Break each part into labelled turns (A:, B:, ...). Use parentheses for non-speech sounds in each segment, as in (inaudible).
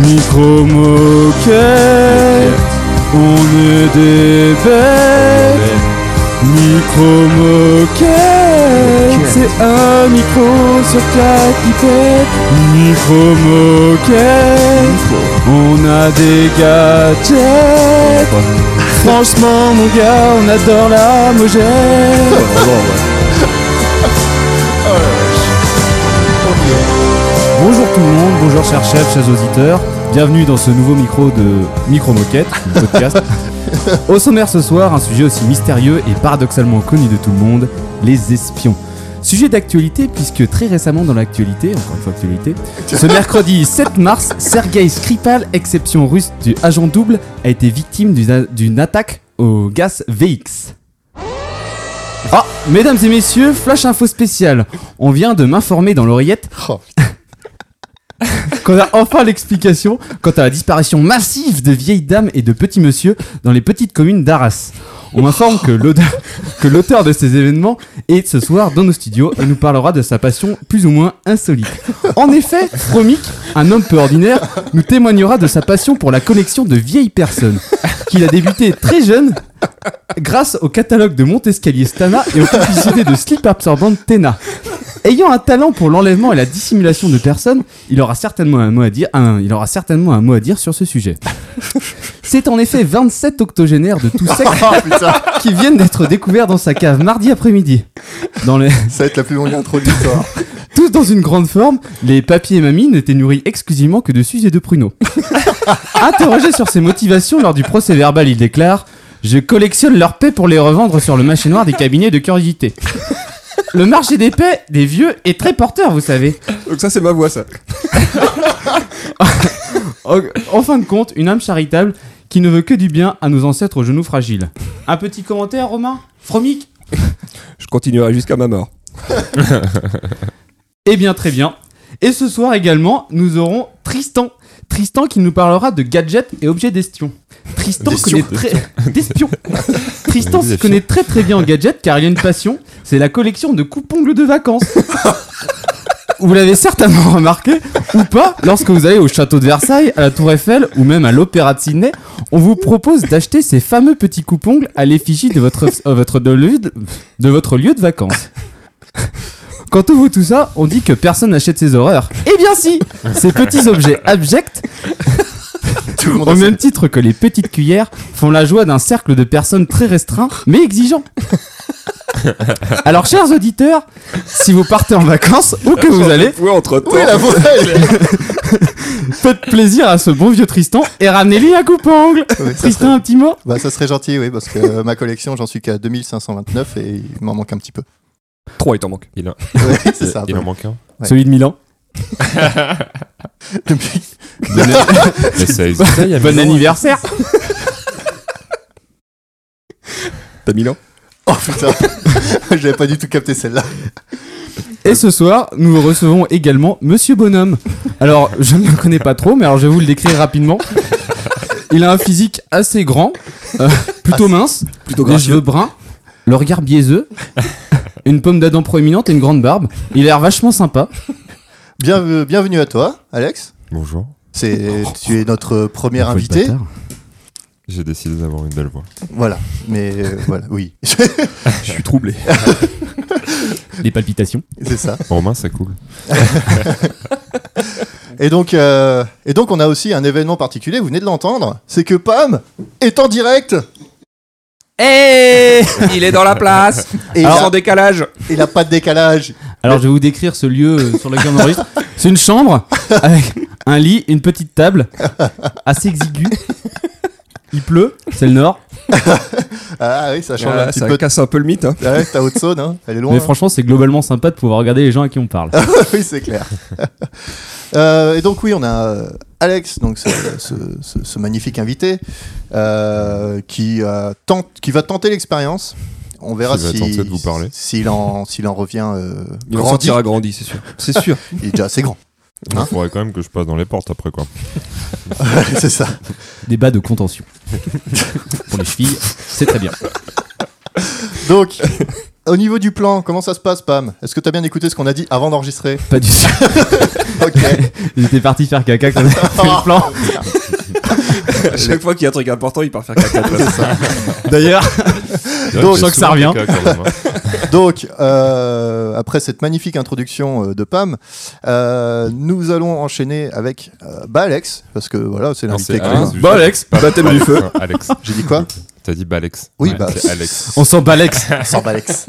A: Micro moquette, on est des bêtes. Micro moquette, c'est un micro sur quatre qui pète. Micro moquette, on a des gadgets. Franchement, mon gars, on adore (laughs) la mogette. Bonjour tout le monde, bonjour chers chefs, chers auditeurs. Bienvenue dans ce nouveau micro de Micro Moquette, le podcast. Au sommaire ce soir, un sujet aussi mystérieux et paradoxalement connu de tout le monde, les espions. Sujet d'actualité puisque très récemment dans l'actualité, encore une fois actualité, ce mercredi 7 mars, Sergei Skripal, exception russe du agent double, a été victime d'une d'une attaque au gaz VX. Ah, mesdames et messieurs, flash info spécial. On vient de m'informer dans l'oreillette
B: Oh,
A: qu'on a enfin l'explication quant à la disparition massive de vieilles dames et de petits monsieur dans les petites communes d'Arras. On m'informe que l'auteur, (laughs) que l'auteur de ces événements est ce soir dans nos studios et nous parlera de sa passion plus ou moins insolite. En effet, Fromic, un homme peu ordinaire, nous témoignera de sa passion pour la collection de vieilles personnes, qu'il a débuté très jeune grâce au catalogue de Montescalier Stana et aux publicités de slip absorbantes Tena. Ayant un talent pour l'enlèvement et la dissimulation de personnes, il aura certainement un mot à dire, un- il aura certainement un mot à dire sur ce sujet. C'est en effet 27 octogénaires de tous sexes qui viennent d'être découverts dans sa cave mardi après-midi. Dans les-
B: ça va être la plus longue intro de l'histoire.
A: tous dans une grande forme, les papiers et mamies n'étaient nourris exclusivement que de suze et de pruneaux. Interrogé sur ses motivations lors du procès verbal, il déclare Je collectionne leurs paix pour les revendre sur le marché noir des cabinets de curiosité. Le marché des paix des vieux est très porteur, vous savez.
C: Donc ça c'est ma voix ça.
A: En en fin de compte, une âme charitable qui ne veut que du bien à nos ancêtres aux genoux fragiles. Un petit commentaire, Romain Fromic
C: Je continuerai jusqu'à ma mort.
A: Eh bien, très bien. Et ce soir également, nous aurons Tristan. Tristan qui nous parlera de gadgets et objets d'estion. Tristan
D: D'estion,
A: connaît très d'espion. Tristan se connaît très très bien en gadgets car il a une passion, c'est la collection de coupes-ongles de vacances. Vous l'avez certainement remarqué, ou pas, lorsque vous allez au château de Versailles, à la Tour Eiffel ou même à l'Opéra de Sydney, on vous propose d'acheter ces fameux petits coupes-ongles à l'effigie de votre, euh, votre- de lieu de- de votre lieu de vacances. Quand on vous tout ça, on dit que personne n'achète ces horreurs. Eh bien si Ces petits objets abjects,
B: (laughs) Tout le monde
A: au
B: a
A: même titre que les petites cuillères, font la joie d'un cercle de personnes très restreint, mais exigeant. Alors chers auditeurs, si vous partez en vacances, où que vous allez,
C: Ouais entre temps.
B: la bouteille
A: faites plaisir à ce bon vieux Tristan et ramenez-lui un coupe-ongle Tristan, un petit mot
B: Bah ça serait gentil, oui, parce que euh, ma collection, j'en suis qu'à 2529 et il m'en manque un (laughs) petit peu.
C: 3 il t'en manque.
D: Il, en-
B: Oui, c'est ça.
D: il
B: bah,
D: en manque un.
B: Ouais.
A: Celui de Milan.
B: depuis-
D: Mais ça existe.
A: Bon anniversaire
C: T'as Milan
B: (laughs) Oh putain (laughs) J'avais pas du tout capté celle-là.
A: Et ce soir, nous recevons également Monsieur Bonhomme. Alors, je ne le connais pas trop, mais alors je vais vous le décrire rapidement. Il a un physique assez grand, euh, plutôt mince,
C: Plutôt
A: des
C: gracieux.
A: cheveux bruns, le regard biaiseux, une pomme d'Adam proéminente et une grande barbe. Il a l'air vachement sympa.
B: Bien, euh, bienvenue à toi, Alex.
D: Bonjour.
B: C'est, tu es notre premier invité.
D: J'ai décidé d'avoir une belle voix.
B: Voilà. Mais euh, voilà, oui. (laughs)
C: Je suis troublé.
A: Les palpitations.
B: c'est ça.
D: Romain, c'est cool.
B: Et donc, euh, et donc, on a aussi un événement particulier, vous venez de l'entendre, c'est que Pam est en direct
C: Eh Il est dans la place (laughs)
B: et il
C: Il est
B: a-
C: en décalage
B: il a pas de décalage.
A: Alors, je vais vous décrire ce lieu euh, sur lequel on enregistre. C'est une chambre avec un lit, une petite table, assez exiguë. Il pleut, c'est le nord.
B: Ah oui, ça change
C: Ah,
B: un petit
C: Ça
B: peu.
C: casse un peu le mythe. hein.
B: Ah ouais, ta Haute-Saône, hein, elle est loin.
A: Mais
B: hein.
A: franchement, c'est globalement sympa de pouvoir regarder les gens à qui on parle.
B: (laughs) oui, c'est clair. Euh, et donc oui, on a euh, Alex, donc ce, ce- ce- ce magnifique invité, euh, qui, euh, tente, qui va tenter l'expérience. On verra
D: Qui va
B: si-
D: tenter de vous parler.
B: s'il en, s'il en revient euh,
C: Il en
B: grandi.
C: sortira grandi c'est sûr. C'est sûr.
B: Il est déjà assez grand, (laughs)
D: Il
B: Hein
D: faudrait quand même que je passe dans les portes après quoi.
B: c'est ça.
A: Débat de
E: (laughs)
A: contention. Pour les filles, c'est très bien.
B: Donc, Au niveau du plan, comment ça se passe, Pam Est-ce que t'as bien écouté ce qu'on a dit avant d'enregistrer
E: Pas du (laughs) tout. (laughs)
B: Ok.
E: Il était parti faire caca quand on a fait le plan.
C: (laughs) À chaque fois qu'il y a un truc important, il part faire caca. de toute façon.
E: D'ailleurs,
D: Donc,
E: je sens que ça revient.
D: hein.
B: Donc, euh, après cette magnifique introduction euh, de Pam, euh, nous allons enchaîner avec euh, bah, Alex, parce que voilà,
D: Ah,
B: c'est l'invité. qu'on a.
E: (laughs)
A: Bah,
E: Bon, Alex,
D: baptême du feu. Alex.
B: J'ai dit quoi
D: T'as dit Balex.
B: Oui,
D: Ouais,
B: bah,
D: C'est Alex.
B: (laughs)
E: on sent Balex.
B: Sans bah, Alex.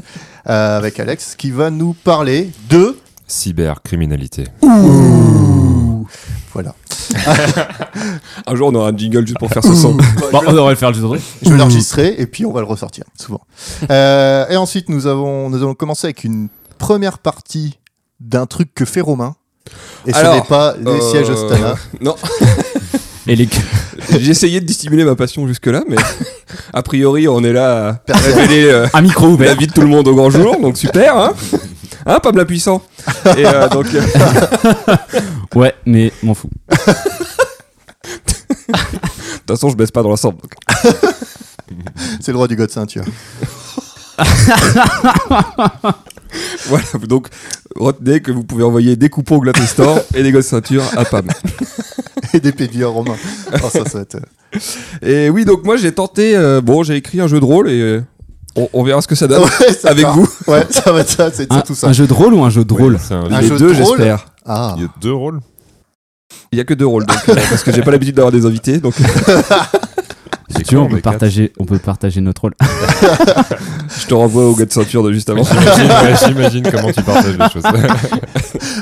B: Euh, avec Alex, qui va nous parler de.
D: Cybercriminalité.
B: Voilà.
C: Un jour, on aura un jingle juste pour faire ce (laughs) son. Euh,
E: Bon, on devrait le faire le jeu de rue.
B: Je vais l'enregistrer et puis on va le ressortir souvent. Euh, et ensuite, nous, avons, nous allons commencer avec une première partie d'un truc que fait Romain. Et ce
C: Alors,
B: n'est pas les
C: Euh,
B: sièges
C: (laughs)
B: Ostana.
C: Non,
E: Et les
C: j'ai essayé de dissimuler ma passion jusque-là, mais a priori, on est là à
B: Personne.
C: révéler euh,
E: un micro
C: la
E: ouvert.
C: vie de tout le monde au grand jour, donc super, hein Hein, Pablo Puissant Et euh, donc, euh,
E: Ouais, mais m'en fous.
C: de toute façon, je baisse pas dans l'ensemble. donc. (laughs)
B: C'est le roi du God ceinture.
C: Voilà, donc retenez que vous pouvez envoyer des coupons
B: (laughs)
C: Glatis Store et des gosses ceintures à Pam.
B: Et des pédieurs romains. Oh, ça, ça va être, euh,
C: Et oui, donc moi j'ai tenté, euh, bon, j'ai écrit un jeu de rôle et euh, on, on verra ce que ça donne
B: ouais, ça
C: avec
B: va.
C: vous.
B: Ouais, (laughs) ça va être ça, c'est
E: Un,
B: c'est tout ça.
E: un jeu de rôle ou un jeu de rôle
D: C'est un-
B: Un
C: Les
B: jeu de
C: deux,
B: rôle
C: j'espère.
B: Ah,
D: Il y a deux rôles.
C: Il y a que deux rôles, donc, euh, parce que j'ai pas l'habitude d'avoir des invités, donc
E: Si tu veux, on
D: D'accord,
E: peut
D: les quatre.
E: partager, on peut partager notre rôle.
C: je te renvoie au gars de ceinture de juste avant.
D: J'imagine ouais, j'imagine comment tu partages les choses.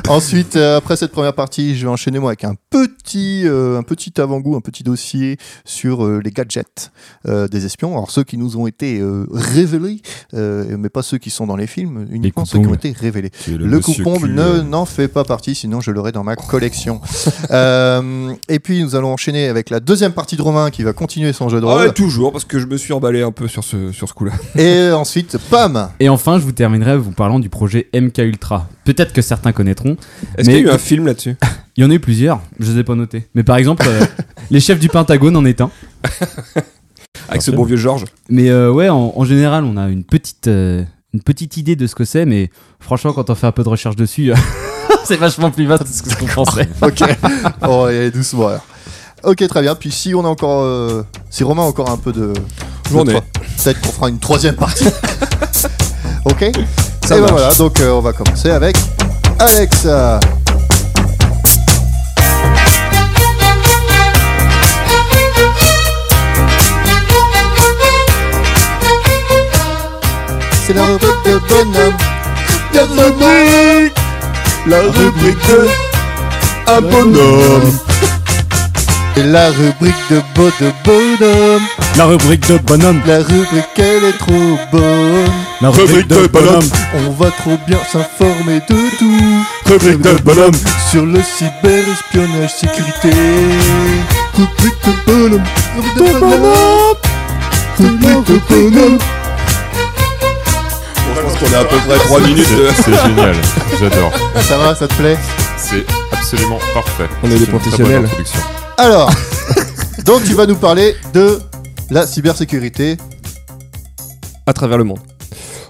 B: Ensuite, euh, après cette première partie, je vais enchaîner moi avec un petit, euh, un petit avant-goût, un petit dossier sur euh, les gadgets euh, des espions. Alors ceux qui nous ont été euh, révélés, euh, mais pas ceux qui sont dans les films, uniquement ceux qui ont
E: couponbles.
B: été révélés.
D: Tu es
B: Le
D: monsieur
B: coupon
D: cul,
B: ne
D: euh,
B: n'en fait pas partie, sinon je l'aurai dans ma collection. (laughs) Euh, et puis nous allons enchaîner avec la deuxième partie de Romain qui va continuer son jeu de
C: Ah ouais,
B: rôle.
C: toujours, parce que je me suis emballé un peu sur ce, sur ce coup-là.
B: Et ensuite, Pam,
E: Et enfin, je vous terminerai en vous parlant du projet MK Ultra. Peut-être que certains connaîtront.
C: Est-ce
E: Mais-
C: qu'il y a eu un film là-dessus
E: Il y en a eu plusieurs, je les ai pas notés. Mais par exemple, (laughs) euh, les chefs du Pentagone en est un.
C: Avec ce
D: film
C: bon vieux Georges
E: Mais euh, ouais, en, en général, on a une petite, euh, une petite idée de ce que c'est, mais franchement, quand on fait un peu de recherche dessus, euh, (laughs) c'est vachement plus vaste que ce qu'on pensait.
B: (laughs) Ok. oh, et doucement. alors. Ok, très bien. Puis si on a encore, euh, si Romain a encore un peu de
C: Journée.
B: de tro- peut-être qu'on fera une troisième
C: (laughs)
B: partie. ok. et
C: Ça
B: ben
C: marche.
B: voilà. Donc euh, on va commencer avec Alex. C'est la rubrique de bonhomme. La rubrique de un bonhomme. Et la rubrique de beau de bonhomme.
E: La rubrique de bonhomme,
B: La rubrique elle est trop bonne.
E: la rubrique de bonhomme,
B: On va trop bien s'informer de tout.
E: rubrique
B: de
E: bonhomme.
B: Sur le cyberespionnage sécurité. Rubrique de bonhomme. Rubrique de bonhomme. Rubrique de bonhomme.
C: Je pense qu'on a à peu près (laughs) 3 minutes. de-
D: C'est c'est génial, j'adore.
B: Ah, Ça va, ça te plaît
D: C'est absolument parfait.
C: On est des
D: C'est une très bonne
C: professionnels.
D: introduction.
B: Alors, donc tu vas nous parler de la cybersécurité.
C: À travers le monde.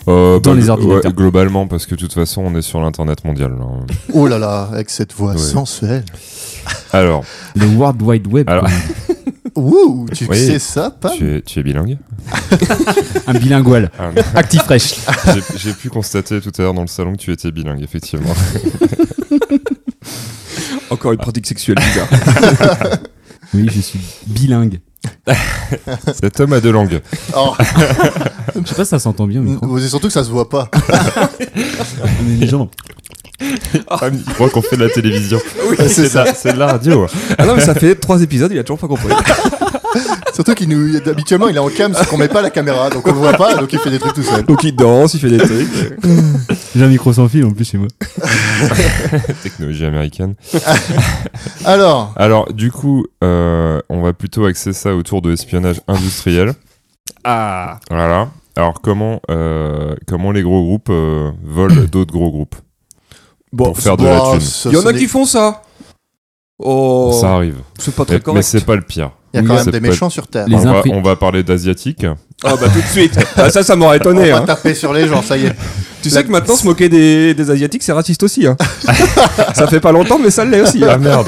D: Euh,
E: Dans les
D: gl-
E: ordinateurs.
D: ouais, globalement, parce que de toute façon, on est sur l'internet mondial. hein.
B: Oh là là, avec cette voix
D: Ouais.
B: sensuelle.
D: Alors,
E: Le World Wide Web,
D: Alors-
E: quoi.
B: Ouh, tu
D: Oui.
B: sais ça, Pam
D: tu es, tu es bilingue
E: un bilingual, (laughs)
D: Ah, non.
E: ActiFresh.
D: J'ai- J'ai pu constater tout à l'heure dans le salon que tu étais bilingue, effectivement. (laughs)
C: Encore une pratique sexuelle bizarre.
E: Oui, je suis bilingue.
D: Cet homme a deux langues.
B: Oh,
E: Je sais pas si ça s'entend bien, (laughs) mais
B: c'est surtout que ça se voit pas.
E: les gens.
D: Il croit qu'on fait de la télévision.
C: Oui,
D: c'est ça. C'est de la radio.
C: Ah non, mais ça fait 3 épisodes, il a toujours pas compris.
B: Surtout qu'il nous. Habituellement, il est en cam, c'est qu'on met pas la caméra, donc on le voit pas, donc il fait des trucs tout seul.
C: (laughs) Donc il danse, il fait des trucs.
E: J'ai un micro sans fil en plus chez moi.
D: Technologie américaine.
B: Alors,
D: Alors, du coup, euh, on va plutôt axer ça autour de espionnage industriel.
C: Ah
D: Voilà. Alors, comment, euh, comment les gros groupes euh, volent d'autres gros groupes
C: Bon,
D: Pour faire de la
B: bon,
D: thune.
B: ça,
C: il y en
B: ça
C: a
B: n'est-
C: qui font ça Oh
D: Ça arrive.
C: C'est pas
D: Mais,
C: très
D: mais
C: correct.
D: c'est pas le pire.
B: Il y a quand
D: Oui,
B: même
D: ça
B: des
D: peut
B: méchants sur Terre.
E: Les
D: on, va,
E: impri-
D: on va parler d'asiatiques.
C: Oh bah tout de suite. (laughs) Ah, ça, ça m'aurait
B: On
C: étonné.
B: va
C: hein.
B: taper sur les gens, ça
D: (laughs)
B: y est.
C: (laughs) Tu sais que maintenant, se moquer des, des Asiatiques, c'est raciste aussi.
E: (laughs)
C: Hein. ça fait pas longtemps, mais ça l'est aussi. hein.
D: Ah (laughs) merde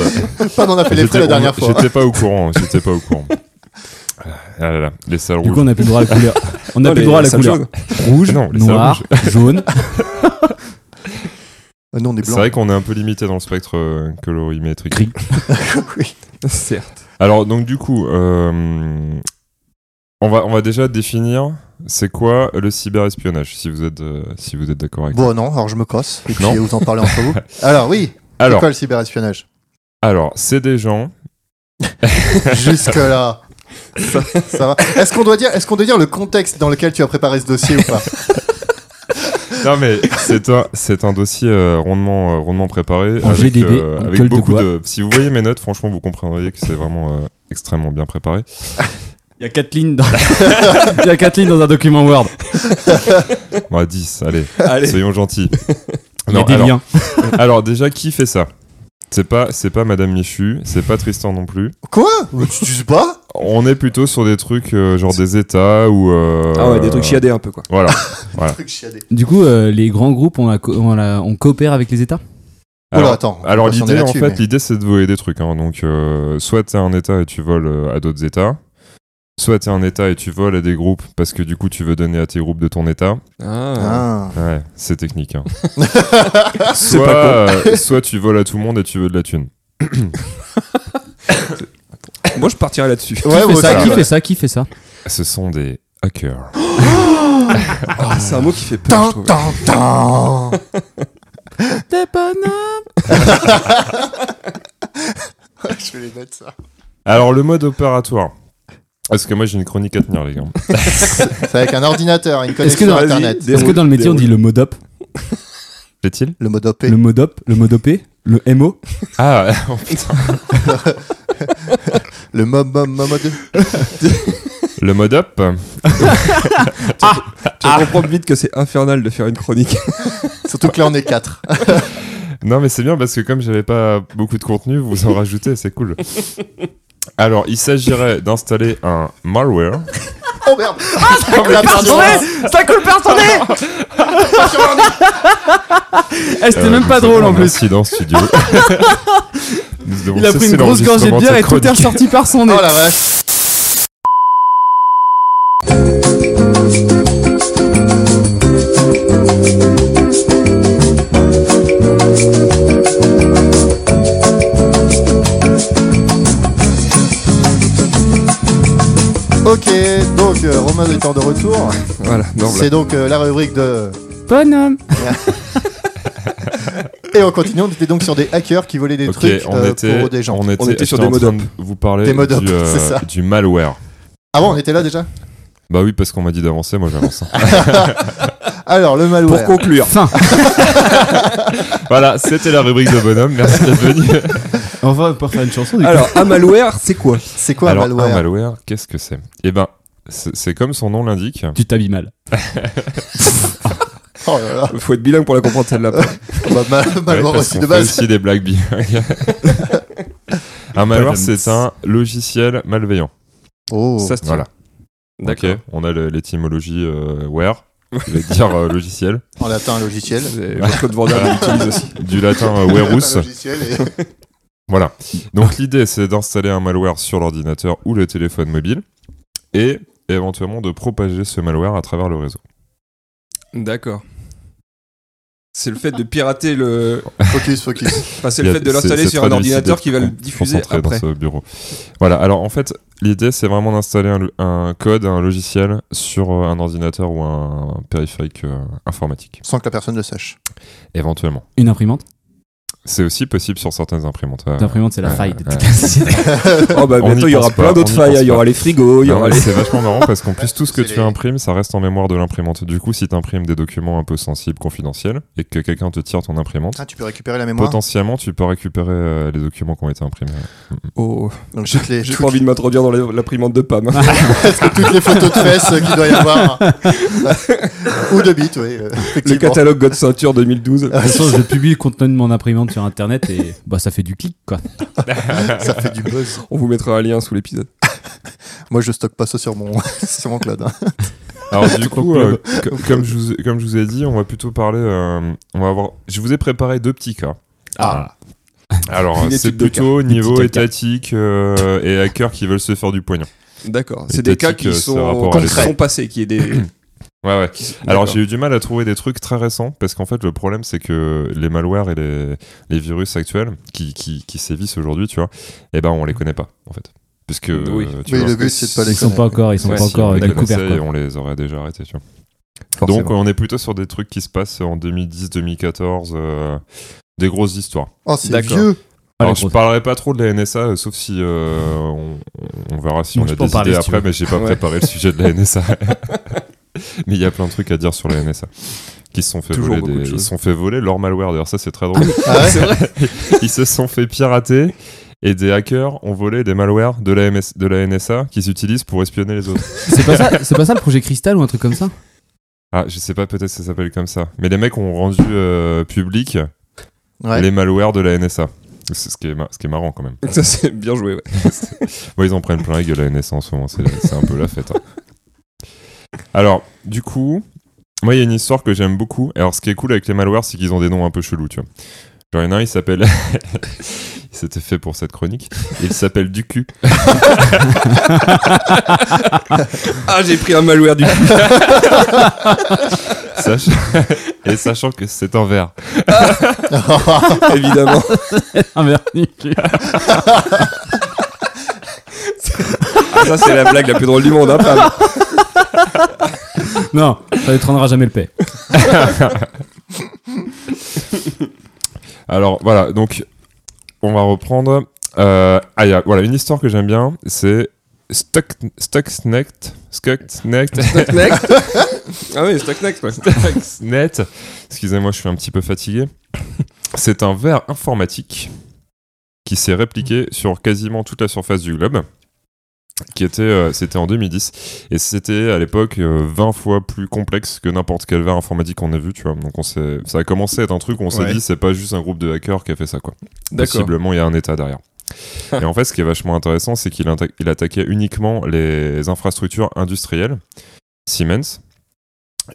B: Pas on a fait les frais la
D: on-
B: dernière fois.
D: J'étais pas au courant, j'étais pas au courant. Ah là là, les salles
E: Du coup,
D: rouges.
E: on n'a plus le droit à la couleur. On n'a
C: Non,
E: plus
C: les-
E: le droit à la
C: les salles
E: couleur.
C: (laughs) jaunes.
E: Rouge,
D: Non, les salles
E: noir, jaune.
B: Ah non, on est
D: C'est
B: blanc.
D: vrai qu'on est un peu limité dans le spectre euh, colorimétrique.
E: Gris.
B: oui.
C: Certes.
D: Alors donc du coup, euh, on va on va déjà définir c'est quoi le cyberespionnage si vous êtes euh, si vous êtes d'accord avec. moi.
B: Bon, non, alors je me casse. Et puis
D: Non.
B: vous en parlez entre
D: (laughs)
B: vous. Alors, oui, c'est
D: alors
B: quoi le cyberespionnage
D: alors c'est des gens.
B: Jusque-là. ça, va. Est-ce qu'on doit, dire- est-ce qu'on doit dire le contexte dans lequel tu as préparé ce dossier ou pas
D: Non mais c'est un c'est un dossier euh, rondement euh, rondement préparé
E: En
D: avec,
E: GDD,
D: euh,
E: en
D: avec
E: gueule de
D: beaucoup
E: bois.
D: de. Si vous voyez mes notes, franchement, vous comprendriez que c'est vraiment euh, extrêmement bien préparé.
E: Il y a quatre lignes dans, (laughs) Il y a quatre lignes dans un document Word.
D: Bon, à 10, allez,
C: Allez.
D: soyons
E: (laughs)
D: gentils.
E: Il y a
D: Non,
E: des
D: alors,
E: liens.
D: alors déjà qui fait ça C'est pas c'est pas Madame Michu, c'est pas Tristan non plus.
B: Quoi Mais Tu tu sais pas
D: On est plutôt sur des trucs euh, genre des états ou. euh,
C: Ah ouais, des trucs chiadés un peu quoi. (laughs)
D: Voilà.
B: Truc chiadé.
E: Du coup, euh, les grands groupes, on, la co- on, la- on coopère avec les États
B: Oh là,
D: Alors,
B: attends. on
D: alors
B: va s'en
D: l'idée en
B: aller
D: fait,
B: là-dessus,
D: l'idée c'est de voler des trucs. hein. Donc euh, soit t'es un état et tu voles euh, à d'autres états, soit t'es un état et tu voles à des groupes parce que du coup tu veux donner à tes groupes de ton état.
B: mais-
C: Ah.
B: Ah.
D: Ouais, c'est technique. hein.
C: C'est
D: soit,
C: pas
D: euh, soit tu voles à tout le monde et tu veux de la thune.
C: con. Moi, je partirais là-dessus.
B: Ouais,
E: Qui fait
B: ouais,
E: ça
B: ouais.
E: Qui fait ça Qui fait ça
D: Ce sont des hackers.
C: Ah, c'est un mot qui fait peur.
B: Tan,
C: Je trouve.
B: tan, tan. Je vais les mettre ça.
D: Alors le mode opératoire. Parce que moi j'ai une chronique à tenir les gars.
B: C'est avec un ordinateur, une
E: Est-ce que
B: connexion
E: dans-
B: internet.
C: Vas-y,
E: Est-ce que dans le métier, on
C: déroule.
E: dit le modop
D: Fait-il
B: Le mode OP.
E: Le modop Le modopé Le MO
D: Ah (laughs) oh, putain.
B: Le mob, mob, mob, mode.
D: Le mode up.
C: Tu comprends vite que c'est infernal de faire une chronique.
B: Surtout que là, on est quatre.
D: Non, mais c'est bien parce que comme j'avais pas beaucoup de contenu, vous en rajoutez, c'est cool. Alors, il s'agirait d'installer un malware.
B: Oh merde Ah, ça coule
E: Ça coule par son
B: (laughs)
E: Eh, C'était
D: Euh,
E: même
D: nous
E: pas drôle
D: avons
E: en
D: un
E: plus.
D: incident
E: (laughs)
D: studio. Nous devons
E: Il a pris
D: cesser
E: une grosse gorgée de
D: l'enregistrement
E: bière et
D: cette
E: tout est
D: chronique.
E: ressorti par son nez.
B: Oh la vache Ok, donc euh, Romain étant de retour.
C: Voilà, non,
B: C'est donc euh, la rubrique de.
E: Bonhomme.
B: Et en continuant, on était donc sur des hackers qui volaient des
D: Ok,
B: trucs
D: on,
B: euh,
D: était,
B: pour des gens.
D: on était,
C: On était sur
D: j'étais
C: des
D: en train
C: modes
D: de Vous parlez
B: Des modes up,
D: du, euh,
B: c'est ça.
D: du malware.
B: Ah bon, on était là déjà
D: Bah oui, parce qu'on m'a dit d'avancer, moi j'avance. hein.
B: Alors, le
C: Pour
B: malware.
C: conclure,
E: Fin.
D: voilà, c'était la rubrique de bonhomme. Merci d'être venu.
E: On va pouvoir faire une chanson.
C: (laughs) alors un malware, c'est quoi
B: C'est quoi
D: Alors,
B: un malware
D: un malware, qu'est-ce que c'est Eh ben, c'est c'est comme son nom l'indique.
E: Tu t'habilles mal.
B: Oh là là,
C: Faut être bilingue pour la comprendre celle-là.
B: bah, mal- malware
D: Ouais, parce
B: aussi
D: qu'on
B: de
D: fait
B: base.
D: aussi des blagues bilingues. un malware, c'est un logiciel malveillant.
B: Oh,
C: Ça se tient.
D: Voilà.
C: D'accord.
D: Ok, On a le- l'étymologie euh, ware, je vais dire euh, logiciel,
B: en latin, un logiciel.
C: C'est- Jean-Claude Van Damme l'utilise aussi.
D: du latin
B: (laughs)
D: euh,
B: Un
D: werus.
B: logiciel
D: (laughs)
B: et-
D: Voilà. Donc l'idée, c'est d'installer un malware sur l'ordinateur ou le téléphone mobile et éventuellement de propager ce malware à travers le réseau.
C: D'accord. C'est le fait de pirater le.
B: Focus, focus.
C: Enfin, c'est le
D: Il y
C: fait
D: a-
C: de l'installer
D: c'est
C: sur
D: très
C: un ordinateur
D: difficile
C: qui va le
D: d'être
C: diffuser
D: concentré
C: après.
D: Dans ce bureau. Voilà, alors en fait, l'idée c'est vraiment d'installer un, lo- un code, un logiciel sur euh, un ordinateur ou un périphérique euh, informatique,
B: Sans que la personne le sache.
D: éventuellement.
E: Une imprimante
D: C'est aussi possible sur certaines imprimantes. euh,
E: Une imprimante, c'est la
D: ouais,
E: faille de toute
D: ouais.
E: la société.
C: Oh bah
D: On
C: bientôt
D: n'y
C: il y aura
D: pense
C: plein
D: pas,
C: d'autres
D: on n'y
C: failles,
D: pense
C: il y aura
D: pas.
C: les frigos, il y
D: Non,
C: aura
D: mais
C: les.
D: C'est vachement marrant parce
C: (laughs)
D: qu'en plus tout ce que
B: C'est
D: tu
B: les-
D: imprimes, ça reste en mémoire de l'imprimante. Du coup, si tu imprimes des documents un peu sensibles, confidentiels, et que quelqu'un te tire ton imprimante,
B: Ah, tu peux récupérer la mémoire.
D: potentiellement tu peux récupérer euh, les documents qui ont été
C: (laughs)
D: imprimés.
C: Oh,
B: Donc, toutes les,
C: j'ai
B: toutes,
C: pas envie de m'introduire dans la- l'imprimante de Pam.
B: toutes les photos de fesses euh, qu'il doit y (laughs) avoir. Ou de bites, oui. euh,
C: le
B: Effectivement.
C: catalogue God Ceinture (laughs) 2012.
E: De toute façon, je publie le contenu de mon imprimante sur internet et bah ça fait du clic quoi.
B: Ça fait du buzz.
C: On vous mettra un lien sous l'épisode.
B: Moi, je stocke pas ça sur mon, (laughs) sur mon cloud. hein.
D: Alors du coup, euh,
C: (laughs)
D: co- comme, je vous, ai- comme je vous ai dit, on va plutôt parler. euh, on va avoir. Je vous ai préparé deux petits cas.
E: Ah.
C: (laughs)
D: Alors
C: Une
D: c'est
C: étude de
D: plutôt
C: cas.
D: niveau
C: Petit cas.
D: étatique euh, et hackers qui veulent se faire du poignon.
C: D'accord.
D: Et
C: C'est des cas
D: tactique,
C: qui
D: euh, c'est un
C: sont,
D: rapport
B: à
C: qui
B: l'état.
C: sont passés, qui est
D: (coughs)
C: des.
D: Ouais ouais.
C: qui-
D: Alors
C: D'accord.
D: j'ai eu du mal à trouver des trucs très récents parce qu'en fait le problème c'est que les malwares et les, les virus actuels qui, qui, qui sévissent aujourd'hui, tu vois, eh ben on les connaît pas en fait. Puisque euh,
C: Oui.
D: tu
B: Oui,
D: vois,
B: le but, c'est de pas les
E: Ils sont
B: connaître.
E: pas encore, ils sont
C: Ouais,
E: pas
C: si,
E: encore
D: on
E: euh,
D: les
E: découverts.
D: connaissait,
E: quoi.
D: on les aurait déjà arrêtés, tu vois.
B: Forcément.
D: Donc on est plutôt sur des trucs qui se passent en 2010-2014, euh, des grosses histoires.
B: Oh, c'est (laughs)
C: D'accord.
B: vieux.
E: Ah, les
D: Alors je
E: grosses-
D: parlerai pas trop de la NSA, euh, sauf si euh, on, on verra si
E: Donc,
D: on
E: je
D: a
E: peux en
D: des
E: parler,
D: idées
E: si tu
D: après,
E: veux.
D: mais
E: (laughs)
D: j'ai pas
C: Ouais.
D: préparé le sujet de la NSA. (laughs) mais il y a plein de trucs à dire sur la NSA. Qui se sont fait
C: Toujours
D: voler,
C: beaucoup de
D: des- ils
C: choses.
D: se sont fait voler leur malware. D'ailleurs ça c'est très
E: (laughs)
D: drôle.
B: Ah ouais
C: C'est vrai.
D: ils se sont fait pirater. Et des hackers ont volé des malwares de la, MS de la NSA qui s'utilisent pour espionner les autres.
E: C'est pas ça, c'est pas ça le projet Cristal ou un truc comme ça
D: Ah, je sais pas, peut-être ça s'appelle comme ça. Mais les mecs ont rendu euh, public
B: Ouais.
D: les malwares de la NSA. C'est ce qui est, mar- ce qui est marrant quand (laughs) même.
C: Ça, c'est bien joué, ouais.
D: Bon, ils en prennent plein la gueule à la NSA en ce moment, c'est c'est un peu la fête. hein. Alors, du coup, moi il y a une histoire que j'aime beaucoup. Alors, ce qui est cool avec les malwares, c'est qu'ils ont des noms un peu chelous, tu vois. Genre, il y en a un, il s'appelle. (laughs) il s'était fait pour cette chronique. Il s'appelle Ducu.
C: Ah, j'ai pris un malware du coup. (laughs)
D: Sach- Et sachant que c'est un verre.
C: évidemment.
E: Ah merde, nickel.
C: Ah, ça, c'est la blague la plus drôle du monde, hein, (laughs) Pam.
E: Non, ça ne traînera jamais le paix.
D: Alors voilà, donc on va reprendre. Euh, ah, il y a- voilà, une histoire que j'aime bien, c'est Stuck- Stuxnet. Stuxnet.
C: Stuxnet. Ah oui, Stuxnet, ouais.
D: Stuxnet. Excusez-moi, je suis un petit peu fatigué. (laughs) C'est un verre informatique qui s'est répliqué sur quasiment toute la surface du globe. Qui était, euh, c'était en 2010 et c'était à l'époque euh, 20 fois plus complexe que n'importe quel verre informatique qu'on a vu, tu vois. Donc on s'est- ça a commencé à être un truc où on s'est
C: Ouais.
D: dit c'est pas juste un groupe de hackers qui a fait ça quoi.
C: D'accord.
D: Possiblement, il y a un
C: (laughs)
D: état derrière. et en fait, ce qui est vachement intéressant, c'est qu'il atta- il attaquait uniquement les infrastructures industrielles, Siemens,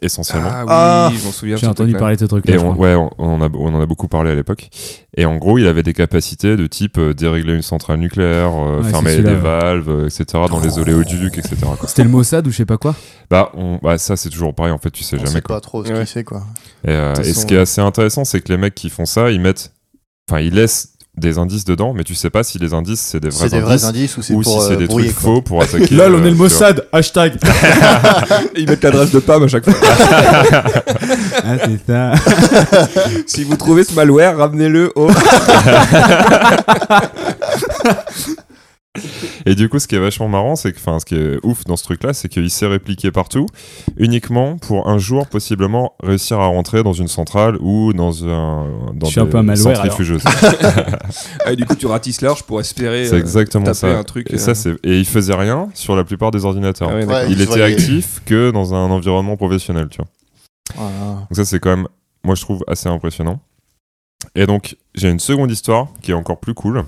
D: essentiellement.
C: Ah oui,
B: Ah.
C: je m'en souviens.
E: J'ai
C: ce
E: entendu
C: truc-là.
E: parler de ce truc là.
D: Et on, ouais, on, on en a, on en a beaucoup parlé à l'époque. Et en gros, il avait des capacités de type euh, dérégler une centrale nucléaire, euh,
E: Ouais, c'est
D: fermer
E: celui-là,
D: des
E: ouais.
D: valves, euh, etc., dans les
B: Oh.
D: oléoducs, etc. quoi.
E: C'était le Mossad ou je sais pas quoi
D: Bah, on- bah, ça, c'est toujours pareil, en fait, tu sais
B: On
D: jamais.
B: sait
D: quoi.
B: pas trop ce
C: Ouais.
B: qui c'est, quoi.
D: Et, euh,
C: toute
D: et
C: façon,
D: ce qui est assez intéressant, c'est que les mecs qui font ça, ils mettent. Enfin, ils laissent des indices dedans, mais tu sais pas si les indices, c'est des vrais
B: C'est des vrais indices ou c'est
D: ou
B: pour
D: si c'est
B: euh,
D: des
B: brouiller,
D: trucs
B: quoi.
D: faux
E: (laughs)
D: pour attaquer.
E: Là, on
D: euh,
E: est le
D: sur-
E: Mossad, hashtag
C: Ils mettent l'adresse de Pam à chaque fois.
E: Ah, c'est ça.
C: (laughs) si vous trouvez ce malware, ramenez-le (laughs) au.
D: Et du coup, ce qui est vachement marrant, c'est que, enfin, ce qui est ouf dans ce truc-là, c'est qu'il s'est répliqué partout, uniquement pour un jour possiblement réussir à rentrer dans une centrale ou dans un dans
E: Je suis un
D: des
E: peu un
C: (laughs)
E: malware,
D: centrifugeuses.
C: Ah, et du coup, tu ratisses large pour espérer.
D: C'est
C: euh,
D: exactement
C: taper
D: ça.
C: un truc.
D: Et ça,
C: euh,
D: c'est et il faisait rien sur la plupart des ordinateurs.
C: ah ouais, d'accord.
B: Ouais,
D: Il
B: ils
D: était
B: voyaient-
D: actif que dans un environnement professionnel, tu vois.
B: Voilà.
D: Donc ça, c'est quand même, moi, je trouve assez impressionnant. Et donc, j'ai une seconde histoire qui est encore plus cool,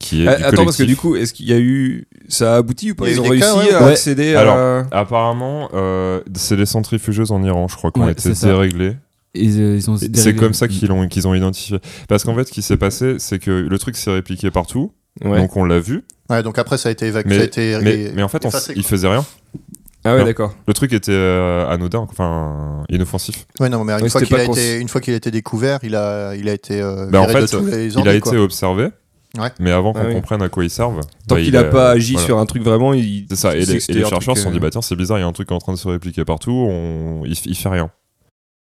D: qui est
C: Ah,
D: du
C: Attends, parce que
D: collectif.
C: du coup, est-ce qu'il y a eu. Ça a abouti ou pas
B: Il y a
C: Ils
B: eu
C: ont
B: des
C: réussi
B: cas, ouais,
C: à
E: ouais.
C: accéder à.
D: Alors, Apparemment, euh, c'est les centrifugeuses en Iran, je crois, qu'on
E: Ouais,
D: a été
E: c'est ça.
D: déréglées.
E: Ils, euh, ils sont
D: C'est
E: déréglés.
D: comme ça
C: Mm.
D: qu'ils l'ont- qu'ils ont, identifié. Parce qu'en fait, ce qui s'est passé, c'est que le truc s'est répliqué partout,
C: Ouais.
D: donc on l'a vu,
B: Ouais, donc après, ça a été évacué.
D: Mais-
B: ça a été
D: mais, mais en fait, on,
B: effacé,
D: il
B: quoi.
D: faisait rien.
C: Ah ouais,
D: Non.
C: d'accord.
D: Le truc était euh, anodin, enfin, inoffensif.
B: Ouais, non, mais une
C: Ouais,
B: fois
C: c'était
B: qu'il a
C: pas cons-
B: été, une fois qu'il a été découvert, il a, il a été euh,
D: Bah, en
B: viré de
D: fait,
B: tous les
D: Il a
B: ordres,
D: été
B: quoi.
D: observé,
B: Ouais.
D: mais avant qu'on
C: Ah oui.
D: comprenne à quoi ils servent.
C: Tant
D: bah,
C: qu'il
D: il
C: n'a
D: a-
C: pas agi
D: voilà.
C: sur un truc vraiment, il.
D: C'est ça, et
C: il sait
D: les,
C: que
D: et
C: c'était
D: les
C: un
D: chercheurs
C: truc,
D: se sont
C: euh,
D: dit, bah tiens, c'est bizarre, il y a un truc qui est en train de se répliquer partout, on... il, f- il fait rien.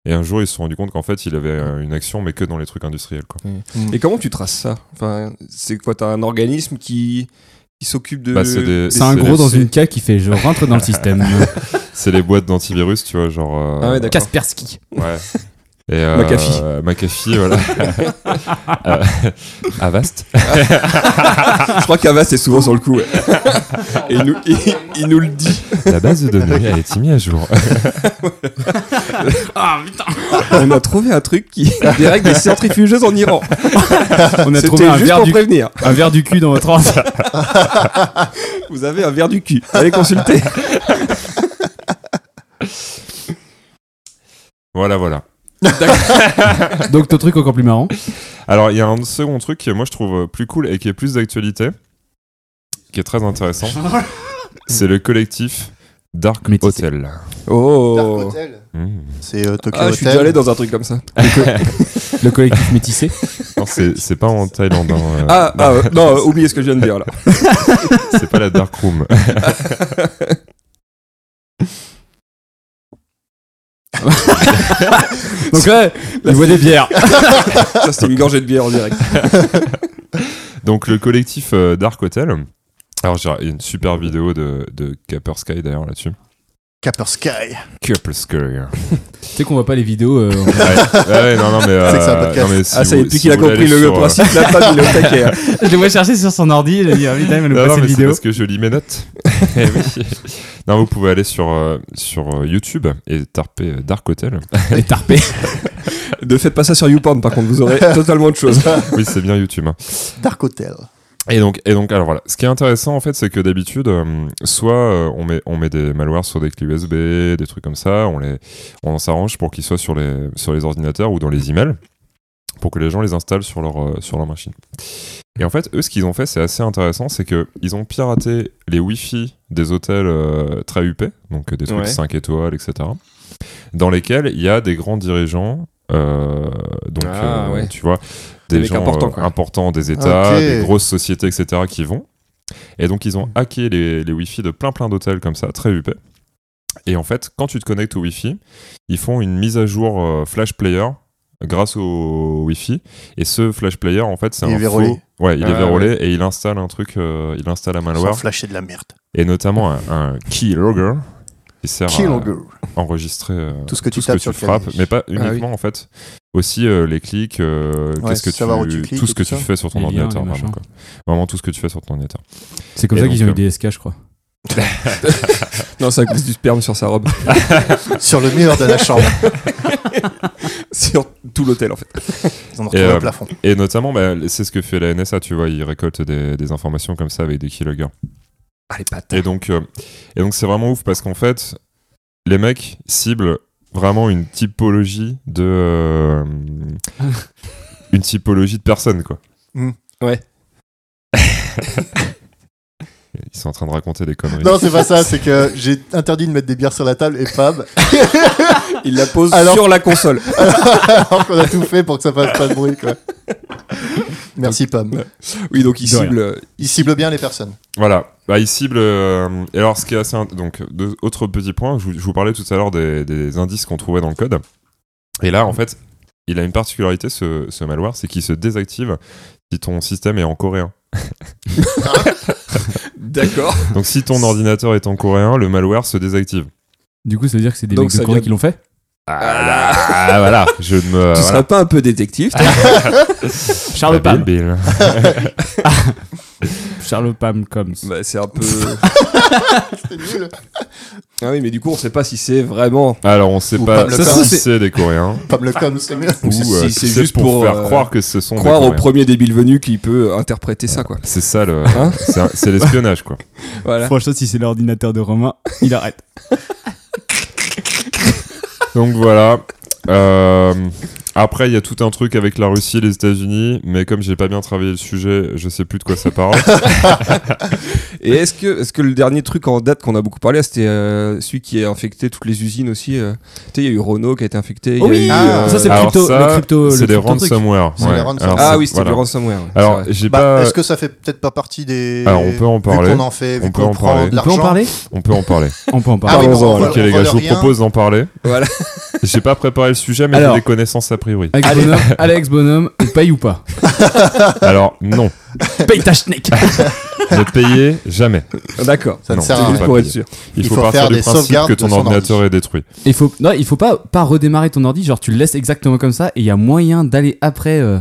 D: Et un jour, ils se sont rendu compte qu'en fait, il avait euh, une action, mais que dans les trucs industriels. Quoi.
C: Et comment tu traces ça Enfin, c'est quoi T'as un organisme qui, qui s'occupe de.
D: Bah, c'est des-
E: C'est un gros dans
C: c'est-
E: une cage qui fait je rentre dans le système.
D: C'est les boîtes d'antivirus, tu vois, genre. euh,
C: Ah ouais, d'accord. (laughs)
E: Kaspersky.
D: ouais. Et, euh,
C: McAfee. (laughs)
D: McAfee, voilà. Euh, Avast.
C: Je crois qu'Avast est souvent sur le
D: (laughs)
C: coup. ouais. Et il nous, il- il nous le dit.
D: La base de données, elle est mise à jour.
E: Ah putain
C: On a trouvé un truc qui dérègle des centrifugeuses en Iran.
E: On a trouvé
C: C'était
E: un
C: juste
E: verre,
C: pour
E: du,
C: prévenir.
E: un verre du cul dans votre anse.
C: Vous avez un verre du cul. Allez consulter.
D: Voilà, voilà.
E: Donc ton truc encore plus marrant.
D: Alors, il y a un second truc que moi je trouve euh, plus cool et qui est plus d'actualité, qui est très
C: (laughs)
D: intéressant. C'est le collectif Dark
E: Métissé.
D: Hotel.
B: Dark
C: Oh.
B: Hotel.
D: Mmh.
B: C'est euh, Tokyo
C: Ah, je suis déjà allé
B: Hotel.
C: dans un truc comme ça.
E: Le collectif métissé.
D: (laughs) Non, c'est c'est pas en Thaïlande. hein, euh,
C: Ah,
D: non,
C: ah, euh, non, euh, oubliez ce que je viens de dire
D: (laughs)
C: là.
D: c'est pas la Dark Room.
E: (laughs) Donc ouais, il voit des bières.
C: Ça, c'était une gorgée de bière en direct.
D: (laughs) Donc le collectif euh, Dark Hotel. Alors j'ai il y a une super vidéo de, de Capper Sky d'ailleurs là-dessus.
B: Capper Sky.
D: Capper Sky. Ouais,
E: tu sais qu'on voit pas les vidéos. euh, on-
D: Ouais, ouais, non, non, mais.
B: C'est que c'est un
D: euh,
B: podcast.
D: non, mais si
C: ah, ça y est,
D: vous-
C: depuis
D: si
C: qu'il a
D: vous voulez
C: compris le
D: aller sur, euh,
C: principe, la femme, il est au taquet. hein.
E: Je le vois chercher sur son ordi, il a dit ah putain, il va nous
D: euh, Non, non,
E: passer une
D: mais c'est
E: vidéo.
D: parce que je lis mes notes. Eh oui. Non, vous pouvez aller sur, euh, sur euh, YouTube et tarper euh, Dark Hotel.
E: Les tarpés.
C: Ne faites pas ça sur YouPorn, par contre, vous aurez totalement autre chose.
D: Oui, c'est bien YouTube. hein.
B: Dark Hotel.
D: Et donc, et donc, alors voilà. Ce qui est intéressant en fait, c'est que d'habitude, euh, soit euh, on met on met des malwares sur des clés USB, des trucs comme ça, on les on s'arrange pour qu'ils soient sur les sur les ordinateurs ou dans les emails, pour que les gens les installent sur leur euh, sur leur machine. Et en fait, eux, ce qu'ils ont fait, c'est assez intéressant, c'est que ils ont piraté les Wi-Fi des hôtels euh, très huppés, donc euh, des trucs
C: Ouais.
D: 5 étoiles, etc. Dans lesquels il y a des grands dirigeants, euh, donc
C: Ah,
D: euh,
C: ouais.
D: tu vois,
C: Des
D: des,
C: mecs
D: gens
C: importants,
D: euh,
C: quoi.
D: importants des États,
B: Ok. Mm.
D: des grosses sociétés, etc. qui vont. Et donc, ils ont hacké les, les Wi-Fi de plein plein d'hôtels comme ça, très huppés. Et en fait, quand tu te connectes au Wi-Fi, ils font une mise à jour euh, Flash Player grâce au Wi-Fi. Et ce Flash Player, en fait, c'est
B: Il est
D: un
B: vérolé.
D: faux- Ouais, il est
C: Ah,
D: vérolé et il installe un truc, euh, il installe un
B: Sans
D: malware
B: flasher de la merde.
D: et notamment un, un keylogger qui sert
B: Keylogger.
D: à enregistrer euh,
B: Tout ce que tu
D: tout ce que
B: tapes
D: tu
B: sur le
D: frappes,
B: clavier.
D: mais pas uniquement en fait. Aussi euh, les clics, euh,
B: Ouais,
D: qu'est-ce que
B: savoir où tu
D: tu,
B: cliques
D: tout ce
B: et
D: que
B: tout
D: tu
B: ça.
D: fais sur ton
E: Les liens,
D: ordinateur,
E: les
D: vraiment,
E: machins.
D: quoi. vraiment tout ce que tu fais sur ton ordinateur.
E: C'est comme
D: Et
E: ça qu'ils ont eu
D: donc,
E: des SK, je crois.
C: Non, c'est à cause du sperme sur sa robe.
B: (laughs) Sur le mur de la
D: (laughs)
B: chambre.
C: Sur tout l'hôtel, en fait.
B: Ils en ont
D: Et,
B: retrouvé
D: euh,
B: au plafond.
D: Et notamment, bah, c'est ce que fait la NSA, tu vois, ils récoltent des, des informations comme ça avec des keyloggers.
C: Ah, les pattes.
D: Et donc, euh, et donc c'est vraiment ouf parce qu'en fait, les mecs ciblent vraiment une typologie de
E: (laughs)
D: euh, une typologie de personnes quoi.
B: Mm.
C: Ouais.
D: (laughs) Ils sont en train de raconter des conneries.
B: Non, c'est pas ça, c'est (laughs) que j'ai interdit de mettre des bières sur la table et (laughs) pam,
D: Eh ben.
C: Il la pose
B: Alors-
C: sur la console.
B: alors qu'on a tout fait pour que ça fasse pas de bruit, quoi. Merci, Pam.
C: Oui, donc il
E: De rien.
C: cible. euh,
B: Il cible bien les personnes.
D: Voilà, bah, ils ciblent. euh, et alors, ce qui est assez. int- Donc, deux, autre petit point, je vous, je vous parlais tout à l'heure des, des indices qu'on trouvait dans le code. Et là, en fait, il a une particularité, ce, ce malware, c'est qu'il se désactive si ton système est en coréen.
C: D'accord.
D: Donc, si ton ordinateur est en coréen, le malware se désactive.
E: Du coup, ça veut dire que c'est des
C: Donc
E: mecs
C: ça
E: de Corée
C: vient-
E: qui l'ont fait
D: Ah, là, ah, voilà, je ne
C: (laughs)
D: me.
C: tu serais
D: voilà.
C: pas un peu détective toi
E: Charles Pam.
D: Débile.
E: Charles Pam Combs.
C: Bah, C'est un peu.
B: C'est nul.
C: Ah oui, mais du coup, on sait pas si c'est vraiment.
D: Alors, on sait
B: Ou
D: pas
B: Pam le
D: ça,
B: Coin.
D: si c'est des coréens.
B: Pam le com, c'est mieux.
D: Ou
C: si-
D: euh,
C: si
D: si
C: c'est
D: c'est
C: juste
D: pour,
C: pour,
D: faire
C: euh,
D: croire que ce sont des
C: Croire au
D: coréens.
C: premier débile venu qui peut interpréter ça, quoi.
D: C'est ça le.
C: Hein
D: c'est un- c'est l'espionnage, quoi.
C: Voilà.
E: Franchement, si c'est l'ordinateur de Romain, il arrête.
D: Donc voilà. Euh, après, il y a tout un truc avec la Russie et les États-Unis, mais comme j'ai pas bien travaillé le sujet, je sais plus de quoi ça parle.
C: Et est-ce que, est que le dernier truc en date qu'on a beaucoup parlé, c'était euh, celui qui a infecté toutes les usines aussi euh. Tu sais, il y a eu Renault qui a été infecté. il y a eu,
B: Ah,
C: euh,
E: ça c'est le
D: Alors
E: crypto,
D: ça,
E: le crypto,
D: c'est
E: le
D: des
E: crypto truc.
D: ransomware.
B: C'est
D: ouais.
B: des ransomware.
D: Alors,
C: Ah
D: c'est-
C: oui, c'était
D: voilà.
C: du ransomware. ouais,
D: Alors,
C: c'est vrai.
D: j'ai
B: Bah,
D: pas.
B: est-ce que ça fait peut-être pas partie des.
D: Alors, on peut en parler.
B: Vu qu'on en fait, vu
D: On peut
B: qu'on
D: en
B: prend
D: parler.
B: de
E: On peut
B: l'argent.
E: en parler
D: On peut en parler.
E: On peut en
B: Ah
E: parler.
B: oui, bon, on
D: ok, les
B: vole
D: gars, je vous
B: rien.
D: propose d'en parler.
C: Voilà.
D: (laughs) J'ai pas préparé le sujet, mais
E: Alors.
D: j'ai des connaissances à priori.
A: Alex
B: Allez.
A: Bonhomme, (laughs) Alex Bonhomme, on paye ou pas
D: Alors, non,
A: (laughs) Paye ta schneck
D: ne payez jamais.
C: D'accord.
B: Ça ne
D: Non,
B: sert
D: c'est
B: à
D: juste
B: rien.
D: pour payer.
C: être sûr.
D: Il,
B: Il
D: faut,
B: faut
D: partir
B: faire
D: du
B: des
D: principe
B: sauvegardes
D: que ton
B: de son
D: ordinateur est détruit.
A: Il faut, non, il faut pas, pas redémarrer ton ordi, genre tu le laisses exactement comme ça et il y a moyen d'aller après. euh,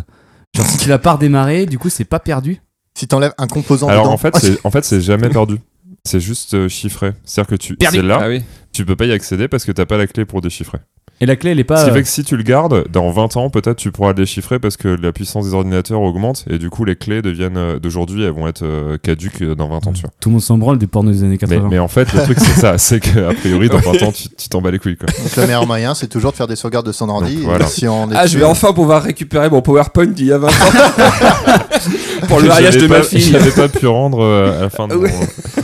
A: genre si tu l'as pas redémarré, du coup c'est pas perdu.
B: Si t'enlèves un composant
D: Alors
B: dedans,
D: en fait, c'est en fait, c'est jamais perdu. C'est juste euh, chiffré. C'est-à-dire que tu c'est là,
C: Ah oui.
D: tu peux pas y accéder parce que t'as pas la clé pour déchiffrer.
A: Et la clé elle est
D: Ce
A: pas.
D: qui
A: euh,
D: fait que si tu le gardes, dans 20 ans, peut-être tu pourras le déchiffrer parce que la puissance des ordinateurs augmente et du coup les clés deviennent euh, d'aujourd'hui, elles vont être euh, caduques euh, dans 20 ans, tu vois.
A: Tout le monde s'en branle du porno des années
D: Mais,
A: 80. (laughs)
D: mais en fait, le truc c'est ça, c'est que
C: (laughs)
D: a priori dans 20 ans, tu tu t'en bats les couilles quoi.
B: donc le meilleur moyen, c'est toujours de faire des sauvegardes de son ordi.
D: Donc,
B: et
D: voilà.
B: si on est
C: Ah, je vais
B: dessus-
C: enfin pouvoir récupérer mon PowerPoint d'il y a 20 ans.
D: (laughs)
C: Pour Oh, le
D: J'avais
C: mariage de
D: pas-
C: ma fille.
D: J'avais pas pu rendre euh, à la fin de
C: Ah
D: (laughs)
C: ouais.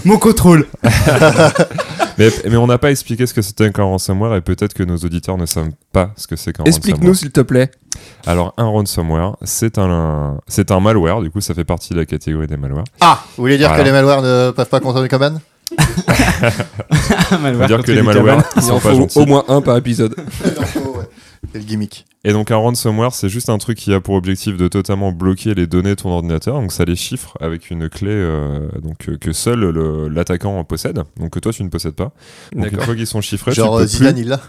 D: mon-
A: Mon contrôle
D: (laughs) Mais, mais on n'a pas expliqué ce que c'était qu'un ransomware et peut-être que nos auditeurs ne savent pas ce que c'est qu'un ransomware.
C: Explique-nous, s'il te plaît.
D: Alors un ransomware, c'est un, c'est un malware, du coup ça fait partie de la catégorie des malwares.
B: Ah, vous voulez dire
D: Voilà.
B: que les malwares ne peuvent pas contrôler Command
A: Ah,
D: On va dire que les malwares ils
C: Il en
D: sont pas
C: faut
D: gentils.
C: au moins un par épisode.
B: C'est le gimmick.
D: Et donc un ransomware, c'est juste un truc qui a pour objectif de totalement bloquer les données de ton ordinateur, donc ça les chiffre avec une clé euh, donc, euh, que seul le- l'attaquant possède, donc que toi tu ne possèdes pas. Donc une
C: D'accord.
D: fois qu'ils sont chiffrés,
B: Genre
D: tu
B: euh,
D: peux
B: Zidane,
D: (laughs)
B: il l'a.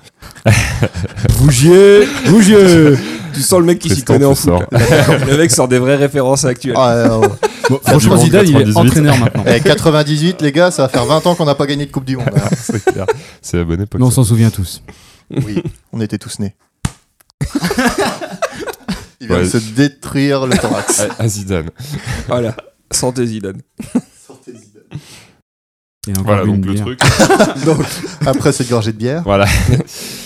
A: Bougier
D: (laughs)
A: Bougier
C: Tu sens le mec qui s'y
D: Tristan,
C: connaît en
D: tu
C: foot.
D: sors.
C: là.
D: (laughs)
C: Le mec sort des vraies références actuelles.
B: Ah, euh, ouais.
A: Franchement,
D: du monde
A: Zidane, il est
D: 98. (laughs)
A: entraîneur maintenant.
B: Eh, 98, les gars, ça va faire 20 ans qu'on n'a pas gagné de Coupe du Monde.
D: (laughs)
B: alors.
D: plus- c'est clair. C'est la bonne époque.
A: Mais on
D: ça.
A: s'en souvient tous.
B: Oui, on était tous
D: (laughs)
B: nés. Il vient
D: Ouais.
B: de se détruire le thorax. (laughs)
D: À- à Zidane.
C: Voilà. Santé Zidane.
A: Il y en a encore
D: Voilà
A: une
D: donc le
A: bière.
D: truc.
B: Après cette gorgée de bière.
D: Voilà.
B: (laughs)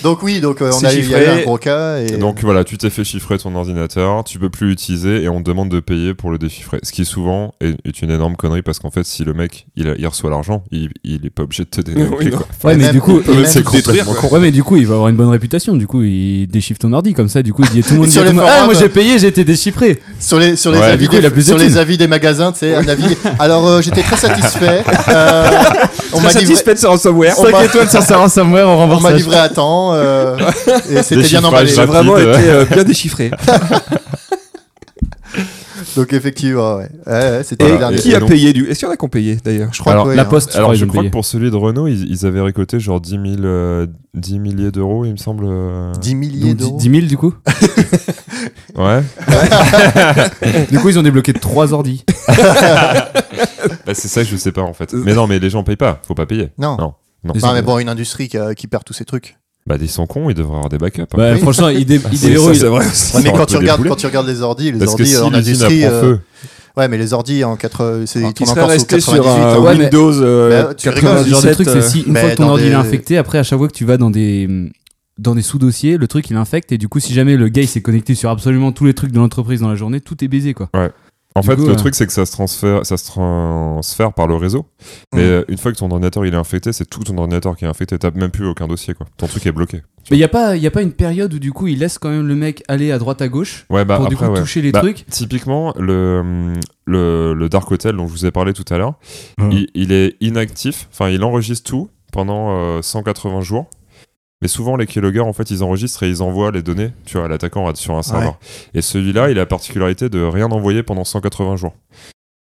B: Donc oui, donc euh, on
C: C'est
B: a eu, il y a eu
C: chiffré.
B: un gros cas et
D: Donc voilà, tu t'es fait chiffrer ton ordinateur, tu peux plus l'utiliser et on te demande de payer pour le déchiffrer. Ce qui souvent est, est une énorme connerie parce qu'en fait, si le mec il, a- il reçoit l'argent, il, il est pas obligé de te donner.
C: Oui,
D: la clé,
C: non.
D: quoi.
A: Ouais,
B: Et
A: mais
B: même-
A: du coup. euh,
B: et même-
D: C'est
C: détruire,
D: complètement
A: Ouais mais du coup il va avoir une bonne réputation du coup il déchiffre ton ordi comme ça du coup il dit tout le monde dit
B: Sur
A: à
B: les
A: tout le monde, ah
B: forums,
A: moi j'ai payé j'ai été déchiffré
B: sur les sur les
D: Ouais,
B: avis
A: du coup, il a
B: des,
A: plus de
B: sur les
A: thunes.
B: avis des magasins, tu sais,
A: (laughs)
B: un avis. Alors euh, j'étais très satisfait. Euh, on
C: Très
B: m'a livré,
C: satisfait de ce ransomware.
B: On m'a-
A: étoiles sur Sarah Somewhere on
B: on
A: renverse
B: m'a
A: la-
B: livré à temps euh, et c'était bien
D: Déchiffrage
B: emballé.
C: J'ai vraiment
D: rapide.
C: été euh, bien déchiffré.
B: Donc effectivement, ouais, ouais, ouais, c'était
C: Et
B: le dernier.
C: qui
D: et
C: a
D: donc-
C: payé du Est-ce qu'il y en a qui ont payé d'ailleurs
B: Je crois
D: Alors,
B: que, ouais,
A: La
B: hein.
A: poste
D: Alors je
A: ils ont
D: crois que
A: payé.
D: pour celui de Renault, ils, ils avaient récolté genre 10 000, euh, 10 milliers d'euros, il me semble. euh.
B: 10 milliers
A: Donc, dix-
B: d'euros.
A: 10 000 du
B: (laughs)
A: coup
D: Ouais.
A: Du coup ils ont débloqué 3
B: (laughs)
A: ordis
D: Bah, c'est ça que je sais pas en fait. Mais non, mais les gens payent pas, faut pas payer.
B: Non.
D: Non. Non.
B: Non, mais bon, une industrie qui, a- qui perd tous ses trucs.
D: Bah ils sont cons, ils devraient avoir des backups. hein.
A: Bah
B: Oui. (laughs)
A: franchement ils dé- ils
D: C'est
A: déverrouillent
D: ça, c'est vrai.
B: Ouais, mais
D: Ça aurait
B: quand
D: pu
B: tu, regardes,
D: débouler.
B: quand tu regardes les ordi, les
D: Parce que
B: ordi
D: si
B: euh, en
D: l'usine
B: industrie.
D: apprend
B: euh,
D: feu,
B: Ouais, mais les ordi en 80. c'est- Ils
C: Alors qu'il
B: tournent
C: serait
B: encore sous
C: resté sur
B: 98.
C: un
B: hein.
A: ouais, mais-
C: Windows euh,
B: Bah, tu rigoles,
A: Le genre de
C: 97,
A: truc, c'est
C: euh,
A: si une
B: mais
A: fois que ton
B: dans
A: ordi il est
B: des-
A: infecté, après, à chaque fois que tu vas dans des, dans des sous-dossiers, le truc il infecte, et du coup, si jamais le gars il s'est connecté sur absolument tous les trucs de l'entreprise dans la journée, tout est baisé quoi.
D: En
A: Du
D: fait,
A: coup,
D: le
A: euh,
D: truc, c'est que ça se transfère, ça se transfère par le réseau. Mais
B: Mhm.
D: euh, une fois que ton ordinateur il est infecté, c'est tout ton ordinateur qui est infecté. T'as même plus aucun dossier, quoi. Ton truc est bloqué.
A: Mais il n'y a, pas- y a pas une période où du coup il laisse quand même le mec aller à droite à gauche
D: Ouais, bah
A: pour
D: après,
A: du coup
D: ouais.
A: toucher les
D: Bah,
A: trucs.
D: Typiquement, le, hum, le, le Dark Hotel dont je vous ai parlé tout à l'heure,
A: Mhm.
D: il, il est inactif. Enfin, il enregistre tout pendant euh, 180 jours. Mais souvent, les keyloggers, en fait, ils enregistrent et ils envoient les données, tu vois, à l'attaquant sur un serveur. Et celui-là, il a la particularité de rien envoyer pendant 180 jours. Ce qui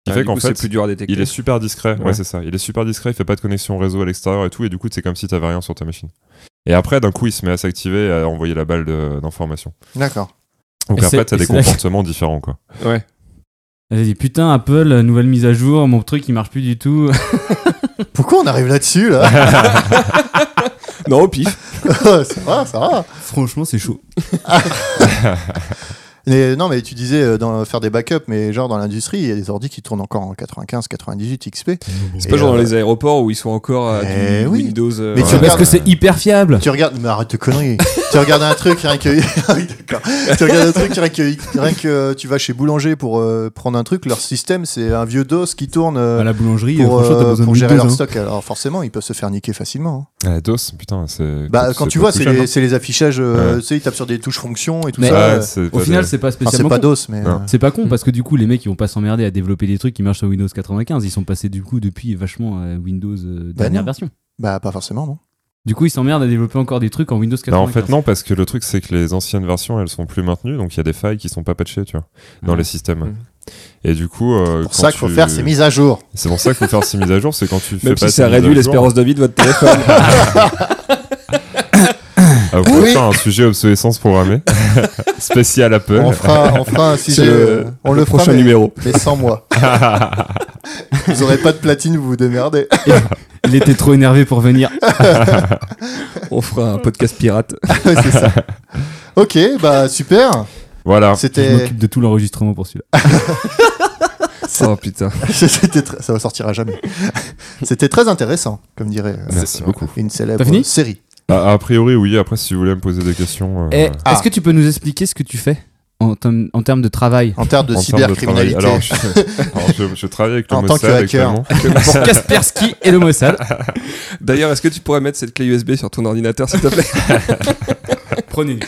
C: Ah,
D: fait
C: du
D: qu'en
C: coup,
D: fait,
C: c'est plus dur à détecter.
D: Il est super discret, ouais,
C: Ouais.
D: c'est ça. Il est super discret, il fait pas de connexion réseau à l'extérieur et tout, et du coup, c'est comme si t'avais rien sur ta machine. Et après, d'un coup, il se met à s'activer et à envoyer la balle de- d'information.
B: D'accord.
D: Donc
A: Et
D: après,
A: c'est-
D: t'as
A: et
D: des
A: c'est là que-
D: comportements différents, quoi.
C: Ouais.
A: Elle dit putain, Apple, euh, nouvelle mise à jour, mon truc il marche plus du tout. (laughs)
B: Pourquoi on arrive là-dessus, (laughs) là
C: Non, au pif.
B: Ça va, ça va.
A: Franchement, c'est chaud.
B: Mais, non, mais tu disais euh, dans, faire des backups, mais genre dans l'industrie, il y a des ordi qui tournent encore en 95, 98 XP.
C: C'est pas
B: Et,
C: genre
B: euh,
C: dans les aéroports où ils sont encore à
B: Eh
C: Bah, du
B: oui.
C: Windows. euh,
B: Mais tu
C: ouais.
A: Parce
B: regardes-
A: que c'est hyper fiable.
B: Tu regardes, mais arrête de conneries. tu regardes un truc, rien que. (laughs) Ah oui, d'accord. Tu regardes un truc, rien que, rien que euh, tu vas chez Boulanger pour euh, prendre un truc, leur système, c'est un vieux DOS qui tourne euh,
A: À la boulangerie,
B: pour,
A: euh, franchement, t'as
B: euh,
A: besoin
B: pour
A: de
B: gérer
A: Windows,
B: leur
A: hein.
B: stock. Alors forcément, ils peuvent se faire niquer facilement. hein.
D: Ah, DOS, putain, c'est. hein.
B: Bah, quand tu vois, c'est les, c'est les affichages, euh,
D: Ouais.
B: tu sais, ils tapent sur des touches fonctions et tout
A: Mais-
B: ça.
A: Ouais,
B: euh,
A: Au final, c'est pas
B: enfin, c'est
A: spécialement.
B: pas
A: con.
B: DOS, mais.
D: Non.
B: euh,
A: C'est pas con parce que du coup les mecs ils vont pas s'emmerder à développer des trucs qui marchent sur Windows 95, ils sont passés du coup depuis vachement à Windows euh, dernière
B: non.
A: version.
B: bah, pas forcément, non.
E: Du coup, ils s'emmerdent à développer encore des trucs en Windows 95.
D: Non, Bah, en fait, non, parce que le truc, c'est que les anciennes versions, elles sont plus maintenues, donc il y a des failles qui sont pas patchées, tu vois, dans
E: Ouais.
D: les systèmes.
C: Mhm.
D: Et du coup. euh,
B: pour
D: quand
B: ça qu'il faut
D: tu-
B: faire ces mises à jour.
D: C'est pour ça qu'il faut faire ces mises à jour, c'est quand
C: (laughs)
D: tu fais
C: Même
D: pas
C: si ça
D: ces mises à
C: réduit
D: jour-
C: l'espérance de vie de votre téléphone.
D: Ah, putain, un sujet obsolescence programmée. (laughs) Spécial Apple.
B: On fera, on fera un sujet.
C: C'est le-
B: euh, (laughs) on le,
C: le
B: fera,
C: prochain
B: mais-
C: numéro.
B: mais sans moi. vous aurez pas de platine, vous vous démerdez.
E: Il était trop énervé pour (laughs) venir.
C: On fera un podcast
B: (laughs)
C: pirate.
D: (laughs)
B: Ouais, c'est ça. Ok, bah super.
D: Voilà.
E: Je
B: C'était,
E: m'occupe de tout l'enregistrement pour celui-là.
C: Oh putain.
B: (laughs) c'était très- ça ne sortira
D: (laughs)
B: jamais. C'était très intéressant, comme dirait euh,
D: Merci beaucoup.
B: une célèbre
E: T'as fini
B: série.
D: A, a priori, oui. Après, si vous voulez me poser des questions. euh,
E: Et
B: Ah.
E: Eh, Est-ce que tu peux nous expliquer ce que tu fais en, term- en termes
D: (laughs)
E: de travail
B: En termes de
D: en termes travail.
B: cybercriminalité.
D: Alors, je, (laughs) alors, je- je travaille avec le
B: En tant
D: Mossad
B: que hacker.
D: actuellement.
E: Pour Kaspersky et le Mossad.
C: D'ailleurs, est-ce que tu pourrais mettre cette clé USB sur ton ordinateur, s'il te plaît
E: (laughs)
C: (laughs)
E: Prenez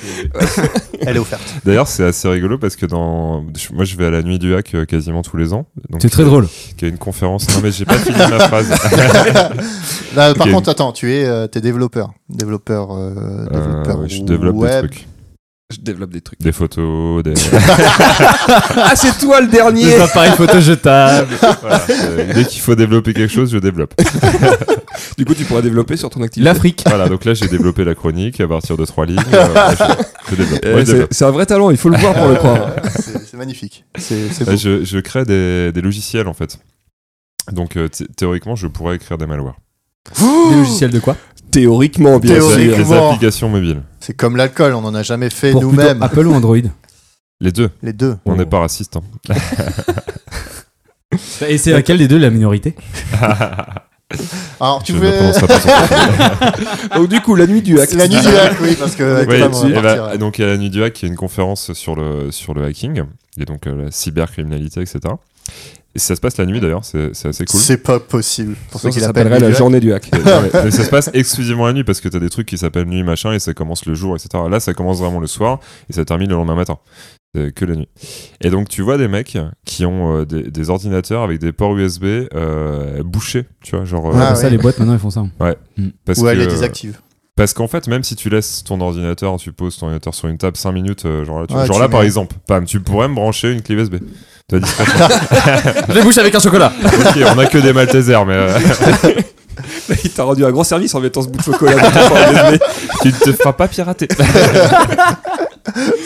B: Elle est
D: (laughs)
B: offerte.
D: D'ailleurs, c'est assez rigolo parce que dans. je- Moi, je vais à la nuit du hack euh, quasiment tous les ans. Donc,
E: C'est très drôle.
D: Qui a une conférence. Non, mais j'ai pas fini
B: (laughs)
D: ma phrase.
B: Là, Bah, par
D: Ok.
B: contre, attends, tu es, euh, t'es développeur. Développeur. euh, développeur
D: Euh, je développe
B: web.
D: des trucs.
C: Je développe des trucs.
D: Des photos,
B: (laughs)
D: des.
C: Ah, c'est toi le dernier
E: Des appareils photo jetables.
D: Voilà. Euh, Dès qu'il faut développer quelque chose, je développe.
C: Du coup, tu pourras développer sur ton activité.
E: (laughs) L'Afrique.
D: Voilà, donc là j'ai développé la chronique à partir de trois lignes. euh, je, je développe.
C: Eh,
D: Moi, je
C: c'est-
D: développe.
C: c'est un vrai talent, il faut le voir pour le
D: (laughs)
C: croire.
B: Euh, (laughs) c'est c'est magnifique. C'est c'est beau.
D: Là, je, je crée des, des logiciels en fait. Donc euh, thé- théoriquement, je pourrais écrire des malwares. Oh
E: Des logiciels de quoi
C: Théoriquement, bien
D: Des-
B: Théoriquement.
D: Des applications mobiles.
B: C'est comme l'alcool, on n'en a jamais fait
E: Pour plutôt
B: nous-mêmes.
E: Apple ou Android
D: Les deux.
B: Les deux.
D: On
E: Oh.
D: n'est pas raciste. hein.
E: Et c'est laquelle des deux la minorité
B: Alors, tu
D: Je ne
B: pouvais.
D: prononcerai pas son nom.
C: sûr. Donc, du coup, la nuit du hack.
B: La nuit du hack,
C: (laughs)
B: oui, parce que. avec
D: Ouais,
B: Tom, on
D: et
B: va
D: bah,
B: partir.
D: donc à la nuit du hack, il y a une conférence sur le, sur le hacking et donc euh, la cybercriminalité, etc. Et ça se passe la nuit d'ailleurs, c'est c'est assez cool.
B: C'est pas possible. Pour ceux
C: Sinon,
B: qui
C: ça
B: l'appellent.
C: s'appellerait la
B: Miguel.
C: journée du
B: (laughs)
C: hack.
D: Mais ça se passe exclusivement la nuit parce que t'as des trucs qui s'appellent nuit machin et ça commence le jour, etc. Là, ça commence vraiment le soir et ça termine le lendemain matin. C'est que la nuit. Et donc, tu vois des mecs qui ont euh, des, des ordinateurs avec des ports USB euh, bouchés, tu vois, genre. euh,
B: Ah
E: Ça,
B: ouais.
E: les boîtes maintenant, ils font ça.
D: parce
B: Ou elle
D: que- euh,
B: est désactive.
D: parce qu'en fait, même si tu laisses ton ordinateur, tu poses ton ordinateur sur une table 5 minutes, euh, genre là, tu-
B: Ouais,
D: genre
B: tu
D: là par
B: mets-
D: exemple, pam, tu pourrais me brancher une clé USB. Tu as dit,
E: (laughs) Je les bouche avec un chocolat.
D: (laughs) ok, on a que des Maltesers, mais euh,
C: il t'a rendu un grand service en mettant ce bout de chocolat
B: (laughs)
C: dans ton porte-monnaie.
D: (laughs) tu ne te feras pas pirater.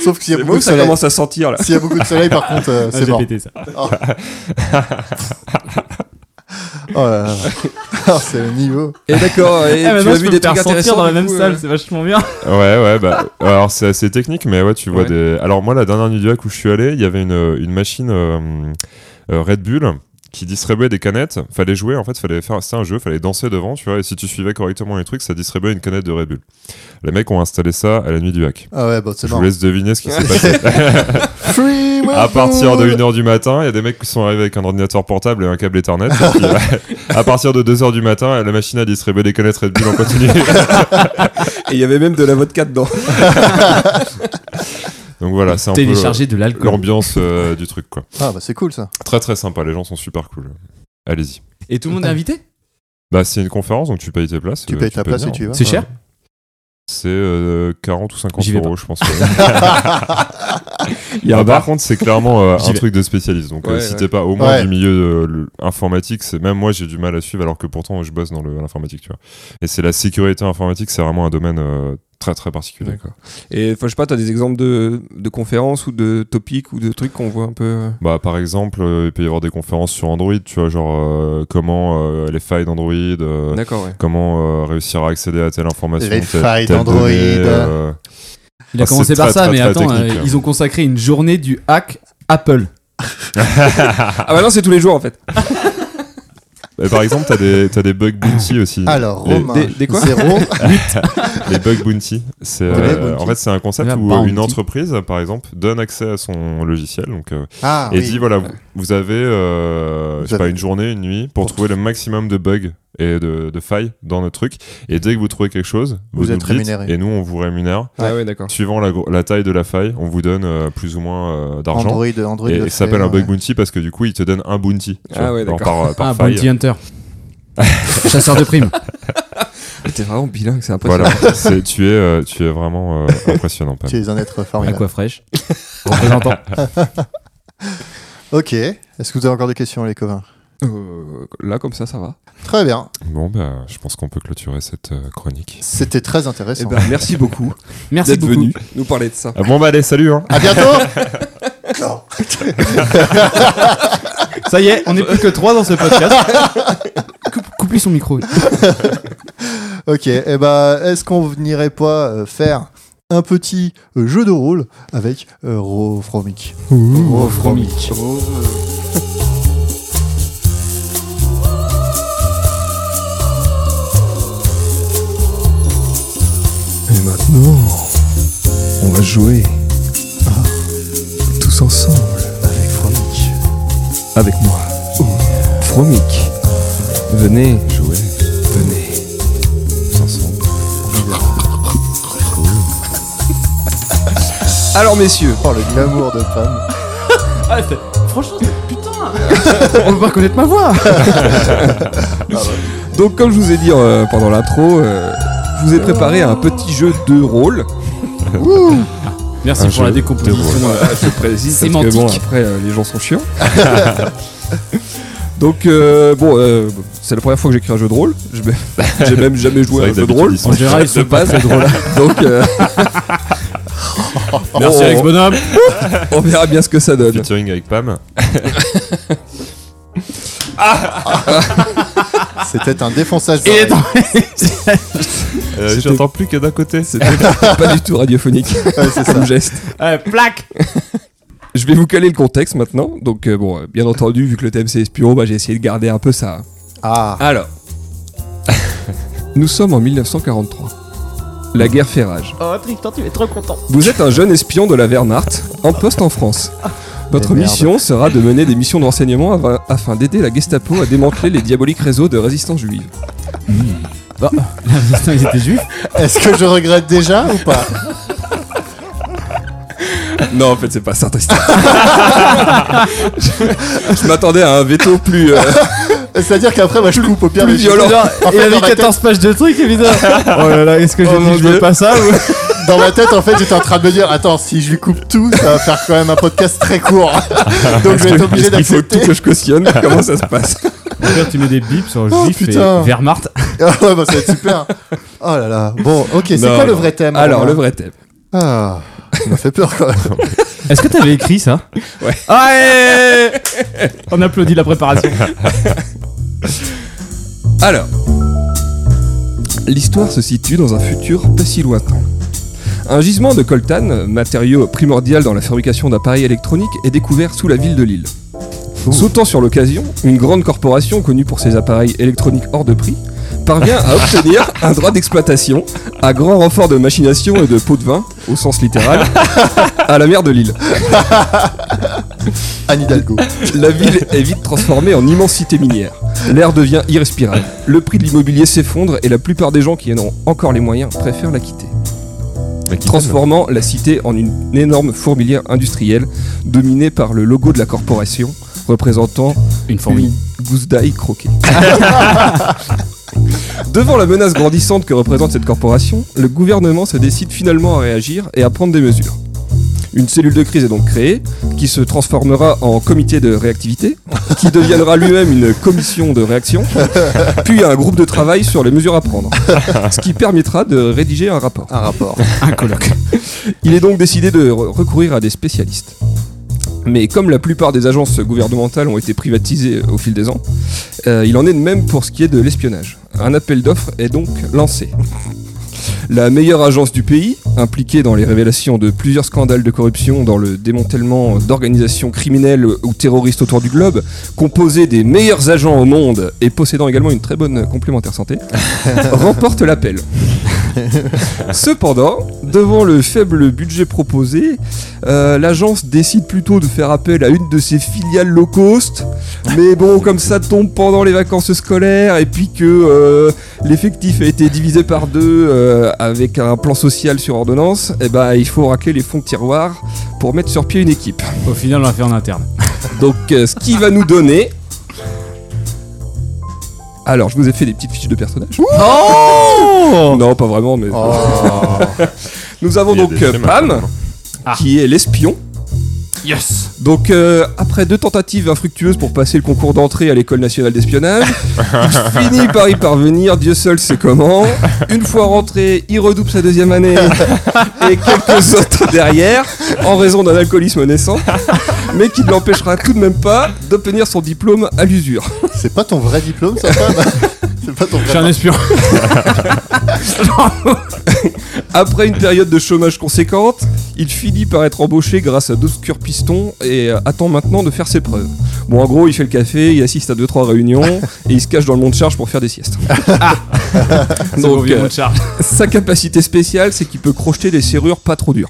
B: Sauf qu'il y a
C: C'est
B: beaucoup
C: beau
B: de
C: que ça
B: soleil.
C: commence à sentir là.
B: S'il y a beaucoup de soleil, par contre,
A: (laughs) Ah,
B: euh,
C: Ah,
B: c'est
E: J'ai
B: mort.
E: pété ça.
C: Eh,
B: Oh là (laughs) là. Ah, c'est le niveau.
C: Et d'accord, et
E: (laughs) Eh,
C: tu
E: maintenant,
C: as
E: je
C: vu des
E: peux me faire
C: trucs
E: sentir
C: intéressants
E: dans la
C: du
E: même
C: coup,
E: salle,
C: euh,
E: c'est vachement bien.
D: (laughs) Ouais, ouais, bah, alors c'est assez technique, mais ouais, tu vois
C: Ouais.
D: des. Alors, moi, la dernière nuit du hack où je suis allé, il y avait une, une machine euh, euh, Red Bull qui distribuait des canettes. Fallait jouer, en fait, fallait faire. C'était un jeu, fallait danser devant, tu vois, et si tu suivais correctement les trucs, ça distribuait une canette de Red Bull. Les mecs ont installé ça à la nuit du hack.
B: Ah ouais, bon, c'est
D: Je vous
B: mort.
D: laisse deviner ce qui s'est passé.
B: (laughs)
D: (laughs)
B: Free
D: À partir de
B: Red Bull.
D: 1h du matin, il y a des mecs qui sont arrivés avec un ordinateur portable et un câble Ethernet. Et puis,
E: (laughs)
D: euh, à partir de 2h du matin, la machine a distribué des canettes Red Bull en
E: (laughs)
D: continu.
C: Et il y avait même de la vodka dedans.
D: Donc voilà, c'est un peu
E: Télécharger de
D: euh,
E: l'alcool.
D: l'ambiance euh, du truc, quoi.
B: (laughs) Ah bah c'est cool ça.
D: Très très sympa, les gens sont super cool. Allez-y.
E: Et tout le monde est invité
D: Bah c'est une conférence donc tu payes tes places.
B: Tu
D: euh,
B: payes ta
D: peux
B: place et
D: venir.
B: tu y vas.
E: C'est cher
D: C'est euh, 40 ou 50
E: J'y vais
D: euros je pense.
E: (laughs)
D: que-
C: Il y a
D: Bah,
C: un
D: par
C: bar.
D: contre c'est clairement euh,
E: J'y
D: un
E: vais.
D: truc de spécialiste. Donc euh,
C: Ouais,
D: si
C: ouais.
D: t'es pas au moins
B: Ouais.
D: du milieu de l- informatique, c'est même moi j'ai du mal à suivre alors que pourtant je bosse dans le- l'informatique tu vois. Et c'est la sécurité informatique, c'est vraiment un domaine euh, très très particulier. quoi.
C: Et enfin, je sais pas, t'as des exemples de, de conférences ou de topics ou de trucs qu'on voit un peu. euh,
D: Bah par exemple euh, il peut y avoir des conférences sur Android, tu vois genre euh, comment euh, les failles d'Android. euh,
C: D'accord, ouais.
D: Comment euh, réussir à accéder à telle information
B: Les
D: telle-
B: failles
D: telle
B: d'Android.
D: donnée, euh,
E: Il a
D: Ah,
E: commencé
D: c'est
E: par
D: très,
E: ça,
D: très,
E: mais
D: très
E: attends,
D: technique,
E: euh,
D: hein.
E: ils ont consacré une journée du hack Apple.
C: Ah bah non, c'est tous les jours en fait.
D: Et par exemple, t'as des, t'as des bug bounty aussi.
B: Alors
D: les,
B: Romain,
C: des- des quoi
A: (laughs)
E: (laughs)
B: zéro.
E: Ah,
D: les bug bounty, c'est
B: Des
D: euh,
B: bounty.
D: en fait c'est un concept
E: Ah,
D: où
E: bounty.
D: une entreprise, par exemple, donne accès à son logiciel, donc euh,
B: Ah
D: et
B: oui.
D: dit voilà, vous, vous avez, euh,
B: Vous
D: je sais pas,
B: avez-
D: une journée, une nuit pour, trouver le maximum de bugs et de, de failles dans notre truc. Et dès que vous trouvez quelque chose, vous,
B: Vous êtes
D: nous le dites,
B: rémunéré.
D: Et nous, on vous rémunère.
B: Ouais.
C: Ah ouais, d'accord.
D: Suivant la, gro- la taille de la faille, on vous donne euh, plus ou moins euh, d'argent.
B: Android, Android.
D: Et
B: le
D: ça s'appelle
B: fait, euh,
D: un bug
B: ouais.
D: bounty parce que du coup, il te donne un bounty. tu
C: Ah
D: vois,
C: ouais,
D: genre
C: d'accord.
D: Par, par
E: Ah,
D: faille.
E: Bounty Hunter. Chasseur de primes.
C: t'es vraiment bilingue, c'est impressionnant.
D: Voilà, c'est- tu, es, euh, tu es vraiment euh, impressionnant, Pam.
B: Tu es un être formidable.
E: Aqua fraîche. Représentant.
B: Ok. Est-ce que vous avez encore des questions, les copains
C: Euh, là, comme ça, ça va.
B: Très bien.
D: Bon, bah, je pense qu'on peut clôturer cette euh, chronique.
B: C'était très
C: Eh
B: intéressant.
C: ben, merci beaucoup
E: Merci
C: d'être
E: beaucoup.
C: venu nous parler de
D: (laughs)
C: ça.
D: Ah bon, bah, allez, salut, hein.
B: À bientôt.
E: Ça y est, on n'est plus que trois dans ce podcast.
C: (laughs)
E: Coupe, coupe-lui son micro.
B: Ok. Et ben, est-ce qu'on n'irait pas euh, faire un petit euh, jeu de rôle avec euh, Rofromic Rofromic.
F: Et maintenant, on va jouer à- tous ensemble avec Fromic. Avec moi. Fromic. Venez jouer. Venez. Tous ensemble.
C: Alors, messieurs,
B: Oh, le glamour de femme.
E: Ah, Franchement, putain On va reconnaître ma voix
C: donc comme je vous ai dit euh, pendant l'intro, euh, je vous ai préparé un petit jeu de rôle.
E: Merci
D: Un
E: pour la
D: jeu de
E: décomposition.
D: rôle.
E: euh,
C: je précise parce
E: Sémantique.
C: que bon, après, euh, les gens sont chiants. (laughs) Donc euh, bon, euh, c'est la première fois que j'écris un jeu de rôle. Je vais- J'ai même (laughs) jamais joué à un
D: C'est vrai que
C: jeu de
D: d'habitude,
C: rôle.
D: ils sont
E: En général, ils se passent, ces drôles.
C: (laughs) Donc
D: (laughs)
C: euh,
E: Merci
C: on-
E: Alex Bonhomme.
C: on verra bien ce que ça donne.
D: Featuring avec Pam. Euh,
B: C'était un défonçage.
E: Et
B: d'oreilles.
E: attends,
D: Euh, J'entends plus que d'un côté.
C: C'était pas du tout
D: (laughs)
C: radiophonique
B: Ouais, c'est ça.
C: (laughs) comme geste.
E: euh, plaque
C: Je vais vous caler le contexte maintenant. Donc euh, bon, euh, bien entendu, vu que le thème c'est espion, bah, j'ai essayé de garder un peu ça.
B: Ah.
C: Alors, (laughs) nous sommes en 1943. La guerre fait rage.
A: Oh, Tristan, tu es trop content.
C: Vous êtes un jeune espion de la Wehrmacht, en poste en France.
A: Ah.
C: Votre
B: Des merdes.
C: mission sera de mener des missions de renseignement ava- afin d'aider la Gestapo à démanteler les diaboliques réseaux de résistance juive.
E: (laughs) Putain, ils étaient juifs.
B: Est-ce que je regrette déjà ou pas
C: Non, en fait, c'est pas ça, Tristan. (laughs) je je m'attendais à un veto
A: (laughs)
C: plus. euh,
B: C'est-à-dire qu'après, bah, je coupe au pire
C: Plus
B: les choses.
C: violent.
E: Genre,
B: En
E: il
B: fait,
E: avait
B: dans ma, tête,
E: 14 pages de trucs, évidemment. (laughs) Oh là là, est-ce que j'ai
C: Oh mon
E: dit je veux
C: Dieu.
E: pas ça (laughs) ou-
B: dans ma tête, en fait, j'étais en train de me dire Attends, si je lui coupe tout, ça va faire quand même un podcast très
C: (laughs)
B: court. Donc je vais être obligé
C: Est-ce qu'il faut tout
B: d'accepter.
C: que je cautionne Comment ça se passe
E: Au pire, tu mets des bips sur
B: Oh,
E: juif
B: putain.
E: et Wehrmacht.
B: (laughs) Ah ouais, bah, ça va être super. Oh là là. Bon, ok, c'est
C: Non,
B: quoi le
C: non.
B: vrai thème
C: Alors,
B: Romain
C: le vrai thème.
B: Ah, ça m'a fait peur quand même.
E: Est-ce que t'avais écrit ça
C: Ouais.
E: Ouais On applaudit la préparation.
C: Alors, l'histoire se situe dans un futur pas si lointain. Un gisement de coltan, matériau primordial dans la fabrication d'appareils électroniques, est découvert sous la ville de Lille. Sautant sur l'occasion, une grande corporation connue pour ses appareils électroniques hors de prix parvient à obtenir un droit d'exploitation à grand renfort de machination et de pots de vin, au sens littéral, à la mer de Lille.
B: Anne Hidalgo.
C: La ville est vite transformée en immense cité minière. L'air devient irrespirable. Le prix de l'immobilier s'effondre et la plupart des gens qui en ont encore les moyens préfèrent la quitter,
D: La Kitten.
C: transformant la cité en une énorme fourmilière industrielle dominée par le logo de la corporation représentant
E: Une
C: une gousse d'ail croquée. (laughs) Devant la menace grandissante que représente cette corporation, le gouvernement se décide finalement à réagir et à prendre des mesures. Une cellule de crise est donc créée, qui se transformera en comité de réactivité, qui deviendra lui-même une commission de réaction, puis un groupe de travail sur les mesures à prendre, ce qui permettra de rédiger un rapport.
B: Un rapport.
E: (laughs) Un colloque.
C: Il est donc décidé de re- recourir à des spécialistes. Mais comme la plupart des agences gouvernementales ont été privatisées au fil des ans, euh, il en est de même pour ce qui est de l'espionnage. Un appel d'offres est donc lancé. La meilleure agence du pays, impliquée dans les révélations de plusieurs scandales de corruption, dans le démantèlement d'organisations criminelles ou terroristes autour du globe, composée des meilleurs agents au monde et possédant également une très bonne complémentaire santé, remporte l'appel. Cependant, devant le faible budget proposé, euh, l'agence décide plutôt de faire appel à une de ses filiales low cost. Mais bon, comme ça tombe pendant les vacances scolaires et puis que euh, l'effectif a été divisé par deux euh, avec un plan social sur ordonnance, eh ben, il faut racler les fonds de tiroir pour mettre sur pied une équipe.
E: Au final, on l'a fait en interne.
C: Donc, euh, ce qui va nous donner Alors, je vous ai fait des petites fiches de personnages.
E: Oh
C: non, pas vraiment, mais.
B: Oh.
C: (laughs) Nous avons
D: Il y a
C: donc
D: des
C: euh,
D: schémas,
C: Pam,
D: apparemment.
E: Ah.
C: qui est l'espion.
E: Yes
C: Donc, euh, après deux tentatives infructueuses pour passer le concours d'entrée à l'école nationale d'espionnage, il finit par y parvenir, Dieu seul sait comment. Une fois rentré, il redouble sa deuxième année et quelques autres derrière, en raison d'un alcoolisme naissant, mais qui ne l'empêchera tout de même pas d'obtenir son diplôme à l'usure.
B: C'est pas ton vrai diplôme, ça, Pam (laughs) C'est pas ton
E: Je suis un
B: vrai
E: (laughs) espion.
C: Après une période de chômage conséquente, il finit par être embauché grâce à deux cure pistons et euh, attend maintenant de faire ses preuves. Bon, en gros, il fait le café, il assiste à 2-3 réunions
D: (laughs)
C: et il se cache dans le monde charge pour faire des siestes.
D: Ah.
C: (laughs)
E: Donc,
C: Donc, euh, sa capacité spéciale, c'est qu'il peut crocheter des serrures pas trop
D: (laughs)
C: dures.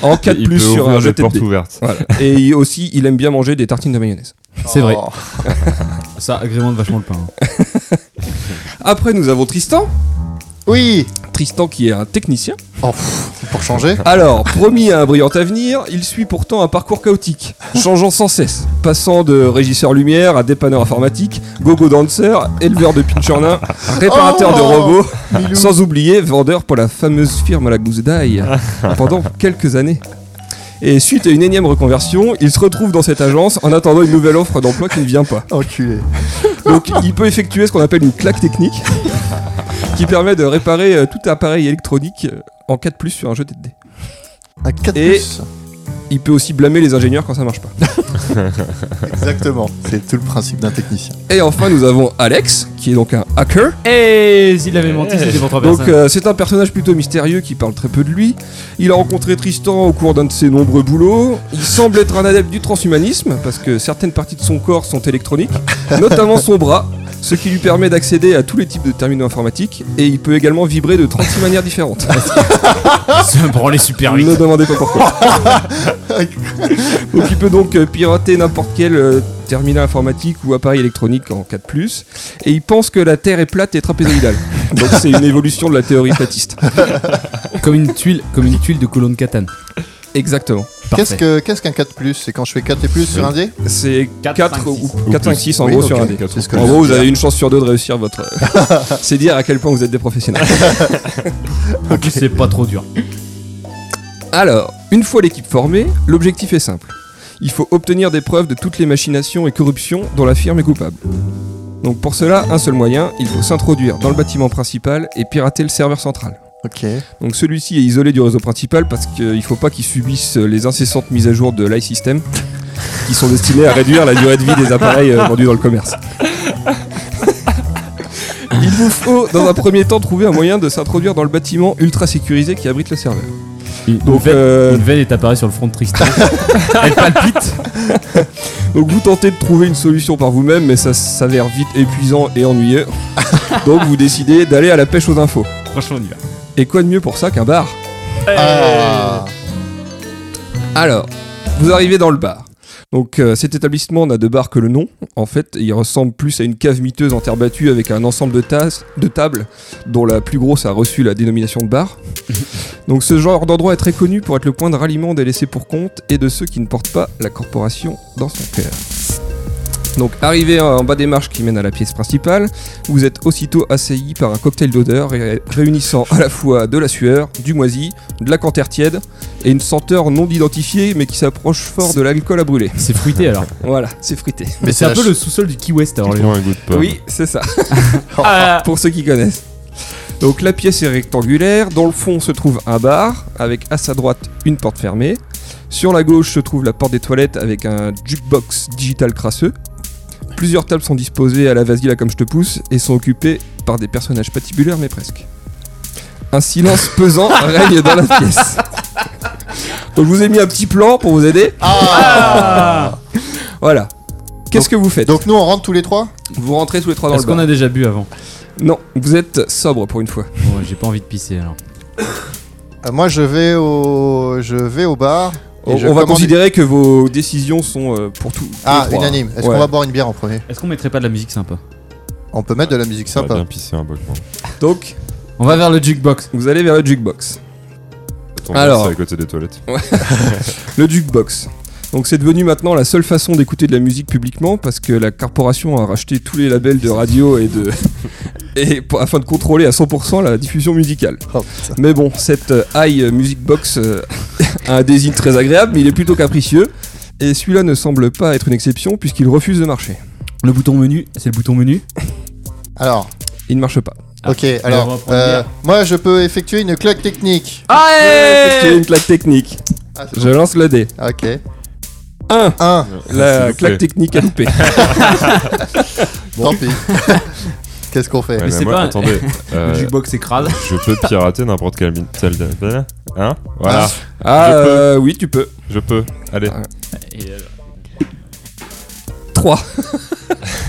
C: en 4
D: Il
C: plus
D: peut
C: sur
D: ouvrir
C: un
D: des
C: jet de
D: portes
C: dés.
D: ouvertes.
C: Voilà. Et il- aussi, il aime bien manger des tartines de mayonnaise.
E: C'est vrai.
B: Oh.
E: (laughs) Ça agrémente vachement le pain.
C: Après, nous avons Tristan.
B: Oui
C: Tristan qui est un technicien.
B: Oh, pff, Pour changer
C: Alors, promis à un brillant avenir, il suit pourtant un parcours chaotique, changeant sans cesse, passant de régisseur lumière à dépanneur informatique, gogo dancer, éleveur de pitchurnin, réparateur de
B: Oh,
C: robots, sans oublier vendeur pour la fameuse firme à la gousse d'ail pendant quelques années. Et suite à une énième reconversion, il se retrouve dans cette agence en attendant une nouvelle offre d'emploi qui ne vient pas.
B: (laughs) Enculé.
C: Donc il peut effectuer ce qu'on appelle une claque technique qui permet de réparer euh, tout appareil électronique euh, en 4 plus sur un jeu de dés.
B: Un 4
C: Et-
B: plus.
C: Il peut aussi blâmer les ingénieurs quand ça marche pas.
B: Exactement. C'est tout le principe d'un technicien.
C: Et enfin nous avons Alex qui est donc un hacker.
A: Oh,
E: Et Eh, s'il avait menti, c'était pour
A: ben
E: trois
C: Donc
E: personnes.
C: euh, c'est un personnage plutôt mystérieux qui parle très peu de lui. Il a rencontré Tristan au cours d'un de ses nombreux boulots. Il semble être un adepte du transhumanisme parce que certaines parties de son corps sont électroniques, notamment son bras. Ce qui lui permet d'accéder à tous les types de terminaux informatiques et il peut également vibrer de 36 manières différentes.
E: (laughs) Ça me prend les super
C: Ne demandez pas
B: (laughs)
C: pourquoi. donc il peut donc euh, pirater n'importe quel euh, terminal informatique ou appareil électronique en 4 ⁇ et il pense que la Terre est plate
B: (laughs)
C: et trapézoïdale. donc c'est une évolution de la théorie statiste.
E: Comme une tuile, comme une tuile de colonne Catane.
C: Exactement.
B: Qu'est-ce
E: Parfait.
B: que- qu'est-ce qu'un 4 plus C'est quand je fais 4 et plus sur un dé
C: C'est 4,
E: Quatre, cinq,
C: ou
E: six.
C: quatre, cinq, six, en
B: Oui,
C: gros
B: ok.
C: sur un dé.
B: C'est ce que
C: En
B: je
C: gros,
B: veux
C: vous
B: dire.
C: avez une chance sur deux de réussir
B: (laughs)
C: votre. c'est dire à quel point vous êtes des professionnels.
E: C'est pas trop dur.
C: Alors, une fois l'équipe formée, l'objectif est simple. Il faut obtenir des preuves de toutes les machinations et corruptions dont la firme est coupable. Donc pour cela, un seul moyen, il faut s'introduire dans le bâtiment principal et pirater le serveur central.
B: Ok.
C: Donc celui-ci est isolé du réseau principal parce qu'il ne faut pas qu'il subisse les incessantes mises à jour de l'iSystem qui sont destinées à réduire la durée de vie des appareils euh, vendus dans le commerce. Il vous faut dans un premier temps trouver un moyen de s'introduire dans le bâtiment ultra sécurisé qui abrite le serveur.
E: Donc,
C: Donc euh,
E: une veine est apparue sur le front de Tristan. Elle palpite.
C: Donc vous tentez de trouver une solution par vous-même, mais ça s'avère vite épuisant et ennuyeux. Donc vous décidez d'aller à la pêche aux infos.
E: Franchement, on y va.
C: Et quoi de mieux pour ça qu'un bar
B: Ah.
C: Alors, vous arrivez dans le bar. Donc euh, cet établissement n'a de bar que le nom. En fait, il ressemble plus à une cave miteuse en terre battue avec un ensemble de tasses, de tables, dont la plus grosse a reçu la dénomination de bar. Donc ce genre d'endroit est très connu pour être le point de ralliement des laissés pour compte et de ceux qui ne portent pas la corporation dans son cœur. Donc arrivé en bas des marches qui mènent à la pièce principale, vous êtes aussitôt assailli par un cocktail d'odeur ré- réunissant à la fois de la sueur, du moisi, de la cantère tiède et une senteur non identifiée mais qui s'approche fort de l'alcool à brûler.
E: C'est fruité alors.
C: Voilà, c'est frité.
E: Mais c'est un
B: la
E: peu
B: ch-
E: le sous-sol du Key West à
D: Ils
E: Orléans.
D: ont un goût de pomme.
C: Oui, c'est ça. (laughs)
E: Ah,
C: pour ceux qui connaissent. Donc la pièce est rectangulaire, dans le fond se trouve un bar, avec à sa droite une porte fermée. Sur la gauche se trouve la porte des toilettes avec un jukebox digital crasseux. Plusieurs tables sont disposées à la vas-y là comme je te pousse et sont occupées par des personnages patibulaires mais presque. Un silence pesant règne dans la pièce. Donc je vous ai mis un petit plan pour vous aider.
B: Ah.
C: Voilà. Qu'est-ce que vous faites
B: Donc nous on rentre tous les trois
C: Vous rentrez tous les trois ah, dans le
E: Est-ce
C: bar.
E: qu'on a déjà bu avant
C: Non, vous êtes sobre pour une fois.
E: Bon, J'ai pas envie de pisser alors.
B: Euh, Moi je vais au je vais au bar. et
C: On,
B: je
C: on va
B: Oh, commande-
C: considérer que vos décisions sont euh, pour tout. tous les
B: Ah
C: trois.
B: unanime. Est-ce
C: Ouais.
B: qu'on va boire une bière en premier
E: Est-ce qu'on mettrait pas de la musique sympa
B: On peut mettre de la musique
D: Ça va
B: sympa.
D: bien pisser un boc. moi.
C: Donc,
E: On va vers le jukebox.
C: vous allez vers le jukebox.
D: Attends,
C: Alors.
D: C'est à côté des toilettes.
C: Le jukebox. Donc c'est devenu maintenant la seule façon d'écouter de la musique publiquement parce que la corporation a racheté tous les labels de radio et de (laughs) et pour- afin de contrôler à 100% la diffusion musicale.
B: Oh, putain.
C: Mais bon, cette euh, high music box euh, (laughs) a un design très agréable, mais il est plutôt capricieux. Et celui-là ne semble pas être une exception puisqu'il refuse de marcher.
E: Le bouton menu, c'est le bouton menu.
B: Alors,
C: Il ne marche pas.
B: ok,
E: on va
B: alors,
E: prendre
B: euh, moi je peux effectuer une claque technique.
E: Ah,
C: Parce qu'il y a une claque technique.
B: Ah, c'est
C: Je lance le dé.
B: bon. Ok.
C: 1.
B: 1,
C: La
D: Ah, S'il vous
C: claque
D: plaît. (laughs)
C: technique a loupé.
B: tant (laughs) pis. Qu'est-ce qu'on fait
D: Ouais,
A: Mais
D: mais
A: c'est
D: moi,
A: pas un-
D: Attendez, euh,
A: Le (laughs) jukebox s'écrase.
D: je peux pirater n'importe quel bin- tel- tel- Hein Voilà,
C: Ah
D: Je peux.
C: euh, oui, tu peux.
D: je peux. Allez.
C: Ah.
E: euh, (laughs)
A: Et alors
D: (laughs)
C: 3.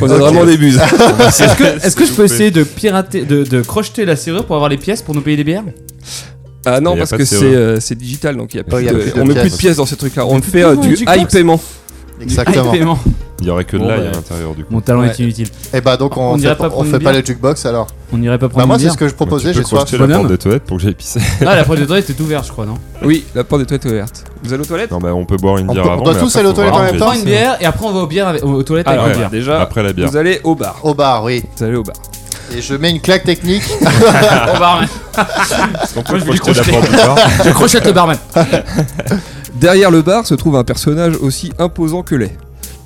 C: On a
B: Ok.
C: vraiment des buses.
D: Est-ce
E: (laughs)
A: Que- Est-ce que je peux essayer de pirater, de, de crocheter la serrure pour avoir les pièces pour nous payer des bières
C: Ah non,
D: Il y a
C: parce
D: pas
C: que
D: de
C: c'est
D: serrure.
C: euh, c'est digital, donc il y a plus
B: Ouais, il y a
C: de-
B: plus de
C: on met plus de
B: pièces.
C: pièces dans ce truc-là. On fait
E: de
C: euh,
E: paiement,
C: du
E: du
C: high
E: corps.
C: paiement.
B: Exactement.
E: (laughs)
A: Ah, paiement.
D: Il y aurait que de
A: Bon,
D: l'ail
A: bah.
D: à l'intérieur du coup.
E: Mon talent
C: Ouais.
E: est inutile.
B: Et bah donc on,
A: On
B: fait,
A: dirait pas
B: on
A: prendre
B: fait
A: une
B: pas
A: bière
B: la jukebox alors.
E: On n'irait pas prendre
B: Bah moi
E: une
B: c'est
E: bière.
B: ce que je
D: Bah, tu
B: proposais,
D: peux
B: j'ai soif.
D: crocheter la porte
E: Bonhomme.
D: des toilettes pour que j'aille pisser.
A: Ah, la porte de toilette était ouverte, je crois, non
C: Oui, la porte des toilettes est ouverte. Vous allez aux toilettes
D: Non, bah on peut boire une
B: On
D: bière
B: peut- on
D: avant.
B: doit
D: mais
B: tous
D: après,
B: aller aux
D: faut
B: toilettes
D: voir
B: en
D: où
B: même
D: j'ai
B: temps
A: Prends une
D: pissé.
A: bière et après on va aux bières avec- aux aux toilettes
E: Ah,
C: Alors
A: avec une bière.
C: déjà,
D: Après la bière.
C: vous allez au bar.
B: Au bar, oui.
C: Vous allez au bar.
B: Et je mets une claque technique.
A: Au barman.
D: Est-ce qu'on
A: Moi,
D: peut
A: je vais crocheter.
D: crocheter la porte du bar
A: Je crochette le barman.
C: Derrière le bar se trouve un personnage aussi imposant que l'est.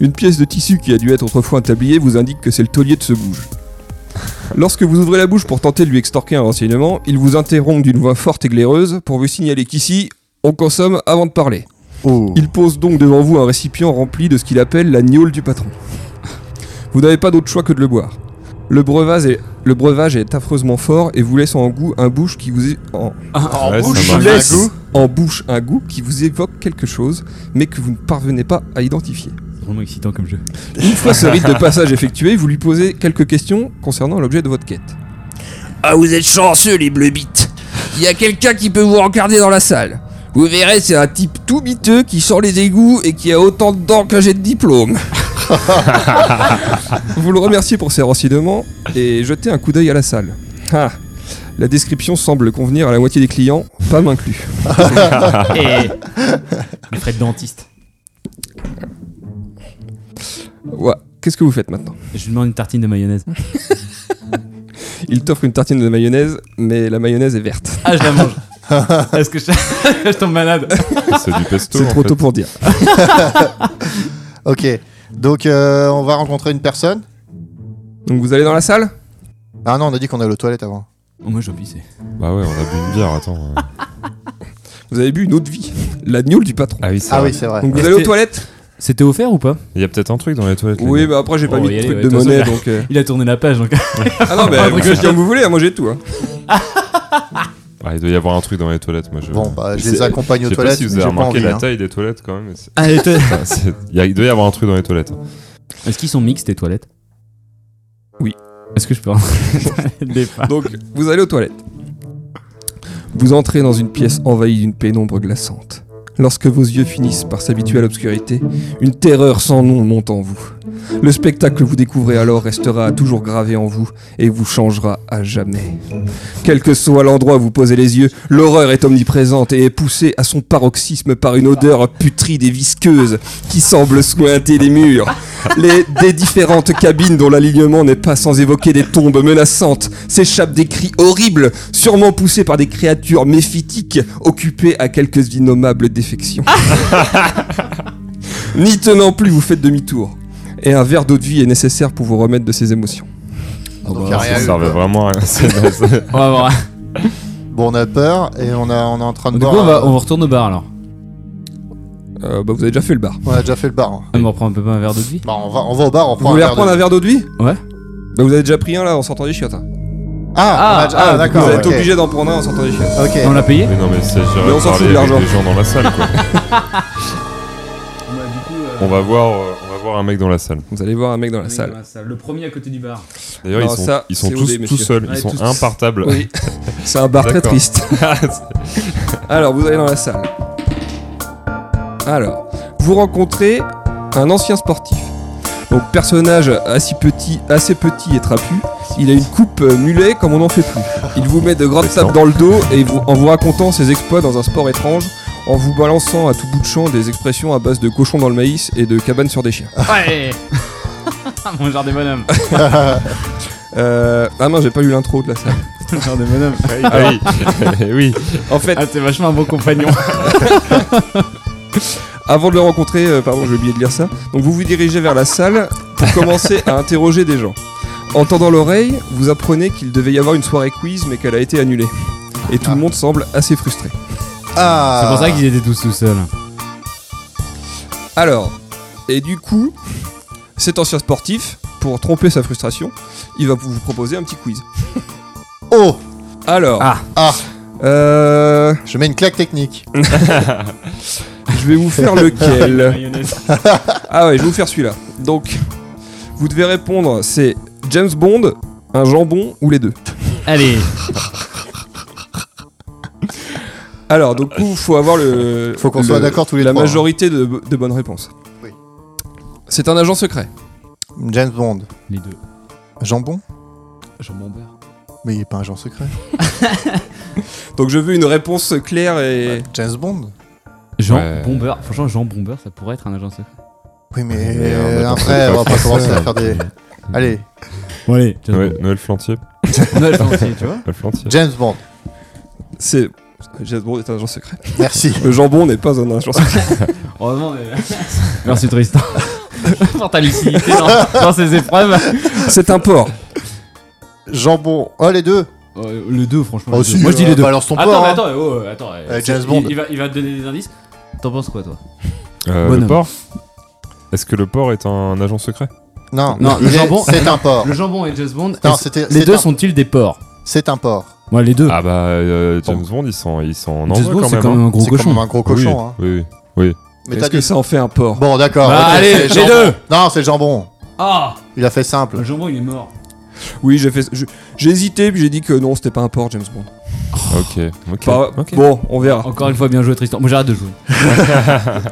C: Une pièce de tissu qui a dû être autrefois un tablier vous indique que c'est le taulier de ce bouge. Lorsque vous ouvrez la bouche pour tenter de lui extorquer un renseignement, il vous interrompt d'une voix forte et glaireuse pour vous signaler qu'ici, on consomme avant de parler. Il pose donc devant vous un récipient rempli de ce qu'il appelle la gnôle du patron. Vous n'avez pas d'autre choix que de le boire. Le breuvage est, le breuvage est affreusement fort et vous laisse en goût un bouche qui vous é- en,
A: En
D: Ouais, ça
A: bouche.
D: marche.
B: laisse.
D: Goût.
C: en bouche un goût qui vous évoque quelque chose, mais que vous ne parvenez pas à identifier.
E: C'est (laughs) vraiment excitant comme jeu.
C: Une fois ce rite de passage effectué, vous lui posez quelques questions concernant l'objet de votre quête.
G: Ah, vous êtes chanceux, les bleus bites. Il y a quelqu'un qui peut vous regarder dans la salle. Vous verrez, c'est un type tout biteux qui sort les égouts et qui a autant de dents que j'ai de diplômes.
C: (laughs) Vous le remerciez pour ses renseignements et jetez un coup d'œil à la salle. Ah, la description semble convenir à la moitié des clients, femmes inclus.
A: Et. Les frais de dentiste.
C: Ouais. Qu'est-ce que vous faites maintenant
E: Je lui demande une tartine de mayonnaise.
C: Il t'offre une tartine de mayonnaise, mais la mayonnaise est verte.
A: Ah, je la mange. Est-ce
E: (laughs)
A: que je... je tombe malade
D: C'est du pesto.
C: C'est
D: en
C: trop
D: fait.
C: tôt pour dire.
B: Ok. Donc euh, on va rencontrer une personne.
C: Donc vous allez dans la salle
B: Ah non, on a dit qu'on allait aux toilettes avant.
E: Oh, moi, je vais pisser.
D: Bah ouais, on a bu une bière, attends. euh.
C: Vous avez bu une autre vie, la gnôle du patron.
D: Ah oui, c'est
B: Ah
D: vrai.
B: oui, c'est vrai.
C: Donc vous
E: Est-ce
C: allez aux
E: que-
C: toilettes
E: C'était offert ou pas
D: Il y a peut-être un truc dans les toilettes. les
C: Oui,
D: gars.
C: mais après j'ai pas
A: Oh,
C: mis
A: y
C: de
A: aller,
C: truc
A: ouais,
C: de
A: de toute
C: monnaie,
A: façon,
C: donc... euh,
E: Il a tourné la page donc.
C: Ah non, mais
A: (laughs) Ah,
C: vous
A: d'accord.
C: faites comme vous voulez, moi j'ai tout. hein.
D: Ah, il doit y avoir un truc dans les toilettes, moi je.
B: bah. Bon, bah, je
D: C'est-
B: les accompagne
D: Je
B: aux
D: sais pas
B: toilettes.
D: si vous
B: mais
D: avez
B: j'ai pas
D: remarqué
B: envie.
D: la
B: hein.
D: taille des toilettes quand même. mais c'est-
E: Ah, les toilettes.
D: Enfin, c'est- il y a- il doit y avoir un truc dans les toilettes.
E: (laughs)
B: Ah
E: Est-ce qu'ils sont mixtes tes toilettes
C: Oui.
E: Est-ce que je peux en (laughs) Des pas.
C: Donc vous allez aux toilettes. Vous entrez dans une pièce envahie d'une pénombre glaçante. Lorsque vos yeux finissent par s'habituer à l'obscurité, une terreur sans nom monte en vous. Le spectacle que vous découvrez alors restera à toujours gravé en vous et vous changera à jamais. Quel que soit l'endroit où vous posez les yeux, l'horreur est omniprésente et est poussée à son paroxysme par une odeur putride et visqueuse qui semble sointer les murs. Les, des différentes cabines dont l'alignement n'est pas sans évoquer des tombes menaçantes s'échappent des cris horribles, sûrement poussés par des créatures méphitiques occupées à quelques innommables défections. N'y tenant plus, vous faites demi-tour. Et un verre d'eau de vie est nécessaire pour vous remettre de ces émotions.
B: Donc, y a rien
D: Ça
B: eu,
D: servait
B: quoi.
D: vraiment à rien. (laughs) c'est- c'est-
A: On va voir.
B: Bon, on a peur et on, a, on est en train de
E: Du coup,
B: boire.
E: on, va-
B: euh,
E: on retourne au bar alors.
C: Euh, bah, vous avez déjà fait le bar.
B: on... a déjà fait le bar. hein.
E: On me reprend un peu pas un verre d'eau de vie.
B: Bah, on va, on va au bar, on
C: Vous
B: prend
C: voulez
B: un verre.
C: reprendre un
B: de-
C: verre d'eau de vie
E: Ouais.
C: Bah, vous avez déjà pris un là en sortant des chiottes. hein.
B: Ah, on a- ah,
C: Vous
B: d'accord.
C: êtes
B: ok.
C: obligé d'en prendre un en sortant des chiottes.
B: Ok.
E: On l'a payé
D: Mais non, mais ça
C: Mais on s'en fout de
D: parler
C: l'argent.
D: avec des gens dans la salle quoi.
A: Bah,
D: On va voir, euh, on va voir un mec dans la salle.
C: Vous allez voir un mec dans la salle.
A: Le premier à côté du
E: (laughs)
A: bar.
D: D'ailleurs,
C: Non,
D: ils sont,
C: ça,
D: ils sont
C: c'est
D: tous
C: OD,
D: tout
C: messieurs.
D: seuls,
A: Ouais,
D: ils sont
A: tous-
D: impartables.
C: Oui. C'est un bar très
D: D'accord.
C: triste. (laughs) Alors, vous allez dans la salle. Alors, vous rencontrez un ancien sportif. Donc, personnage assez petit, assez petit et trapu. Il a une coupe euh, mulet comme on n'en fait plus. Il vous met de grandes
D: Intéressant.
C: tapes dans le dos et vous, en vous racontant ses exploits dans un sport étrange, en vous balançant à tout bout de champ des expressions à base de cochon dans le maïs et de cabane sur des chiens.
E: (laughs)
A: Ouais Mon genre des bonhommes.
C: Euh, ah non, j'ai pas lu l'intro de la salle.
A: Mon genre des bonhommes.
D: (laughs) Ah oui, (laughs) Eh oui.
C: En fait,
A: Ah, t'es vachement un bon compagnon.
C: avant de le rencontrer, euh, pardon, j'ai oublié de lire ça. Donc vous vous dirigez vers la salle pour commencer à interroger des gens. En tendant l'oreille, vous apprenez qu'il devait y avoir une soirée quiz mais qu'elle a été annulée. Et tout le monde semble assez frustré.
B: Ah
E: C'est pour ça qu'ils étaient tous tout seuls.
C: Alors, et du coup, cet ancien sportif, pour tromper sa frustration, il va vous proposer un petit quiz.
B: Oh
C: Alors,
E: Ah.
B: Ah.
C: euh,
B: Je mets une claque technique.
C: je vais vous faire lequel
A: Mayonnaise.
C: Ah ouais, je vais vous faire celui-là. Donc, vous devez répondre, c'est James Bond, un jambon ou les deux.
A: Allez,
C: Alors, donc, il faut avoir le.
B: Euh, (laughs) Faut qu'on
C: le-
B: soit d'accord tous les
C: La
B: trois, hein.
C: majorité de, de bonnes réponses.
B: Oui.
C: C'est un agent secret.
B: James Bond.
E: Les deux.
B: Jambon
E: Jean Bambert.
B: Mais il est pas un genre secret.
C: Donc, je veux une réponse claire et.
B: James Bond
E: Jean
D: Ouais.
E: Bomber. Franchement, Jean Bomber, ça pourrait être un agent secret.
B: Oui, mais
D: Mais on
B: euh,
D: attend
B: après,
D: pas
B: on va pas
D: faire
B: commencer
D: ça.
B: à faire des.
E: Mm.
B: Allez,
E: Bon, allez.
D: Ouais, Noël Flantier.
E: Noël Chantier, (laughs) tu vois.
D: Noël Flantier.
B: James Bond.
C: C'est. James Bond est un agent secret.
B: Merci.
C: Le jambon n'est pas un
B: (laughs)
C: agent secret.
A: heureusement, Oh, mais...
E: (laughs) Merci
A: (laughs)
E: Tristan.
A: pour ta lucidité dans, dans ces épreuves.
C: c'est un porc.
B: Jambon. Oh, les deux
E: Euh, les deux, franchement.
B: Oh,
E: les
B: si,
E: deux. Moi, je dis
B: euh,
E: les deux.
B: Balance ton
A: Attends,
B: porc.
A: mais
B: hein.
A: attends, oh, euh, attends. euh,
B: Euh,
A: c'est-
B: James
A: il-
B: Bond.
A: Il, va, il va te donner des indices. T'en penses quoi, toi
D: Euh,
E: Bonhomme.
D: le porc Est-ce que le porc est un agent secret
B: Non,
E: Non, le
B: il est-
E: jambon-
B: C'est un porc.
A: Le jambon et James Bond.
B: Non,
E: Est-ce-
B: c'était.
E: Les
B: c'est
E: deux
B: un-
E: sont-ils des porcs
B: C'est un porc.
E: Ouais, les deux.
D: Ah bah, euh, James Bond, il s'en il s'en
E: James
D: envoie
E: Bond,
D: quand
E: c'est
D: même.
E: quand
D: hein.
E: même un gros
B: C'est quand même
E: cochon.
B: un gros cochon.
D: Oui,
B: hein.
D: oui, oui. oui.
B: Mais
C: Est-ce
B: t'as
C: que
B: dit.
C: ça en fait un porc
B: Bon, d'accord.
A: Bah,
B: ok,
A: allez,
B: Ah, c'est
A: les
B: jambon.
A: deux.
B: Non, c'est le jambon.
A: Ah
B: Il a fait simple.
A: Le jambon, il est mort.
C: Oui, j'ai fait. je- J'ai hésité, puis j'ai dit que non, c'était pas un porc, James Bond.
D: Ok. ok.
C: Bah,
D: Ok.
C: Bon, on verra.
A: Encore une fois, bien joué, Tristan. Moi, j'arrête de jouer.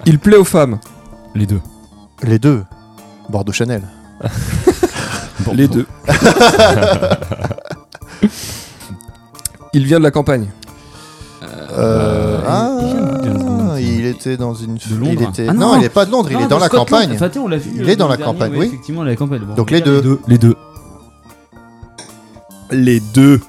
C: Il plaît aux femmes.
E: Les deux.
B: Les deux. Bordeaux Chanel. (laughs)
C: Les deux. Il vient de la campagne.
B: Euh,
E: James Bond.
B: ah, il était dans une.
E: Londres.
B: Il était...
A: Ah,
B: non,
A: non.
B: il est pas de Londres, il est dans la campagne.
A: Enfin, tu sais, on l'a vu,
B: Il
A: euh,
B: est dans
A: le
B: la
A: dernier,
B: campagne,
A: ouais,
B: oui.
A: Effectivement, la campagne. Bon,
B: Donc
A: on
B: les
A: va dire
B: deux.
E: Deux, Les deux.
C: Les deux.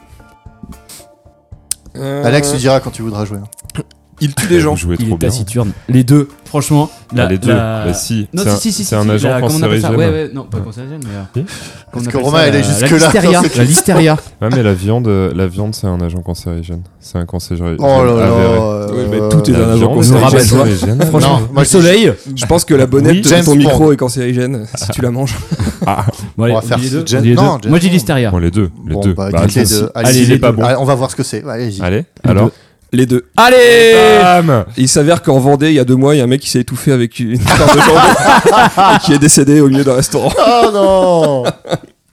B: Alex, tu diras quand tu voudras jouer. hein.
C: il tue
D: Eh,
C: des gens.
D: Vous jouez
E: Il
D: trop
E: est
D: bien.
E: taciturne. Les deux.
A: Franchement, la,
D: Ah, les deux.
A: la-
D: Bah, si.
A: Non,
D: C'est un-
A: si, si, si,
D: C'est
A: si,
D: un
A: la-
D: agent
A: comment on appelle ça
D: cancérigène.
A: Ouais, ouais, non, pas cancérigène, mais. euh,
D: Si.
A: qu'on
B: Parce que
A: appelle
B: Romain,
A: ça
B: elle est
A: la-
B: jusque
E: La
B: que là,
E: listeria.
B: c'est-
E: La listeria.
D: Ouais, mais la viande, euh, la viande, c'est un agent cancérigène. C'est un cancérigène.
B: Oh là là.
D: avéré.
B: euh,
C: Oui, mais tout est
D: La
C: un agent
D: viande,
E: cancérigène.
D: c'est
E: Rabat-joie.
D: cancérigène.
E: Franchement,
B: Non, moi,
E: le
B: je-
E: soleil.
C: Je pense que la bonnette
D: Oui,
C: de
B: James
C: ton
B: Bond.
C: micro est cancérigène si (laughs) tu la manges.
E: Bon,
B: va
E: on
B: faire
E: dit les
B: ce
E: deux,
B: James-
E: on dit les
B: non,
E: deux.
B: James
E: Moi, j'ai
B: Bond.
E: listeria.
D: Bon, les deux. Les
B: Bon,
D: deux.
B: bah,
D: Bah,
B: dites les
D: si-
B: deux.
D: si
B: Allez,
D: il
B: les
D: est pas
B: deux.
D: bon.
B: Allez, on va voir ce que c'est. Allez-y.
D: Allez,
E: Les
D: alors.
E: deux.
C: Les deux.
D: Allez
C: Il s'avère qu'en Vendée, il y a deux mois, il y a un mec qui s'est étouffé avec une (laughs) part de jambon (laughs) et qui est décédé au milieu d'un restaurant.
B: (laughs) Oh non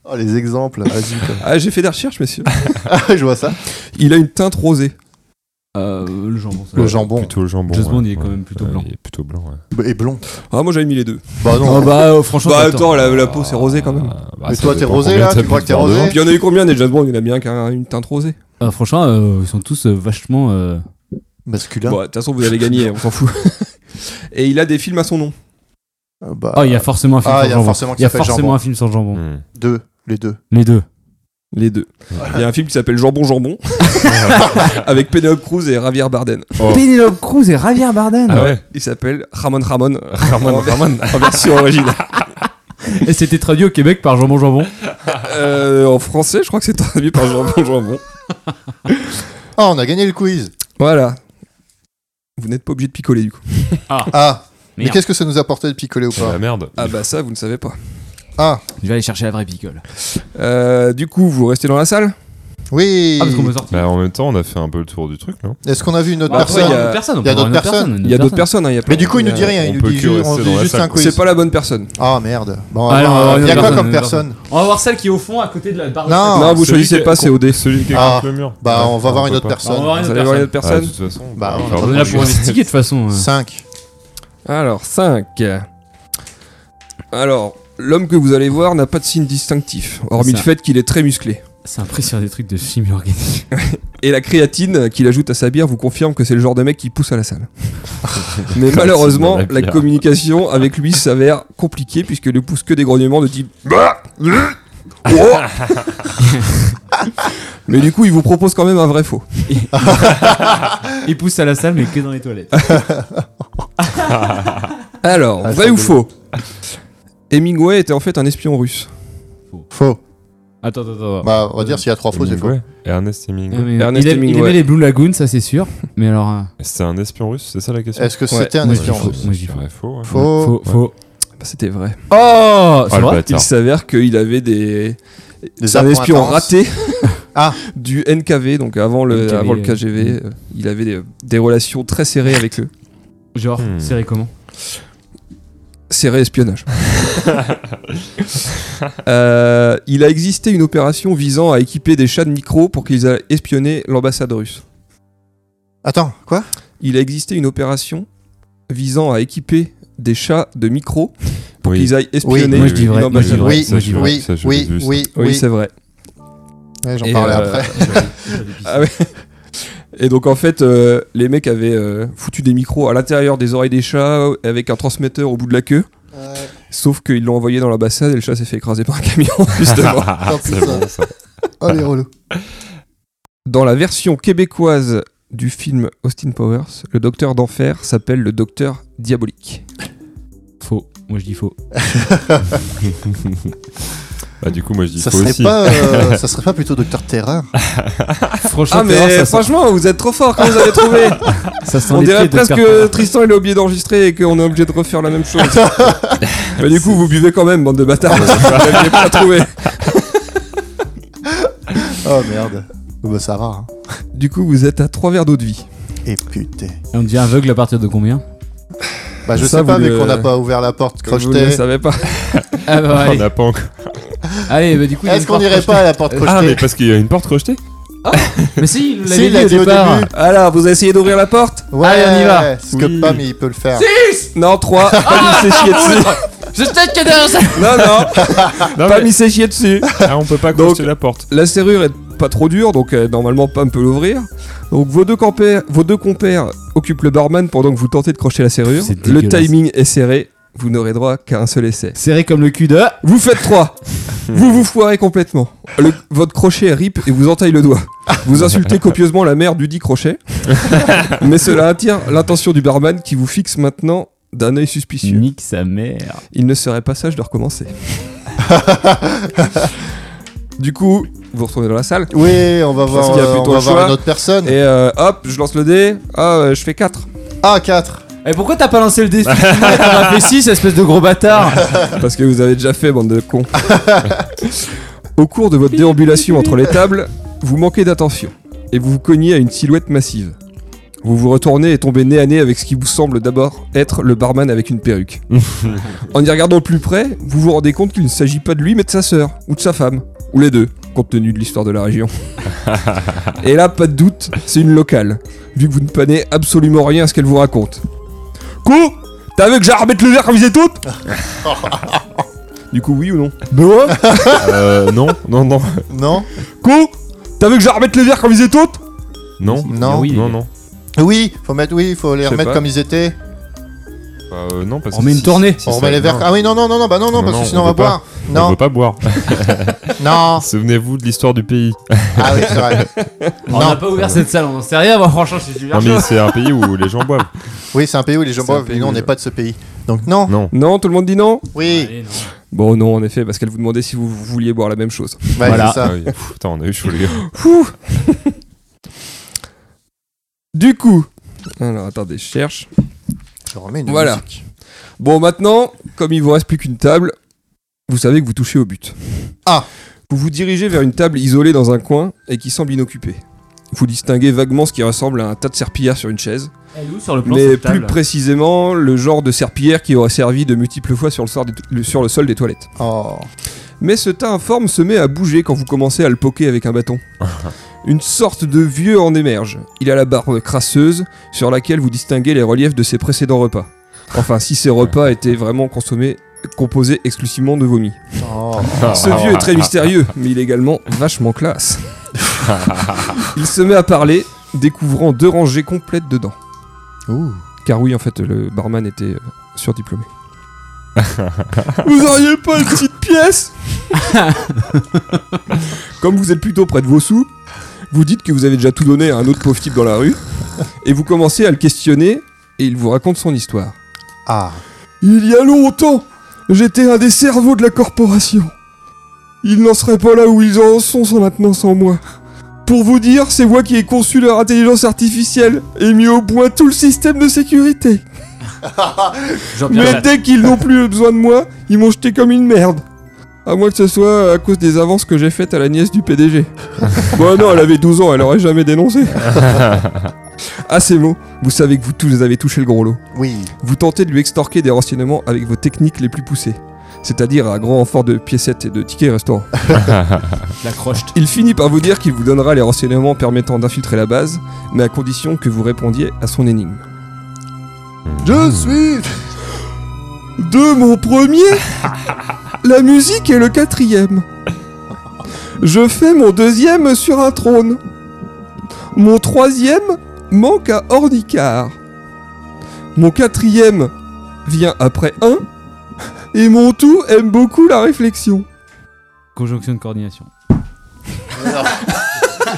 B: Oh les exemples, vas-y. (laughs)
C: Ah, j'ai fait des recherches, messieurs.
B: quoi. Ah, je vois ça.
C: Il a une teinte rosée.
A: Euh, le jambon, ça
B: Le
A: va.
B: jambon.
D: Plutôt le jambon.
A: James
D: ouais,
A: Bond, il est quand
D: ouais.
A: même plutôt
D: Ouais,
A: blanc.
D: Il est plutôt blanc, ouais.
B: Et blond.
C: Ah, moi j'avais mis les deux.
B: Bah
A: Ah,
E: Oh
B: non.
E: bah euh, franchement.
C: Bah
E: t'as
C: attends,
E: tort.
C: la, la peau c'est rosée quand même.
D: Ah, bah,
B: Mais
D: ça
B: toi, t'es
D: dépend
B: rosé,
D: combien
B: là, tu
D: t'as bu
B: crois
D: de
B: que t'es
D: Bordeaux.
B: rosé
C: Puis il y en a eu combien des James Bond Il y en a bien qui a une teinte rosée.
E: Euh, franchement, euh, ils sont tous euh, vachement. euh,
B: Masculin.
C: Bon, de toute façon, vous allez gagner, on s'en fout. (laughs) Et il a des films à son nom.
B: Euh, Bah,
E: Oh, il y a forcément un film
B: Ah,
E: sans
B: il y a
E: jambon.
B: forcément qui
E: Il y a
B: s'appelle
E: forcément
B: jambon.
E: un film sans jambon.
D: Hmm.
B: deux. Les deux.
E: Les deux.
C: Les deux. Il y a un film qui s'appelle Jambon Jambon (laughs) avec Penelope Cruz et Javier Barden.
D: Oh.
E: Penelope Cruz et Javier Bardem.
D: Ah ouais
C: Il s'appelle Ramon Ramon
D: Ramon, Ramon.
C: en version
D: (laughs)
C: originale.
E: Et c'était traduit au Québec par Jambon Jambon.
C: Euh, en français, je crois que c'est traduit par Jambon Jambon.
B: Ah, on a gagné le quiz.
C: Voilà. Vous n'êtes pas obligé de picoler du coup.
B: Ah. Mais
A: Merde.
B: qu'est-ce que ça nous a apporté de picoler ou pas
D: Ah merde.
C: Ah bah ça, vous ne savez pas.
B: Ah,
A: Je vais aller chercher la vraie picole.
C: Euh, du coup, vous restez dans la salle
B: oui.
A: Ah, parce qu'on peut sortir.
D: Bah, en même temps, on a fait un peu le tour du truc, non
B: Est-ce qu'on a vu une autre
C: Bah, après,
B: personne
C: il y a-
A: personne.
B: il y a d'autres personnes.
C: Il y a d'autres personnes. hein, il y a
B: Mais
C: plein-
B: du coup, il
C: y
B: nous
C: a-
B: dit rien. Il
D: on
B: nous
D: peut
B: dit,
D: que
B: ju-
D: rester
B: on
D: dans
B: dit
D: la
B: juste
D: salle.
B: un quiz.
C: C'est pas la bonne personne.
B: Ah merde. Bon,
E: Ah,
B: alors,
E: non,
B: euh,
E: il
B: il
E: y a
B: y a quoi
E: une personne,
B: comme
E: une
B: personne
A: On va voir celle qui est au fond à côté de la barre.
B: Non.
C: Non, Ah, vous
D: Celui
C: choisissez
D: qui-
C: pas, c'est OD.
D: Celui qui est
B: Ah.
D: contre le mur.
B: Bah, on va
D: Ah,
B: voir une
D: peut
A: On
B: autre
D: pas.
A: va
B: personne.
A: voir une
C: Vous
A: autre
C: allez voir les
A: personne.
C: autres personnes.
D: Ah, de toute façon.
B: Bah,
D: on va
B: on
D: faire
B: attend
D: le
E: On est là
D: tour
A: (laughs)
D: du-
E: pour investiguer de toute façon. euh.
B: 5.
C: Alors, 5. Alors, l'homme que vous allez voir n'a pas de signe distinctif, hormis
E: Ça.
C: le fait qu'il est très musclé.
A: C'est un prix sur des trucs de chimie organique.
C: Et la créatine qu'il ajoute à sa bière vous confirme que c'est le genre de mec qui pousse à la salle. Mais malheureusement,
D: Créatine dans
C: la
D: la bière.
C: communication avec lui s'avère compliquée puisqu'il ne pousse que des grognements de type. Bah, euh, oh. Mais du coup, il vous propose quand même un vrai faux.
A: (laughs) Il pousse à la salle, mais que dans les toilettes.
C: Alors,
B: Ah,
C: vrai
B: ça
C: ou
B: dégoûte.
C: faux Hemingway était en fait un espion russe.
B: Faux.
A: (laughs) Attends, attends, attends.
B: Bah, on va dire s'il y a trois faux, c'est faux.
D: Hemingway. Ernest
A: Non,
D: Hemingway.
A: mais
C: Ernest
A: il, aime- il
C: Hemingway.
A: aimait les Blue Lagoon, ça c'est sûr. Mais alors. euh,
D: C'était un espion russe, c'est ça la question
B: Est-ce que
C: Ouais.
B: c'était un
A: moi, je dis
B: espion
A: faux.
B: russe
A: Moi, je dis
D: Ouais, faux. ouais.
A: Faux,
B: Faux.
A: faux.
C: Bah, C'était vrai.
A: Oh
D: Ah,
A: C'est
D: le
A: vrai
D: bâtard.
C: Il s'avère qu'il avait des.
B: Des
C: C'est un
B: apprends
C: espion
A: (laughs)
B: apparences.
C: raté
B: Ah.
C: du NKV, donc avant le,
A: NKV,
C: avant le
A: euh,
C: KGV. euh, Il avait des, des relations très serrées avec eux.
A: Genre,
D: Hmm.
A: serré comment
C: Serré espionnage. Euh, il a existé une opération visant à équiper des chats de micro pour qu'ils aient espionné l'ambassade russe.
B: Attends, quoi
C: Il a existé une opération visant à équiper des chats de micro pour
D: (laughs) Oui.
C: qu'ils aillent espionner
A: Moi, je dis vrai. Moi, je dis
C: l'ambassade
A: vrai.
C: russe.
B: Oui, oui,
D: ça, je-
B: oui,
D: ça, je l'ai
B: oui,
D: vu, ça.
B: oui,
C: Oui, c'est vrai.
B: Ouais, J'en
C: Et,
B: parlais
A: (laughs)
C: euh,
B: après.
C: Ah ouais. Et donc en fait, euh, les mecs avaient euh, foutu des micros à l'intérieur des oreilles des chats avec un transmetteur au bout de la queue.
B: Ouais.
C: Sauf qu'ils l'ont envoyé dans l'ambassade et le chat s'est fait écraser par un camion, (laughs) justement.
D: Ah, c'est
B: putain.
D: bon ça.
B: Oh, les relous.
C: dans la version québécoise du film Austin Powers, le docteur d'enfer s'appelle le docteur diabolique.
A: Faux. Moi, je dis faux.
D: Bah, du coup, moi je dis
B: Ça
D: faux
B: serait,
D: aussi.
B: pas, euh, ça serait pas plutôt Docteur Terreur
A: Franchement,
C: Ah mais
A: Terreur, ça, sent-
C: franchement, vous êtes trop fort quand vous
A: (laughs)
C: avez trouvé
A: ça sent
C: On
A: les pieds
C: dirait
A: de
C: presque que
A: Carpenter.
C: Tristan il a oublié d'enregistrer et qu'on est obligé de refaire la (laughs) même chose. mais du coup, vous buvez quand même, bande de bâtards, parce que vous l'aviez pas trouvé.
B: Oh merde. Oh, Bah, ça va. hein.
C: Du coup, vous êtes à trois verres d'eau de vie.
B: Et putain.
A: Et On devient aveugle à partir de combien
B: Bah, je
C: Ça,
B: sais
C: vous
B: pas, vu
C: le-
B: qu'on n'a pas ouvert la porte
C: Comme Vous ne le
B: crochetée.
C: savez pas.
A: Ah bah
D: On
A: allez.
D: n'a pas encore.
A: Allez, bah du coup. il y a
B: Est-ce
A: une
B: qu'on
A: porte
B: irait pas à la porte
D: Ah, mais
B: crochetée
D: parce qu'il y a une porte rejetée
A: crochetée. Mais si, il
B: Si, il
A: l'avait dit
B: a dit
A: au
B: au
A: départ.
B: début.
C: Ah là, vous avez essayé d'ouvrir la porte
B: Ouais,
A: Allez, on y va.
B: Ce que
D: Oui.
B: Pam, il peut le faire.
C: Non, 3,
A: Ah,
C: pas mis ses chier dessus.
A: Je peut-être que derrière ça.
C: Non, non,
A: Ah,
D: Non,
C: pas
D: mais-
C: mis ses chier dessus.
D: Ah, on peut (laughs) pas
C: Donc-
D: crocheter la porte.
C: La serrure est pas trop dure, donc euh, normalement Pam peut l'ouvrir. Donc vos deux, compères, vos deux compères occupent le barman pendant que vous tentez de crocheter la serrure.
A: C'est
C: Le
A: dégueulasse.
C: timing est serré, vous n'aurez droit qu'à un seul essai.
A: Serré comme le cul de.
C: Vous faites
A: (laughs)
C: 3 Vous vous foirez complètement. Le- votre crochet est rip et vous entaille le doigt. Vous
A: (laughs)
C: insultez copieusement la mère du dit crochet. mais cela attire l'attention du barman qui vous fixe maintenant d'un œil suspicieux.
A: Nique sa mère.
C: il ne serait pas sage de
A: (laughs)
C: recommencer. du coup, vous retournez dans la salle.
B: Oui, on va voir,
C: qu'il y a
B: euh, on
C: plutôt
B: va
C: le choix.
B: voir une autre personne.
C: Et euh, hop, je lance le dé. Ah, euh, je fais 4.
B: Ah, 4.
A: Et Eh, pourquoi t'as pas lancé le défi T'en as fait 6, espèce de gros bâtard
C: Parce que vous avez déjà fait, bande de cons. Au cours de votre déambulation entre les tables, vous manquez d'attention. Et vous vous cognez à une silhouette massive. Vous vous retournez et tombez nez à nez avec ce qui vous semble d'abord être le barman avec une perruque. en y regardant de plus près, vous vous rendez compte qu'il ne s'agit pas de lui mais de sa sœur, ou de sa femme, ou les deux, compte tenu de l'histoire de la région. et là, pas de doute, c'est une locale, vu que vous ne panez absolument rien à ce qu'elle vous raconte. Quoi T'as vu que j'ai remettre le verre comme ils étaient toutes Du coup, oui ou non (laughs)
D: Euh, non, non, non,
B: Non
C: Quoi T'as vu que je leur remette les verres comme ils étaient autres
D: non,
B: Non.
A: oui.
D: non, non.
B: Oui, faut mettre, oui, faut les
D: Je sais
B: remettre
D: pas.
B: comme ils étaient.
D: Bah, euh, non, parce
A: On
D: que
A: met une
D: si-
A: tournée.
D: si
B: On
D: ça-
B: remet les verres.
D: non,
B: Ah oui, non, non, non, non, bah non, non,
D: Non,
B: parce que
D: non,
B: sinon
D: on
B: on va
D: peut pas.
B: boire.
D: On (laughs)
B: Non, Ah.
D: veut pas boire.
B: non.
D: (laughs) Souvenez-vous de l'histoire du pays.
B: Ah oui, c'est vrai.
A: On n'a
B: Non.
A: pas ouvert cette salle, on en sait rien, moi franchement je suis super
D: Non, mais c'est un pays où les
B: (laughs)
D: gens boivent.
B: Oui, c'est un pays où les gens
C: C'est un
B: boivent,
C: pays
B: mais nous,
C: où-
B: on n'est pas de ce pays. Donc non.
D: Non.
C: Non, tout le monde dit non
B: Oui,
A: Allez, non.
C: Bon, non, en effet, parce qu'elle vous demandait si vous vouliez boire la même chose.
B: Ouais,
A: Voilà.
B: c'est ça.
D: Ah oui. Pff, Putain, on a eu chaud, les gars.
C: Du coup. Alors, attendez, je cherche.
B: Je remets une
C: Voilà.
B: musique.
C: Bon, maintenant, comme il vous reste plus qu'une table, vous savez que vous touchez au but.
B: Ah.
C: Vous vous dirigez vers une table isolée dans un coin et qui semble inoccupée. Vous distinguez vaguement ce qui ressemble à un tas de serpillères sur une chaise,
A: Elle est où sur le plan
C: mais
A: cette
C: plus
A: table
C: précisément le genre de serpillère qui aurait servi de multiples fois sur le sort des- le- sur le sol des toilettes.
B: Oh.
C: Mais ce tas informe se met à bouger quand vous commencez à le poquer avec un bâton. Une sorte de vieux en émerge. Il a la barbe crasseuse sur laquelle vous distinguez les reliefs de ses précédents repas. Enfin, si ces repas étaient vraiment consommés composé exclusivement de vomi.
B: Oh.
C: Ce vieux est très mystérieux, mais il est également vachement classe. il se met à parler, découvrant deux rangées complètes de dents.
B: Ouh.
C: Car oui, en fait, le barman était euh, surdiplômé. vous auriez pas une petite pièce Comme vous êtes plutôt près de vos sous, vous dites que vous avez déjà tout donné à un autre pauvre type dans la rue, et vous commencez à le questionner, et il vous raconte son histoire.
B: Ah.
C: Il y a longtemps, j'étais un des cerveaux de la corporation. Ils n'en seraient pas là où ils en sont sans maintenant sans moi. Pour vous dire, c'est moi qui ai conçu leur intelligence artificielle et mis au point tout le système de sécurité.
A: Jean-Pierre
C: Mais
A: Jacques.
C: dès qu'ils n'ont plus besoin de moi, ils m'ont jeté comme une merde. À moins que ce soit à cause des avances que j'ai faites à la nièce du PDG. bon non, elle avait 12 ans, elle aurait jamais dénoncé. à ces mots, vous savez que vous tous les avez touché le gros lot.
B: Oui. (laughs)
C: Vous tentez de lui extorquer des renseignements avec vos techniques les plus poussées. C'est-à-dire à grand renfort de piécettes et de tickets restaurant.
A: La crochette.
C: Il finit par vous dire qu'il vous donnera les renseignements permettant d'infiltrer la base, mais à condition que vous répondiez à son énigme.
B: Je suis.
C: De mon premier, la musique est le quatrième. Je fais mon deuxième sur un trône. Mon troisième manque à Ornicard. Mon quatrième vient après un. Et mon tout aime beaucoup la réflexion.
A: Conjonction de coordination.
B: Non.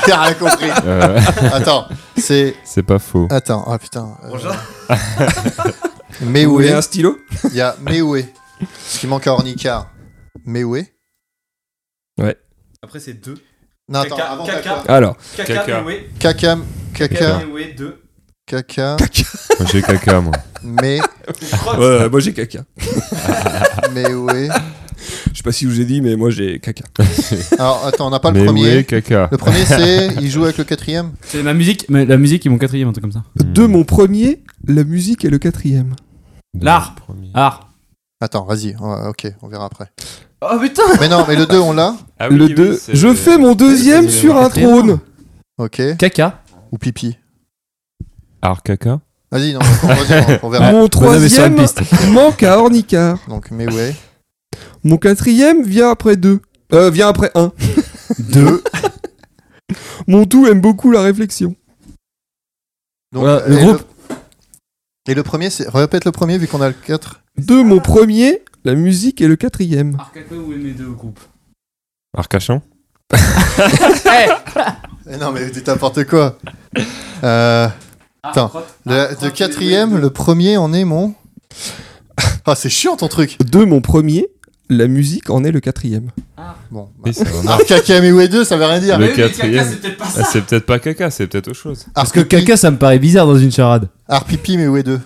B: J'ai rien compris.
D: Euh,
B: Attends. C'est.
D: c'est pas faux.
B: Attends. Ah putain. euh, (laughs) Mais
C: Vous
B: où
C: voulez
B: est
C: un stylo
B: Il y a Mewe. Ce qui manque à Ornicar. Mewe.
A: Après, c'est 2.
B: Non, attends,
A: Caca-
B: avant
A: caca.
B: caca.
C: Alors,
D: Caca.
A: Mewé.
B: Caca, caca,
A: Mewé, 2.
B: caca,
D: Moi j'ai caca, moi.
B: mais,
C: euh, moi j'ai caca.
B: mais ouais.
C: Je sais pas si je vous ai dit, mais moi j'ai caca.
B: Alors, attends, on n'a pas le
D: Mais
B: premier.
D: oui, caca.
B: Le premier, c'est. Il joue avec le quatrième
A: C'est ma musique, mais la musique est mon quatrième, un truc comme ça.
D: Hmm.
C: De mon premier, la musique est le quatrième.
A: L'art.
C: Ah,
A: Art.
B: Attends, vas-y, on va- ok, on verra après.
A: Oh putain
B: Mais non, mais le 2, on l'a
D: Ah
C: le deux, je fais mon deuxième
D: c'est-
C: sur un trône.
B: Ok.
A: Caca.
B: Ou pipi.
D: Art caca
B: Vas-y, non, on, redira, on verra.
C: Mon
E: bonhomme est sur la
C: troisième (laughs) manque à Ornicard.
B: Donc, mais ouais.
C: Mon quatrième vient après deux. Euh, vient après un. (laughs) deux. (laughs) Mon tout aime beaucoup la réflexion.
B: Donc,
A: Voilà, le
B: et
A: groupe.
B: le- Et le premier, c'est. Répète le premier, vu qu'on a le 4.
C: De mon premier, la musique est le quatrième.
A: Art caca ou mes deux groupes
D: Arcachon
B: Bah. Eh non, mais dis n'importe quoi. Euh, Attends. le, de quatrième, le premier, on est mon. Ah, c'est chiant ton truc.
C: De mon premier, la musique en est le quatrième.
B: Bon. bah.
D: Oui, c'est un
B: Ah,
D: art.
B: caca, mais ouais 2, ça veut rien dire.
D: Le quatrième.
A: peut-être pas
D: Ah, c'est peut-être pas caca, c'est peut-être autre chose.
E: Parce que
B: pipi-
E: caca, ça me paraît bizarre dans une charade.
B: Art pipi, mais ouais 2.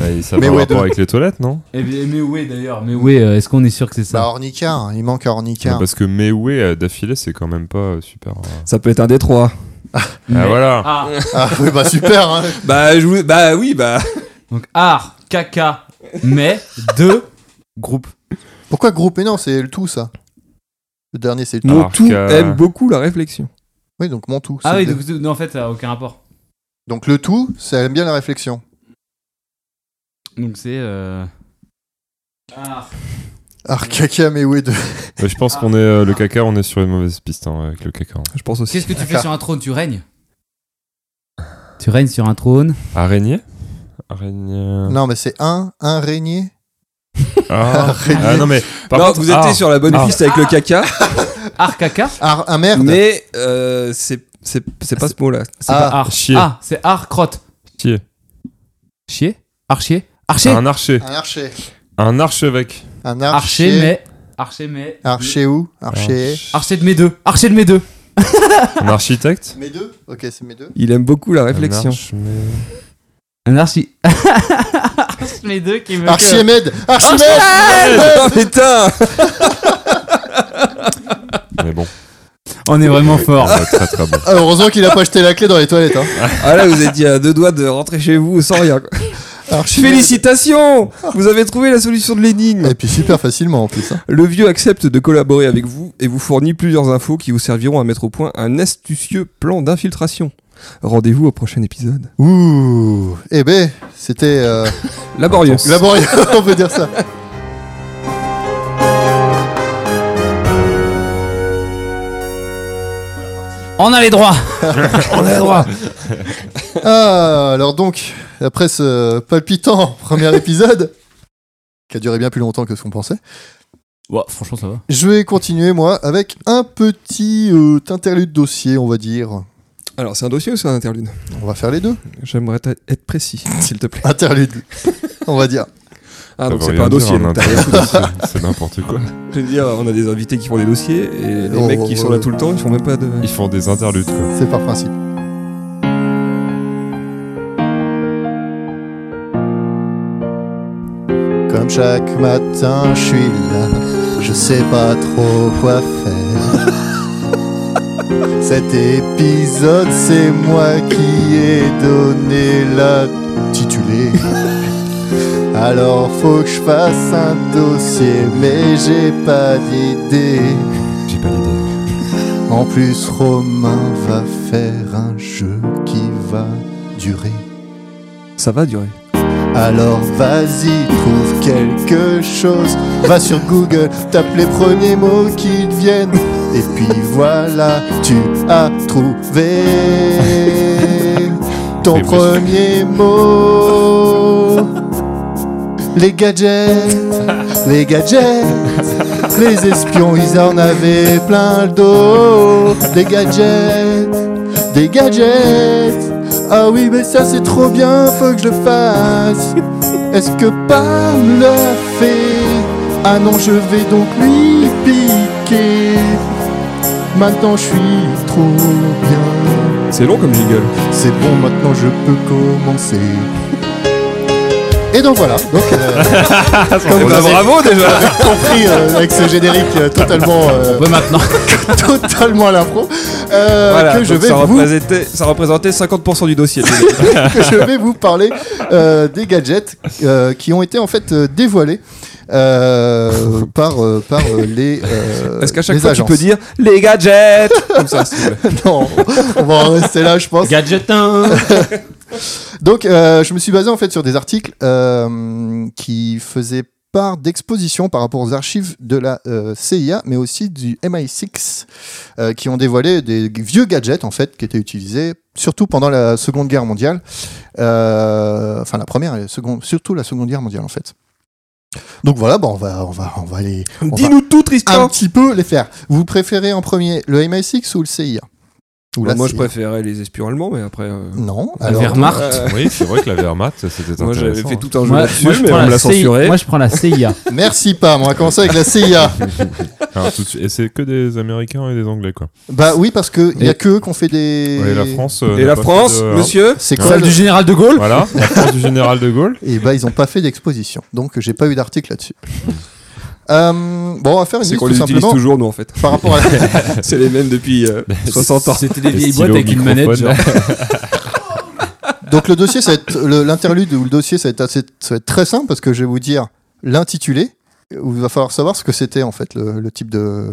D: Ah, et ça
B: Mais
D: a un
B: ouais,
D: rapport
B: de-
D: avec les toilettes, non
A: Eh bien, mais ouais d'ailleurs, mais ouais, euh, est-ce qu'on est sûr que c'est
B: Bah,
A: ça
B: Ornicar, il manque
D: Non,
B: Ornicar.
D: Parce que Mewe euh, d'affilée, c'est quand même pas euh, super. euh.
C: Ça peut être un des trois.
D: Ah voilà
A: Ah.
B: Ah, oui, bah super, hein.
C: Bah, je vous- bah oui, bah.
A: Donc art, caca, mais deux
B: (laughs)
A: groupes.
B: (laughs) Pourquoi groupe Mais non, c'est le tout, ça. Le dernier, c'est le tout.
C: Mon
D: Alors
C: tout
D: qu'à-
C: aime beaucoup la réflexion.
B: Oui, donc mon tout.
A: Ah
B: c'est
A: oui,
B: le-
A: donc, non, en fait, ça n'a aucun rapport.
B: Donc le tout, ça aime bien la réflexion.
A: Donc c'est. Euh...
B: Ah.
A: Art.
B: Art caca, mais oui, de...
D: Ouais, Je pense qu'on est euh, le caca, on est sur une mauvaise piste hein, avec le caca.
C: Je pense aussi.
A: Qu'est-ce que tu fais
B: Caca.
A: sur un trône Tu règnes Tu règnes sur un trône.
D: Araignée
A: Ah.
D: Araignée.
B: Non, mais c'est un, un régnier.
D: Ah,
B: Araignée.
D: ah, non mais. par
C: non,
D: contre-
C: vous étiez
D: ah,
C: sur la bonne
D: ah.
C: piste avec le caca,
A: Art, caca.
B: Art, un merde.
C: mais euh, c'est c'est- c'est pas ce mot-là.
A: C'est
B: Ah,
A: pas art.
D: chier.
A: Ah, c'est art, crotte.
D: Chier.
A: Chier Archier Archer
D: Un archer.
B: Un archer.
D: Un archevêque.
B: Un
A: Archer,
B: archer.
A: mais. Archer, mais.
B: Archer où Archer.
A: Archer de mes deux. Archer de mes deux.
D: Un architecte
B: Mes deux Ok, c'est mes deux.
C: Il aime beaucoup la réflexion.
D: Un arche- mais-
A: Un archi. Archer de (laughs) mes deux qui me.
B: Archimède Archimède
D: Ah,
C: Oh putain
D: Mais (laughs) bon.
E: On est vraiment
D: on
E: fort.
D: va très très bon.
B: Ah, Heureusement qu'il a pas jeté la clé dans les
A: (laughs)
B: toilettes. Hein.
C: Ah là, vous étiez à deux doigts de rentrer chez vous sans rien. quoi. Félicitations Vous avez trouvé la solution de l'énigme.
B: Et puis super facilement en plus. hein.
C: Le vieux accepte de collaborer avec vous et vous fournit plusieurs infos qui vous serviront à mettre au point un astucieux plan d'infiltration. Rendez-vous au prochain épisode.
B: Ouh Eh ben, c'était euh,
C: Laborieux.
B: (laughs) laborieux, on peut dire ça.
A: On a les droits
B: On a le droit Ah, alors donc, après ce palpitant (laughs) premier épisode, qui a duré bien plus longtemps que ce qu'on pensait,
A: Ouais, franchement, ça va.
B: je vais continuer, moi, avec un petit euh, interlude dossier, on va dire.
C: Alors, c'est un dossier ou c'est un interlude
B: On va faire les deux.
C: J'aimerais t'a- être précis, s'il te plaît.
B: Interlude, on va dire.
C: (laughs) Ah,
D: Ça
C: donc
D: veut
C: c'est
D: rien
C: pas un
D: dire,
C: dossier.
D: un
C: donc t'as rien
D: interlude,
C: foutu.
D: c'est- (laughs) C'est n'importe quoi.
C: Je veux dire, on a des invités qui font des dossiers et les
B: Oh,
C: mecs qui
B: oh,
C: sont
B: oh.
C: là tout le temps, ils font même pas de.
D: Ils font des interludes, quoi.
B: C'est par principe. Comme chaque matin, je suis là, je sais pas trop quoi faire. Cet épisode, c'est moi qui ai donné la titulée. Alors faut que je fasse un dossier, mais j'ai pas d'idée.
D: J'ai pas l'idée.
B: En plus, Romain va faire un jeu qui va durer.
C: Ça va durer.
B: Alors vas-y, trouve quelque chose. Va sur Google, tape les premiers mots qui te viennent. Et puis voilà, tu as trouvé ton
D: Mais moi, je-
B: premier mot. Les gadgets, les gadgets, les espions, ils en avaient plein le dos. Des gadgets, des gadgets. Ah oui, mais ça c'est trop bien, faut que je le fasse. Est-ce que Pam l'a fait Ah non, je vais donc lui piquer. Maintenant je suis trop bien.
C: C'est long
B: (laughs)
C: comme jingle.
B: C'est bon, maintenant je peux commencer. Et donc voilà. Donc,
C: (laughs)
B: euh, comme vous avez
C: bravo déjà
B: (laughs) compris euh, avec ce générique euh, totalement, euh, (laughs)
A: Ouais, maintenant.
B: totalement à l'impro, euh,
C: Voilà,
B: que je
C: donc
B: vais
C: ça,
B: vous
C: représentait, ça représentait 50% du
B: (laughs)
C: dossier.
B: que je vais vous parler euh, des gadgets euh, qui ont été en fait euh, dévoilés euh, par, euh, par euh, les. euh,
C: Est-ce qu'à chaque
B: les
C: fois
B: agences.
C: tu peux dire
B: (laughs)
C: les gadgets Comme ça, s'il te plaît.
B: Non, on va en rester là, je pense.
A: Gadgetin
B: (laughs) Donc, euh, je me suis basé en fait sur des articles euh, qui faisaient part d'expositions par rapport aux archives de la euh, CIA, mais aussi du MI6, euh, qui ont dévoilé des vieux gadgets en fait qui étaient utilisés surtout pendant la Seconde Guerre mondiale, Euh, enfin la première, et la seconde, surtout la Seconde Guerre mondiale en fait. Donc voilà, bon, on va, on va, on va aller on va
C: Dis-nous tout,
B: un
C: Tristan
B: petit peu les faire. Vous préférez en premier le MI6 ou le CIA Ou la
C: Bah, Moi, je
B: CIA?
C: préférais les espions allemands, mais après. euh,
B: Non.
A: La
B: alors-
A: Wehrmacht.
C: euh,
D: Oui, c'est vrai que la Wehrmacht, ça, c'était
C: moi, j'avais
D: intéressant.
C: fait
B: hein.
C: tout un jeu
A: Moi,
C: là-dessus,
A: moi, je
C: mais
A: prends
C: on
A: la
C: me l'a
A: CI
C: censuré.
A: moi, je prends la CIA.
B: Merci Pam, on va commencer avec la
C: (laughs)
B: CIA.
D: Alors, hein. Ah, tout de suite- Et c'est que des Américains et des Anglais, quoi.
B: Bah oui, parce que il y a que eux qu'on fait des.
D: Et la France. euh,
C: Et
D: n'a
C: la
D: pas fait
C: France,
D: de- hein.
C: monsieur
B: C'est quoi
E: Celle
B: le-
E: du général de Gaulle
D: Voilà, la France du général de Gaulle.
B: Et bah ils ont pas fait d'exposition, donc j'ai pas eu d'article là-dessus. Euh, bon, on va faire une
C: C'est
B: liste
C: qu'on
B: tout
C: les utilise
B: simplement
C: toujours, nous,
A: (laughs)
C: en fait.
B: par
C: (laughs)
B: rapport à. La...
C: C'est les mêmes depuis euh,
A: Bah,
C: 60 ans.
A: C'était (laughs) des
D: Les
A: vieilles
D: stylos,
A: boîtes avec une manette.
D: microphones.
A: Genre.
B: donc le dossier, ça va être le- l'interlude ou le dossier, ça va être assez- ça va être très simple parce que je vais vous dire l'intitulé. où Il va falloir savoir ce que c'était en fait le, le type de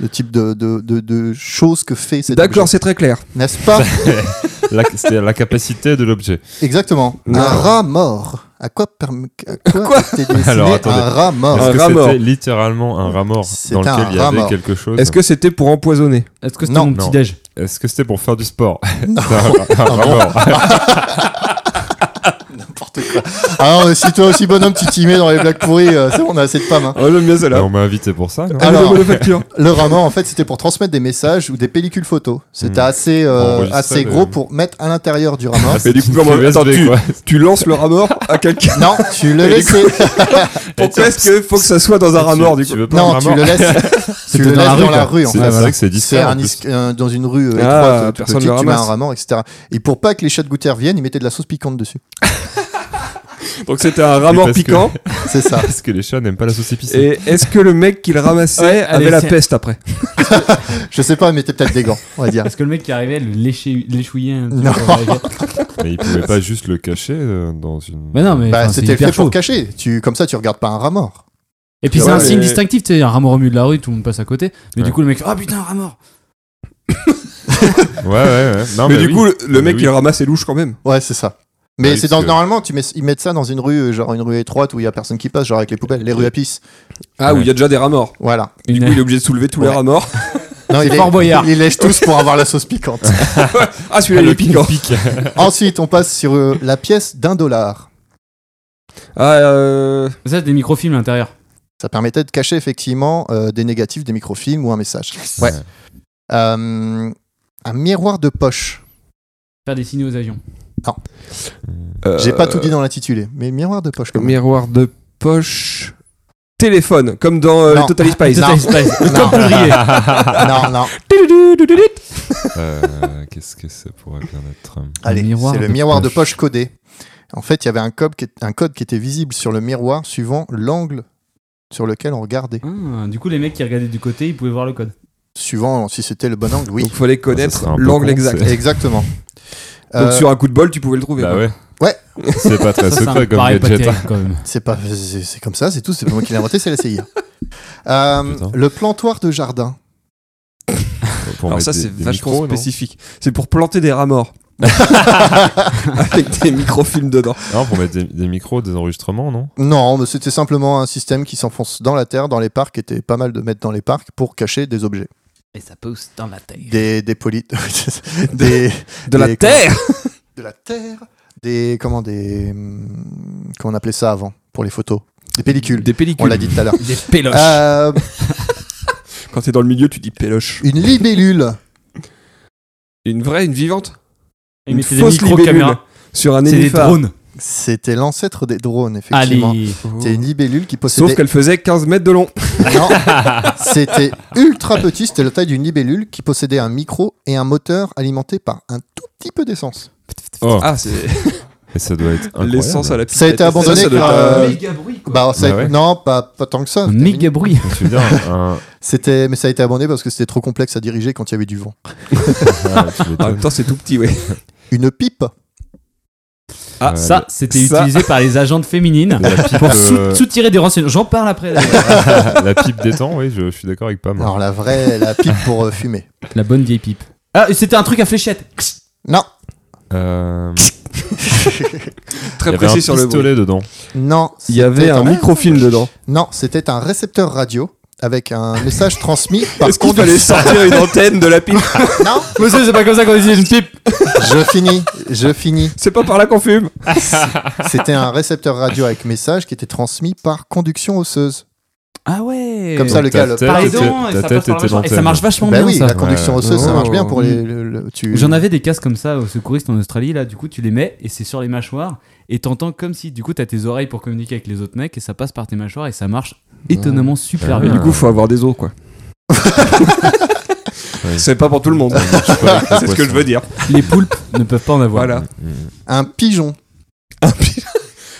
B: le type de de, de, de choses que fait cet
C: D'accord,
B: objet.
C: c'est très clair.
B: n'est-ce pas
D: (laughs) La- C'était la capacité de l'objet.
B: Exactement. Un
C: D'accord.
B: rat mort. À quoi, perm- à quoi, était dessiné
D: Alors, attendez. Ah.
B: un rat mort
D: Est-ce que
C: rat mort.
D: c'était littéralement un rat mort
B: C'est
D: dans
B: un
D: lequel il y
B: rat
D: avait
B: mort.
D: quelque chose
C: Est-ce que c'était pour empoisonner
A: Est-ce que c'était
B: Non,
A: mon
D: non.
A: petit-déj
D: Est-ce que c'était pour faire du
C: (laughs)
D: sport (laughs)
B: Non.
D: Un rat- un rat mort.
B: Alors, euh, si toi aussi, bonhomme, tu t'y mets dans les blagues pourries, euh, c'est bon, on a assez de pommes. hein.
A: Ah,
C: Oh, j'aime bien
D: Et
C: celle-là.
D: On m'a invité pour ça. non
B: Alors-
C: Alors, la facture.
B: Le rat mort, en fait, c'était pour transmettre des messages ou des pellicules photos. C'était
D: Hmm.
B: assez, euh,
D: Enregistrer
B: assez
D: des-
B: gros pour mettre à l'intérieur du rat mort.
D: Ah, c'est
C: du
D: une
C: coup, comment-
D: clé
C: attends,
D: USB, quoi.
C: Tu lances le rat mort à
D: (laughs)
C: quelqu'un.
A: (laughs)
B: non, tu le laisses.
C: Pourquoi est-ce qu'il faut que ça soit dans un rat
D: Tu-
C: mort, du
D: tu
C: coup
D: veux pas un
B: Non,
D: rat
B: tu
D: mort
B: le
A: (laughs)
B: laisses. tu le
A: dans
B: laisses
A: la rue,
B: dans la
A: quoi.
B: rue, en
D: C'est
B: fait.
D: c'est vrai que c'est
B: C'est un
D: disparu.
B: is- un- dans une rue euh,
C: Ah,
B: étroite, tout
C: personne
B: petit,
C: le
B: tu mets un
C: ramasse.
B: rat mort, etc. Et pour pas que les chats de gouttière viennent, ils mettaient de la sauce piquante dessus.
C: Donc c'était un rat
D: Oui,
C: mort
D: parce que- (laughs)
C: piquant.
B: C'est ça.
D: (laughs) Parce que les chats n'aiment pas la sauce épicée.
C: Et est-ce que le mec qui le ramassait
A: Ouais, allez,
C: avait la
A: c'est-
C: peste après
B: (laughs) Je sais pas, ils mettaient peut-être des gants, on
A: (laughs)
B: va dire.
A: Parce que le mec qui arrivait, le léchait- l'échouillait. un petit
B: Non.
A: peu dans la gueule.
D: Mais ils pouvaient pas juste le cacher euh, dans une.
A: Mais non, mais
B: Bah,
A: enfin, c'est
B: c'était
A: hyper
B: fait
A: chaud.
B: pour le cacher. Tu, comme ça, tu regardes pas un rat mort.
A: Et puis c'est
C: Ouais,
A: un
C: mais-
A: signe distinctif, tu sais, un rameau remue de la rue, tout le monde passe à côté. Mais
D: Ouais.
A: du coup, le mec, ah putain, un ramor
D: Ouais, ouais, ouais. Non,
C: Mais
D: mais
C: du
D: Ah, bah oui.
C: coup, le, le
D: Mais
C: mec
D: oui.
C: qui le ramasse est louche quand même.
B: Ouais, c'est ça. Mais
D: Oui,
B: c'est dans,
D: parce que-
B: normalement, tu mets, ils mettent ça dans une rue, euh, genre une rue étroite où il y a personne qui passe, genre avec les poubelles, les rues à pisse.
C: Ah, où
D: Ouais.
C: il y a déjà des rats morts.
B: Voilà.
C: Du coup, il est obligé de soulever tous les
B: Ouais.
C: rats morts.
B: Non, il,
A: Fort Boyard.
B: il lèche tous pour avoir la sauce piquante.
C: Ah, celui-là, il est piquant.
B: Ensuite, on passe sur euh, la pièce d'un dollar.
C: Ah, euh,
A: Ça, c'est des microfilms à l'intérieur.
B: Ça permettait de cacher effectivement euh, des négatifs, des microfilms ou un message. Ouais. Euh, un miroir de poche.
A: Faire des signaux aux avions.
B: J'ai pas
C: euh,
B: tout dit dans l'intitulé, mais miroir de poche. quand même.
C: Miroir de poche. Téléphone, comme dans euh,
B: Non.
C: les Total Spice.
B: Non. Non. non, non.
D: (laughs) Euh, Qu'est-ce que ça pourrait bien être
C: Ah,
B: Allez,
A: miroir
B: c'est le
A: de
B: miroir de
A: poche.
B: poche codé. En fait, il y avait un code, qui, est- un code qui était visible sur le miroir suivant l'angle sur lequel on regardait.
A: Ah, du coup, les mecs qui regardaient du côté, ils pouvaient voir le code.
B: Suivant si c'était le bon angle, oui.
C: Donc, (laughs) fallait
D: Ça
C: connaître
D: serait un peu
C: l'angle
D: con,
C: exact.
D: c'est-
B: Exactement.
C: Donc,
B: Euh,
C: sur un coup de bol, tu pouvais le trouver.
D: Bah ouais.
B: Ouais.
D: C'est pas très
A: ça, ça me
D: secret comme
A: paraît pas
D: gadget.
A: terrible quand même.
B: C'est pas, c'est c'est comme ça, c'est tout. C'est pas moi qui l'ai inventé, c'est la CIA. Euh,
D: Putain.
B: le plantoir de jardin.
D: hein. Pour
C: Alors,
D: mettre
C: ça,
D: des-
C: c'est
D: des
C: vachement
D: micros, non
C: spécifique. C'est pour planter des rats morts. Avec des microfilms dedans.
D: Non, pour mettre des, des micros, des enregistrements, non
B: Non, mais c'était simplement un système qui s'enfonce dans la terre, dans les parcs, qui était pas mal de mettre dans les parcs pour cacher des objets,
A: Et ça pousse dans la tête.
B: des des poli- (laughs) des
C: De la
B: Des-
C: terre
B: de la terre, des comment des hum, comment on appelait ça avant pour les photos, des pellicules.
C: Des
B: on
C: pellicules.
B: l'a dit tout à
C: (laughs)
B: l'heure.
A: Des péloches.
B: Euh,
C: Quand t'es dans le milieu, tu dis péloche.
B: une libellule.
C: Une vraie, une vivante
A: ils
C: une
A: mettaient des
C: fausse
A: micro-caméras.
C: Sur un
A: C'est des
C: nénuphar.
A: drones.
B: C'était l'ancêtre des drones, effectivement.
A: Allez.
C: Oh.
B: C'était une libellule qui possédait
C: Sauf qu'elle faisait 15 mètres de long. (laughs)
B: Non, c'était ultra petit, c'était la taille d'une libellule qui possédait un micro et un moteur alimenté par un tout petit peu d'essence.
D: Oh,
C: Ah, c'est
D: et ça doit être incroyable.
C: l'essence à la
B: Ça a été abandonné
C: Ça doit
B: par,
C: être, euh,
B: euh,
A: Méga bruit.
B: Bah, ça a
D: Bah
B: été-
D: ouais.
B: Non, pas, pas tant que ça.
A: Un méga bruit.
D: Je veux dire, un-
B: C'était, mais ça a été abandonné parce que c'était trop complexe à diriger quand il y avait du vent.
D: ah,
C: (laughs)
D: tu
C: En
B: euh,
D: m'étonnes.
C: même temps, c'est tout petit, ouais.
B: Une pipe.
C: Ah,
D: Ouais,
A: Ça, c'était
C: Ça-
A: utilisé par les agentes féminines
D: La pipe,
A: pour
D: euh,
A: sou- soutirer des renseignements. J'en parle après. d'ailleurs.
D: la pipe détend, oui, je, je suis d'accord avec Pam.
B: Alors la vraie, la pipe pour euh, fumer.
A: (laughs) La bonne vieille pipe. Ah, c'était un truc à fléchette.
B: Non,
D: Euh, il
C: Très
D: y avait un
C: précis sur le bruit.
D: pistolet dedans.
B: non.
C: Il y avait
B: c'était
C: un microfilm dedans.
B: Non, c'était un récepteur radio avec un message
C: (laughs)
B: transmis par
C: Est-ce qu'il fallait
B: conducteur.
C: sortir une antenne de la pipe
B: Non,
A: Monsieur, c'est pas comme ça qu'on utilise une pipe.
B: je finis, je finis.
C: C'est pas par là qu'on fume.
B: C'était un récepteur radio avec message qui était transmis par conduction osseuse.
A: Ah ouais.
B: Comme ça, le gars,
D: Ta
B: le-
D: tête
A: Par les
D: était-
A: dents, et
D: ta
A: ça
D: tête
A: passe par
D: était
A: la mâchoire. Et ça
D: l'antenne.
A: marche vachement
B: Bah
A: bien
B: oui,
A: ça.
B: la conduction
D: Ouais.
B: osseuse, ça
C: Oh.
B: marche bien pour les. le- le- tu...
A: J'en avais des casques comme ça aux secouristes en Australie, là, du coup, tu les mets et c'est sur les mâchoires. Et t'entends comme si, du coup, t'as tes oreilles pour communiquer avec les autres mecs et ça passe par tes mâchoires et ça marche étonnamment super
D: Ah.
C: Mais
A: bien.
C: du coup, faut avoir des os, (laughs) quoi. C'est pas pour tout le monde. (laughs) C'est ce que je veux dire.
A: Les poulpes ne peuvent pas en avoir.
C: Voilà.
B: Un pigeon.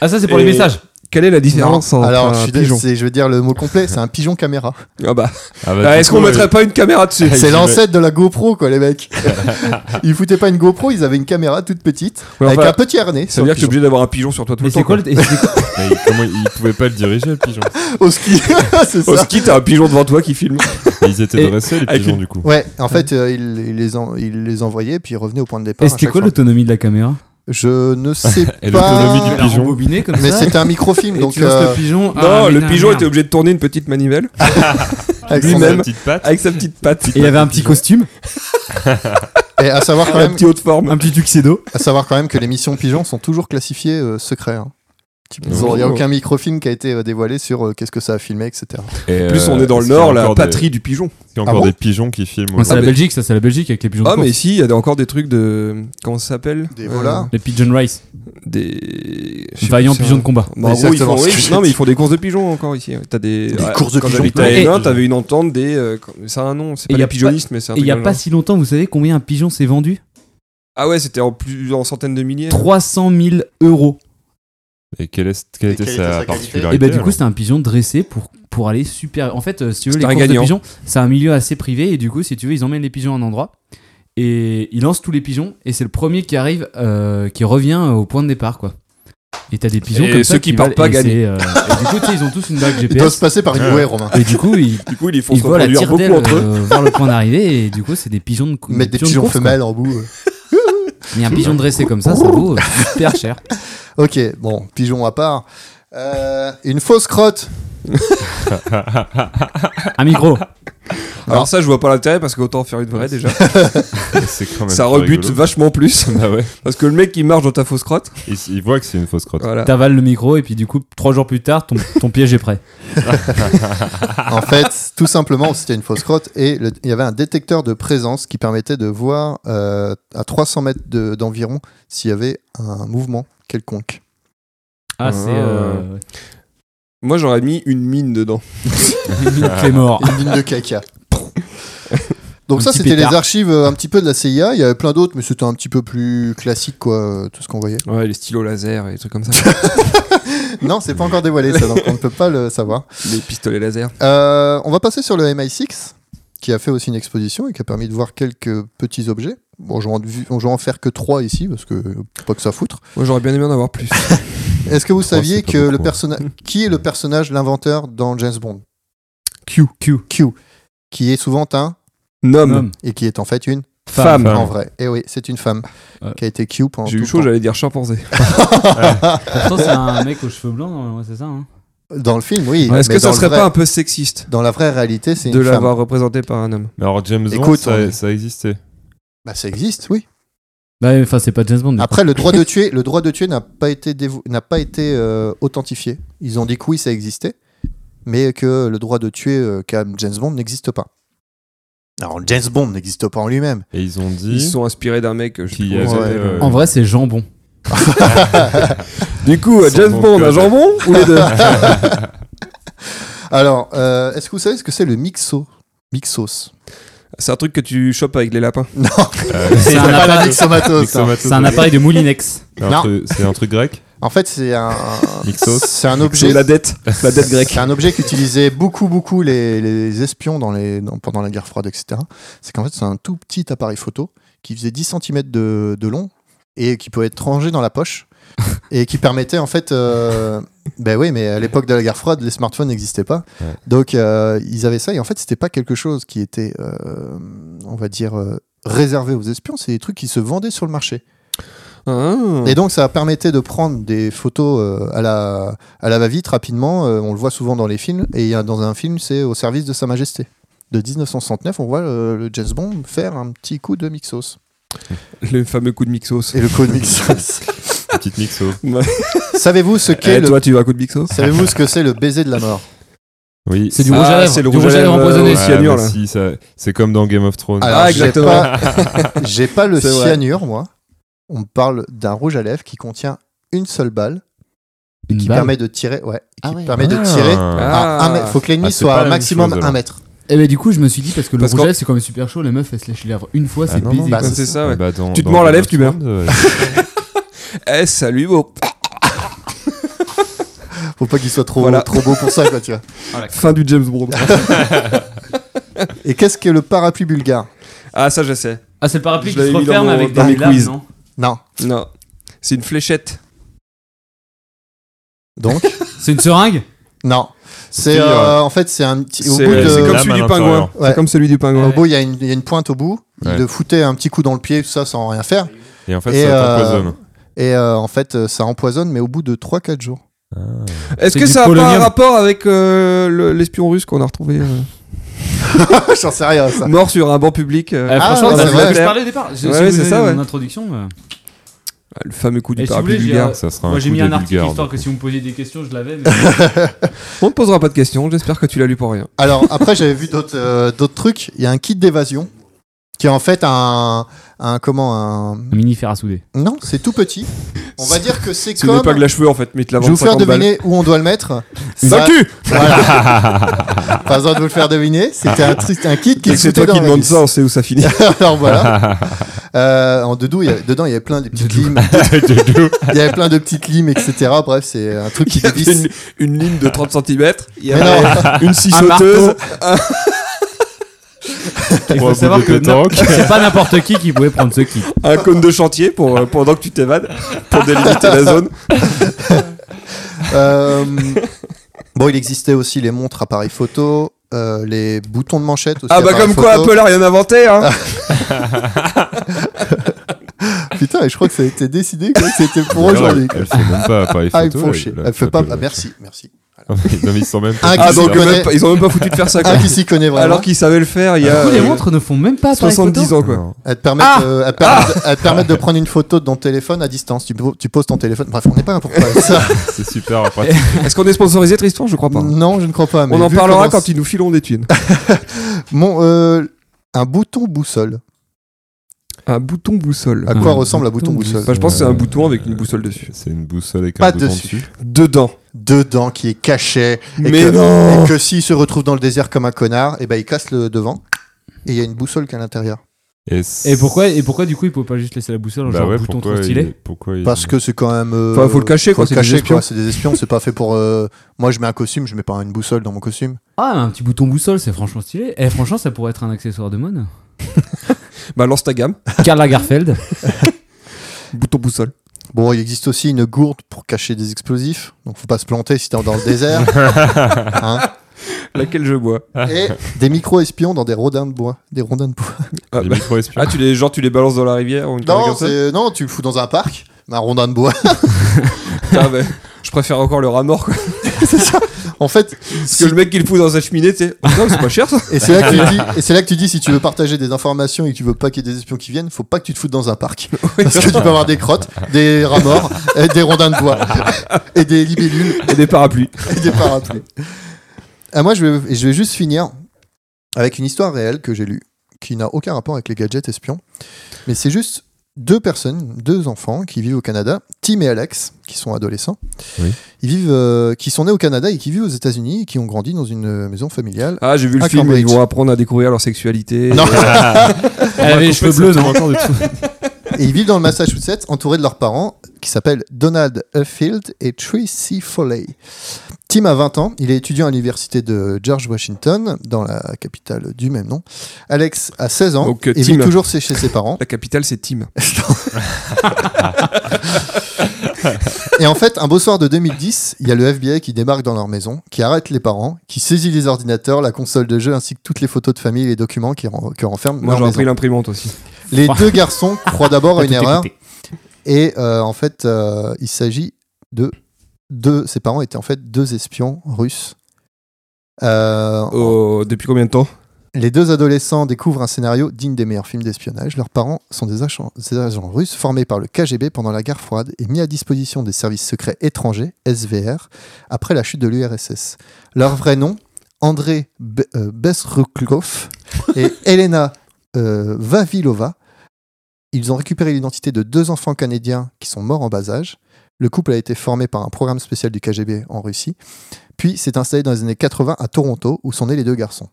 A: Ah, ça, c'est pour
C: Et-
A: les messages.
C: Quelle est la différence
B: Non.
C: entre
B: Alors, je,
C: un
B: suis dé-
C: pigeon
B: c'est- je veux dire le mot complet, c'est un pigeon caméra.
C: Ah bah.
D: Ah bah,
C: Ah,
D: du
C: Est-ce
D: coup,
C: qu'on
D: euh,
C: mettrait pas une caméra dessus
B: (laughs) C'est
D: j'imagine.
B: l'ancêtre de la GoPro, quoi, les mecs. (laughs) ils foutaient pas une GoPro, ils avaient une caméra toute petite,
C: Ouais,
B: avec
C: enfin,
B: un petit harnais.
C: Ça
B: sur
C: veut
B: le
C: dire que t'es
B: pigeon.
C: obligé d'avoir un pigeon sur toi tout
A: Mais
C: le temps.
A: c'est quoi le. et
C: (laughs)
A: c'est-
D: mais comment ils pouvaient pas le diriger le pigeon
B: Au ski, (laughs) c'est
C: Au
B: ça.
C: ski, Oh, t'as un pigeon devant toi qui filme.
D: Et Ils étaient
A: Et-
D: dressés les
C: avec
D: pigeons
C: une-
D: du coup.
B: Ouais, en fait, euh, ils, ils les en- ils les envoyaient, puis ils revenaient au point de
A: Et
B: départ. à
A: c'était
B: chaque
A: quoi
B: fois.
A: l'autonomie de la caméra
B: Je ne sais
D: Et l'autonomie
B: pas.
D: du pigeon.
A: Bobiné comme
B: Mais
A: ça.
B: c'était un microfilm,
A: Et
B: donc
A: tu lances
B: euh,
A: le pigeon.
C: non,
A: Ah,
C: le
A: mais
C: pigeon
A: merde.
C: était obligé de tourner une petite manivelle
B: avec son-
D: Sa
C: lui-même.
D: petite patte.
C: avec sa petite patte.
A: Et il y
C: (laughs)
A: avait un petit costume,
B: Et à savoir quand
C: un
B: même,
C: petit haut de forme.
A: un petit tuxedo.
B: à savoir quand même que les missions pigeons sont toujours classifiées euh, secrets. hein. Il
D: Oh.
B: n'y a aucun microfilm qui a été euh, dévoilé sur euh, qu'est-ce que ça a filmé, etc.
D: Et,
C: En plus, on
D: euh,
C: est dans le
D: est-ce qu'il y a
C: Nord, la
D: encore des-
C: patrie du pigeon.
D: est-ce qu'il y a
B: Ah
D: encore
B: bon
D: des pigeons qui filment.
A: c'est la
D: aujourd'hui
A: Belgique, ça, c'est la Belgique avec les pigeons. de
C: Ah,
A: course.
C: mais ici, il y a encore des trucs de. Comment ça s'appelle
B: Des volas.
A: Les pigeon rice,
C: Euh, Des. je sais
A: vaillants
C: plus,
A: pigeons de
C: c'est-
A: combat.
C: Bah, en gros, ils
B: Exactement
C: font,
B: ce
C: oui,
B: que j'ai
C: non, mais
B: dit.
C: ils font des courses de pigeons encore ici. ouais. T'as des,
B: Des courses de
C: quand
B: pigeons.
C: j'habitais à
A: Et-
C: Hénin, t'avais une entente des. euh, comme- ça a un nom, c'est
A: Et
C: pas
A: y
C: les
A: a pas-
C: pigeonistes, mais c'est un
A: Et il
C: truc
A: y a
C: dans le
A: pas
C: genre.
A: si longtemps, vous savez combien un pigeon s'est vendu
C: Ah ouais, c'était en plus en centaines de milliers.
A: 300 000 euros.
D: Et quelle, est- quelle
B: Et
D: était
B: quelle était sa
D: sa
B: qualité
D: particularité
A: Et bah du
D: alors
A: coup c'était un pigeon dressé pour pour aller super. En fait, euh, si tu veux les
C: C'était un
A: courses de
C: gagnant.
A: pigeons, c'est un milieu assez privé et du coup si tu veux ils emmènent les pigeons à un endroit et ils lancent tous les pigeons et c'est le premier qui arrive euh, qui revient au point de départ quoi. Et t'as des pigeons
C: Et
A: comme
C: ceux
A: ça
C: qui
A: valent-
C: partent pas
A: et
C: gagnent.
A: c'est, euh, et du coup tu sais, ils ont tous
C: (laughs)
A: une bague
B: Il doit se
A: GPS.
B: passer par une ouais, Romain.
A: Et du coup ils,
C: Du coup, ils les font
A: ils
C: se
A: volent à
C: reproduire
A: tire
C: beaucoup entre eux.
A: vers le point d'arrivée et du coup c'est des pigeons de cou-
B: Mettre des
A: de
B: pigeons
A: course, quoi.
B: femelles en bout. euh.
A: Mais un pigeon dressé comme ça, ça
C: (laughs)
A: vaut euh, super cher.
B: Ok, bon, pigeons à part.
A: (laughs)
B: Euh, une fausse crotte.
A: Un micro.
C: Alors ça, je vois pas l'intérêt parce qu'autant faire une vraie (laughs) déjà.
D: C'est quand même
C: Ça
D: pas
C: rebute
D: rigolo.
C: vachement (laughs) plus.
D: Bah ouais.
C: Parce que le mec qui marche dans ta fausse crotte.
D: Il, il voit que c'est une fausse crotte.
C: Voilà.
A: T'avales le micro et puis du coup, trois jours plus tard, ton, ton piège est prêt.
B: En fait, tout simplement, c'était une fausse crotte et le- il y avait un détecteur de présence qui permettait de voir euh, à 300 mètres de- d'environ s'il y avait un mouvement quelconque.
A: Ah, c'est. Euh...
C: Moi, j'aurais mis une mine dedans.
A: T'es mort.
B: Une ligne
A: (laughs)
B: de caca. Donc
A: Un
B: ça,
A: petit
B: c'était les
A: pétard.
B: archives euh, un petit peu de la CIA. Il y avait plein d'autres, mais c'était un petit peu plus classique, quoi, euh, tout ce qu'on voyait.
C: Ouais, les stylos laser et des trucs comme (laughs) ça.
B: Non, c'est pas encore dévoilé, ça, donc on ne peut pas le savoir.
C: les pistolets laser.
B: Euh, on va passer sur le MI6, qui a fait aussi une exposition et qui a permis de voir quelques petits objets. Bon, je vais en, je vais en faire que trois ici, parce que euh, pas que ça foutre.
C: Moi, j'aurais bien aimé en avoir plus.
B: Est-ce que vous
D: Trois,
B: saviez
D: c'est pas
B: que le
C: hein.
D: beaucoup.
B: personnage, qui est le personnage, l'inventeur dans James Bond
C: Q.
B: Q. Q. Qui est souvent un,
C: Nom.
A: Homme.
B: et qui est en fait une
C: Femme.
B: en vrai. Et oui, c'est une femme
A: Ouais.
B: qui a été Q pendant
C: J'ai
B: tout
C: eu
B: le
C: chaud,
B: temps.
C: j'allais dire chimpanzé.
A: Pourtant, c'est un mec aux cheveux blancs, ouais, c'est ça. Hein.
B: Dans le film, oui.
C: Est-ce
B: mais
C: que ça
B: dans le
C: serait
B: vrai-
C: pas un peu sexiste
B: Dans la vraie réalité, c'est
C: de
B: une femme.
C: l'avoir représenté par un homme
D: Mais alors James Bond,
B: Écoute, on
D: ça,
B: est-
D: ça existait.
B: Bah, ça existe, oui.
A: Bah, enfin, c'est pas James Bond. du
B: Après, le droit de tuer, le droit de tuer n'a pas été dévo- n'a pas été euh, authentifié. Ils ont dit que oui, ça existait, mais que le droit de tuer euh, qu'a James Bond n'existe pas. Alors James Bond n'existe pas en lui-même.
D: Et ils ont dit
C: Ils se sont inspirés d'un mec. je
D: qu'il y
C: sais
D: avait.
C: pas.
B: Ouais.
D: euh,
A: coup. En vrai, c'est jambon.
C: Du coup,
D: Ils sont
C: James
D: donc,
C: Bond, un
D: euh,
C: jambon ou les (laughs) deux
B: Alors, euh, est-ce que vous savez ce que c'est le mixo Mixos. (laughs)
C: C'est un truc que tu chopes avec les lapins.
B: Non,
D: euh,
A: C'est
B: c'est
A: un,
B: pas la
A: appareil,
B: mixomatose. non.
D: mixomatose.
A: c'est un appareil de Moulinex.
D: C'est un
B: Non.
D: truc- C'est un truc grec
B: En fait, c'est un
D: Mixos.
B: c'est un
C: J'ai
B: objet
C: la dette. (laughs) La dette grecque.
B: C'est un objet qu'utilisaient beaucoup, beaucoup les, les espions dans les, dans- pendant la guerre froide, etc. C'est qu'en fait, c'est un tout petit appareil photo qui faisait 10 cm de, de long et qui pouvait être rangé dans la poche
C: (laughs)
B: et qui permettait, en fait. euh, ben oui, mais à l'époque de la guerre froide, les smartphones n'existaient pas.
D: Ouais.
B: Donc, euh, ils avaient ça et en fait, c'était pas quelque chose qui était, euh, on va dire. euh, réservé aux espions, c'est des trucs qui se vendaient sur le marché.
C: Ah.
B: Et donc ça permettait de prendre des photos euh, à la, à la va-vite rapidement. euh, on le voit souvent dans les films. Et il y a- dans un film, c'est au service de Sa Majesté. De 1969, on voit euh, le James Bond faire un petit coup de Mixos.
C: Le fameux coup de Mixos.
B: Et le coup de Mixos.
D: Une Petite mixo.
B: (laughs) Savez-vous ce
C: Eh,
B: qu'est le...
C: Toi, tu veux un coup de Mixos
B: Savez-vous ce que c'est le baiser de la mort
D: Oui.
A: C'est du
C: Ah,
A: rouge à lèvres.
C: c'est le
A: du
C: rouge à lèvres,
A: empoisonné.
C: ouais.
D: Ah,
C: cyanure,
D: mais
C: là.
D: si, ça- c'est comme dans Game of Thrones.
B: Alors,
C: Ah,
B: j'ai
C: exactement.
B: pas, (laughs) j'ai pas le
C: C'est vrai.
B: cyanure, moi. On me parle d'un rouge à lèvres qui contient une seule balle
A: Une
B: qui
A: balle.
B: permet de tirer. Ouais,
A: Ah
B: qui
A: ouais.
B: permet de
D: Ah.
B: tirer.
D: Ah,
B: à un mètre. faut que l'ennemi
D: Ah, c'est
B: soit
D: pas la
B: à
D: même
B: maximum
D: chose, alors.
B: un mètre.
A: Et bah, du coup, je me suis dit, parce que le
C: Parce
A: rouge
C: qu'en-
A: à lèvres, c'est quand même super chaud. La meuf, elle se lèche les lèvres une fois, c'est
D: non, non,
A: baisé.
B: bah,
A: quoi.
C: C'est Ah, ça, ouais.
D: bah, dans-
C: Tu te
D: dans
C: mords la
D: Game
C: lèvre,
D: of
C: tu meurs.
D: Thrones, euh,
C: Eh, salut, beau.
B: Faut pas qu'il soit trop,
C: Voilà.
B: trop beau pour ça, quoi,
C: (laughs)
B: tu vois.
C: Fin du James Bond.
B: Et qu'est-ce que le parapluie bulgare
C: ah, ça, je sais.
A: Ah, c'est le parapluie
C: Je
A: qui se
C: l'avais mis dans
A: referme
C: mon-
A: avec
C: dans
A: des
C: mes
A: larmes,
C: quiz.
A: non
B: Non.
C: Non. C'est une fléchette.
B: Donc
A: C'est une seringue
B: Non. C'est
D: pire.
B: euh, en fait c'est un petit au
C: C'est
B: bout de-
C: c'est comme
D: Lame à
C: celui du pingouin.
D: l'intérieur.
B: Ouais.
C: C'est comme celui du pingouin.
B: au bout il y, a une- il y a une pointe au bout.
D: Ouais.
B: Il le foutait un petit coup dans le pied tout ça sans rien faire.
D: Et en fait,
B: Et,
D: ça
B: euh,
D: t'empoisonne.
B: Et euh, en fait euh, ça empoisonne mais au bout de 3-4
C: (laughs)
B: jours.
C: Est-ce
A: C'est
C: que
A: du
C: ça a pas un
A: polonium.
C: rapport avec euh, le- l'espion russe qu'on a retrouvé euh,
B: J'en sais rien ça.
C: mort sur un banc public euh,
A: Euh,
B: Ah,
A: Franchement,
B: ouais,
A: bah,
B: c'est
A: je voulais
B: vrai.
A: que je parlais au départ. J'ai-
C: Ouais,
A: j'ai
C: ouais,
A: donné
C: c'est ça,
A: mon
C: ouais.
A: introduction. euh,
C: Le fameux coup
A: Et
C: du
A: si vous voulez,
C: parapluie
A: j'ai,
C: bulgare.
A: euh,
D: Ah, Ça sera un
A: Moi, j'ai
D: coup
A: mis
D: de
A: un article
D: vulgaire,
A: histoire
D: donc.
A: que si vous me posiez des questions, je l'avais. mais- (laughs)
C: On ne posera pas de questions, j'espère que tu l'as lu pour rien.
B: Alors après j'avais vu d'autres euh, d'autres trucs. Il y a un kit d'évasion qui est en fait un un comment un
A: Un mini fer à souder.
B: non c'est tout petit. On va dire que c'est
C: Ce n'est
B: comme
C: pas que la cheveux en fait, mais te la Bah,
B: je vais vous
C: vendre
B: faire
C: 50 balles.
B: deviner où on doit le mettre. Ça-
C: cul
B: Voilà.
C: (laughs)
B: pas besoin de vous le faire deviner. C'était un, tri- un kit qui
C: Et C'est toi
B: coûtait
C: qui
B: dans
C: demande
B: la (laughs)
C: ça, on sait où ça finit.
B: Alors voilà.
C: (laughs)
B: Euh, en dedans, il y avait, dedans, il y avait plein de petites limes.
D: (laughs)
B: il y avait plein de petites limes, etc. Bref, c'est un truc qui
C: Il y avait
B: dévisse.
C: une, une ligne de 30 cm, il y
B: Mais
C: avait
B: non,
C: une scie sauteuse.
A: Il
D: Trois
A: faut
D: boules
A: savoir
D: de
A: que na-
D: pétanque.
A: c'est pas n'importe qui qui pouvait prendre ce kit.
C: un cône de chantier pour, euh, pendant que tu t'évades, pour délimiter
B: (laughs)
C: la zone.
B: euh, bon, il existait aussi les montres appareils photo, euh, les boutons de manchette aussi.
C: Ah bah
B: appareils
C: comme quoi
B: photo. Ah,
C: Apple a rien inventé hein
B: Putain, et je crois que ça a été décidé quoi, que c'était pour
D: D'ailleurs,
B: aujourd'hui.
D: Elle elle fait même pas appareil
B: Ah, il
D: photo,
B: me font chier.
D: la-
B: Elle fait
D: la-
B: pas.
D: la-
B: Ah, merci, merci. Voilà.
D: Non, mais- (laughs) non, mais ils sont même pas-
B: Un
C: Ah,
B: qui
C: donc
B: s'y connaît,
C: même pas- ils ont même pas foutu de faire ça, quoi.
B: un qui s'y connaît vraiment.
C: Alors qu'ils savaient le faire il y a
A: Du coup, Ah, les
C: euh,
A: montres ne font même pas appareil
C: 70
A: photo.
D: hein.
C: ans, quoi.
B: Elle te permet,
C: Ah
B: de, elle te permet de- elle te permet de prendre une photo de ton téléphone à distance. Tu, po- tu poses ton téléphone. Bref, on n'est pas là pour parler de ça.
D: C'est super
C: (laughs)
D: pratique.
C: Est-ce qu'on est sponsorisé, Tristan Je crois pas.
B: Ah. non, je ne crois pas. mais
C: On en
B: vu
C: parlera
B: comment
C: quand ils nous fileront
B: (laughs)
C: des thunes.
B: Mon, euh, un bouton boussole.
C: Un bouton boussole.
B: À quoi ressemble un bouton boussole
C: Bah, je pense que c'est un
D: Euh,
C: bouton avec une boussole dessus.
D: C'est une boussole avec
B: Pas
D: un bouton
B: dessus.
D: dessus.
C: Dedans.
B: Dedans qui est caché. Et
C: Mais
B: que,
C: non
B: Et que s'il se retrouve dans le désert comme un connard, et ben il casse le devant. Et il y a une boussole qu'à l'intérieur.
D: Et, c-
A: Et pourquoi, et pourquoi du coup ils pouvaient pas juste laisser la boussole en
D: Bah
A: genre
D: ouais,
A: bouton
D: pourquoi
A: trop stylé
D: il- pourquoi il-
B: Parce que c'est quand même. euh,
C: Enfin, faut le cacher, quoi,
B: Faut
C: c'est
B: le
C: des
B: cacher,
C: espions.
B: quoi. C'est des espions. C'est pas fait pour. euh, Moi, je mets un costume, je mets pas une boussole dans mon costume.
A: Ah, un petit bouton boussole, c'est franchement stylé. Et franchement, ça pourrait être un accessoire de mode.
C: Bah lance ta gamme.
A: (laughs) Karl
B: (laughs)
A: Lagerfeld.
C: Bouton boussole.
B: Bon, il existe aussi une gourde pour cacher des explosifs, donc faut pas se planter si t'es dans le désert. Hein.
C: Laquelle je bois.
B: Et des micro-espions dans des rodins de bois. Des rodins de bois.
C: Ah,
D: Les
C: bah-
D: micro-espions.
C: ah, tu les genre tu les balances dans la rivière ou une connerie
B: Non,
C: comme ça
B: c'est- non, tu le fous dans un parc, mais un rondin de
C: (laughs)
B: bois.
C: Putain, bah, Je préfère encore le rat mort quoi.
B: En fait,
C: Parce
B: si-
C: que le mec qui le fout dans sa cheminée, tu sais. Ah, Non, c'est pas cher ça.
B: et c'est là que tu dis, et c'est là que tu dis, si tu veux partager des informations et que tu veux pas qu'il y ait des espions qui viennent, faut pas que tu te foutes dans un parc. Parce que tu peux avoir des crottes, des rats morts, et des rondins de
C: (laughs)
B: bois, et des libellules.
C: Et des parapluies.
B: et (laughs) des parapluies. Ah, moi, je vais, et je vais juste finir avec une histoire réelle que j'ai lue, qui n'a aucun rapport avec les gadgets espions. Mais c'est juste deux personnes, deux enfants qui vivent au Canada, Tim et Alex, qui sont adolescents.
D: Oui.
B: Ils vivent, euh, qui sont nés au Canada et qui vivent aux États-Unis et qui ont grandi dans une euh, maison familiale.
C: Ah, j'ai vu le
B: Ah,
C: film, ils
B: Cambridge.
C: vont apprendre à découvrir leur sexualité.
B: Non.
A: Elle avait les cheveux bleus, non
B: Et ils vivent dans le Massachusetts, entourés de leurs parents, qui s'appellent Donald Huffield et Tracy Foley. Tim a 20 ans, il est étudiant à l'université de George Washington, dans la capitale du même nom. Alex a 16 ans
C: Donc, euh,
B: et vit
C: Tim-
B: toujours chez chez ses
C: (laughs)
B: parents.
C: La capitale, c'est Tim.
B: Et en fait, un beau soir de 2010, il y a le FBI qui débarque dans leur maison, qui arrête les parents, qui saisit les ordinateurs, la console de jeu ainsi que toutes les photos de famille et les documents qui, ren- que renferment
C: Moi,
B: leur
C: j'aurais
B: maison.
C: pris l'imprimante aussi.
B: Les deux garçons croient
C: (laughs)
B: d'abord à Oh, une erreur Et euh, en fait, euh, il s'agit de deux. Ses parents étaient en fait deux espions russes. Euh,
C: Oh, depuis combien de temps
B: Les deux adolescents découvrent un scénario digne des meilleurs films d'espionnage. Leurs parents sont des agents, des agents russes formés par le KGB pendant la guerre froide et mis à disposition des services secrets étrangers, SVR, après la chute de l'URSS. Leur vrai nom, André Be- euh, Besruklov et Elena euh, Vavilova. Ils ont récupéré l'identité de deux enfants canadiens qui sont morts en bas âge. Le couple a été formé par un programme spécial du KGB en Russie, puis s'est installé dans les années 80 à Toronto, où sont nés les deux garçons.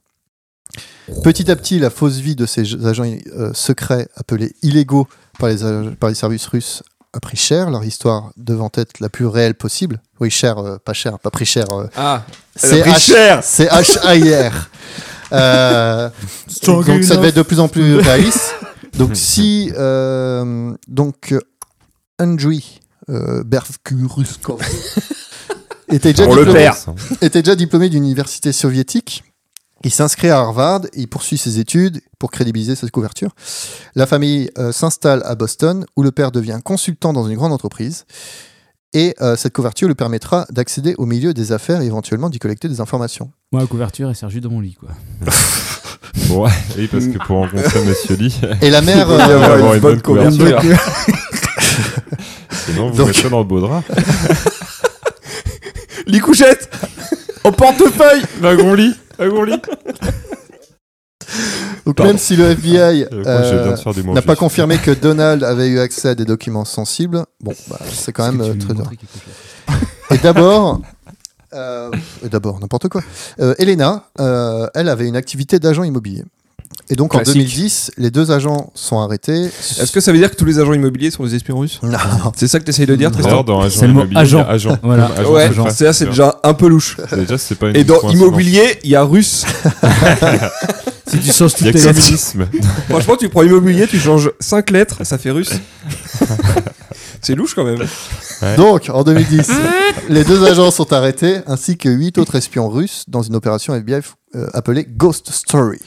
B: Petit à petit, la fausse vie de ces agents euh, secrets appelés illégaux par les, ag- par les services russes a pris cher, leur histoire devant être la plus réelle possible. Oui, cher, euh, pas cher, pas pris cher. euh,
C: (laughs) Ah,
B: c'est
C: pris
B: H-
C: cher.
B: C'est
C: (laughs)
B: H-A-I-R. Euh, donc ça devait être de plus en
C: (laughs)
B: plus réaliste. Donc si euh, donc euh, Andriy euh, Berkuruskov était déjà
C: On le
B: diplômé-
C: perd.
B: était déjà diplômé d'une université soviétique. Il s'inscrit à Harvard, il poursuit ses études pour crédibiliser cette couverture. La famille euh, s'installe à Boston, où le père devient consultant dans une grande entreprise. Et euh, cette couverture lui permettra d'accéder au milieu des affaires et éventuellement d'y collecter des informations.
A: Moi, la couverture, elle sert juste dans mon lit, quoi.
D: Bon, oui, parce que pour rencontrer Monsieur Lee,
B: Et la
C: (laughs)
B: mère,
D: Il
B: euh,
D: va y avoir une bonne
C: couverture.
D: sinon vous
B: Donc-
D: mettez dans le beau drap.
C: (laughs) Les couchettes Au portefeuille
D: Wagon lit Wagon lit
B: donc
D: Pardon.
B: même si le FBI
D: Je
B: euh,
D: viens de faire du
B: n'a
D: mauvais
B: pas
D: jeu.
B: confirmé que Donald avait eu accès à des documents sensibles, bon, bah, c'est quand même
A: Est-ce que
B: euh,
A: tu veux
B: très
A: me
B: dur.
A: montrer quelque chose
C: (laughs)
B: d'abord, euh, et d'abord n'importe quoi. Euh, Elena, euh, elle avait une activité d'agent immobilier. Et donc en
C: Classique.
B: 2010, les deux agents sont arrêtés.
C: Est-ce que ça veut dire que tous les agents immobiliers sont des espions russes
B: non,
C: C'est ça que t'essayes de dire, Tristan
D: D'ailleurs, dans agent
A: C'est le mot
D: immobilier, il y a agent.
A: Voilà.
D: Comme agent,
C: Ouais,
D: c'est ça.
C: c'est ça, c'est déjà un peu louche.
D: Déjà, c'est pas une
C: Et dans
D: coïncidence.
C: immobilier, il y a russe.
A: Si tu changes
D: Il y a
A: toutes
D: que
A: les lettres.
D: communisme.
C: Franchement, tu prends immobilier, tu changes 5 lettres, ça fait
D: (laughs)
C: russe. c'est louche quand même.
B: donc en 2010, les deux agents sont arrêtés ainsi que huit autres espions russes dans une opération FBI euh, appelée Ghost Story.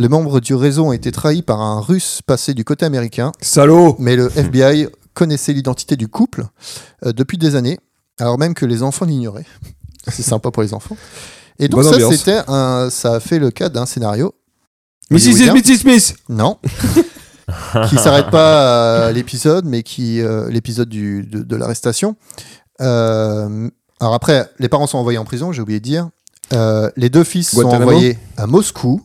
B: Les membres du réseau ont été trahis par un Russe passé du côté américain
C: Salaud
B: Mais le FBI
C: (laughs)
B: connaissait l'identité du couple euh, depuis des années, alors même que les enfants l'ignoraient. C'est sympa pour les enfants. Et donc
C: Bonne
B: ça,
C: ambiance.
B: c'était un, ça a fait le cas d'un scénario.
C: Mrs.
B: hollywoodien.
C: Mrs. Smith (laughs)
B: Non. qui s'arrête pas à l'épisode, mais qui euh, l'épisode du- de, de l'arrestation. Euh, alors après, les parents sont envoyés en prison. J'ai oublié de dire. Euh, les deux fils sont
C: Guantanamo
B: envoyés à Moscou.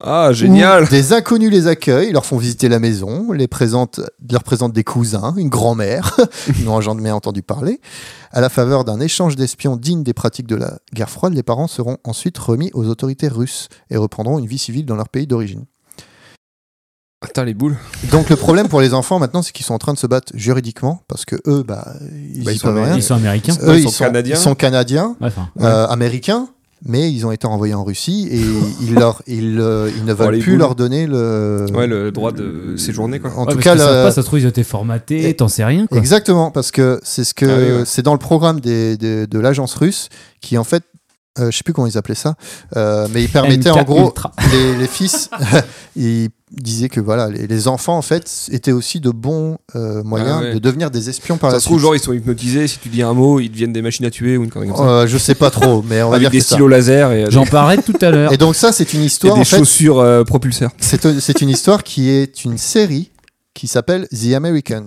C: Ah, génial
B: où Des inconnus les accueillent, leur font visiter la maison, les présentent, leur présentent des cousins, une grand-mère,
C: (laughs)
B: dont un jamais entendu parler. À la faveur d'un échange d'espions digne des pratiques de la guerre froide, les parents seront ensuite remis aux autorités russes et reprendront une vie civile dans leur pays d'origine.
C: Attends, les boules.
B: Donc le problème pour les enfants maintenant, c'est qu'ils sont en train de se battre juridiquement parce que eux, bah, ils,
C: Bah, ils
B: y
C: sont
B: peuvent rien.
C: américains. Bah,
A: Ils sont américains.
B: Eux,
C: Ils sont canadiens.
B: ils sont canadiens,
A: Ouais, enfin,
B: euh, américains, mais ils ont été envoyés en Russie et ils leur, ils, euh, ils ne
C: Oh,
B: veulent
C: les
B: plus
C: boules.
B: leur donner le.
C: Ouais, le droit de séjourner, quoi.
B: En
A: ouais,
B: tout
A: parce
B: cas,
A: que ça,
B: le-
A: passe, ça se trouve, ils ont été formatés,
B: Et-
A: t'en sais rien. Quoi.
B: Exactement, parce que c'est ce que
C: Ah oui, ouais.
B: c'est dans le programme des, des- de l'agence russe qui en fait, euh, je sais plus comment ils appelaient ça, euh, mais ils permettaient en
A: MK
B: gros
A: Ultra.
B: les, les fils, (laughs) ils disaient que voilà, les, les enfants en fait étaient aussi de bons euh, moyens
C: Ah ouais.
B: de devenir des espions par
C: Ça
B: la
C: se trouve,
B: suite.
C: genre, ils sont hypnotisés, si tu dis un mot, ils deviennent des machines à tuer ou une connerie comme ça.
B: Euh, je sais pas
C: (laughs)
B: trop, mais on va
C: Avec
B: dire
C: des
B: que c'est ça.
C: stylos laser et,
A: J'en parlais tout à l'heure.
B: Et donc ça, c'est une
C: et
B: histoire
C: des
B: en fait,
C: chaussures euh, propulseurs.
B: (laughs) c'est c'est une histoire qui est une série qui s'appelle The Americans,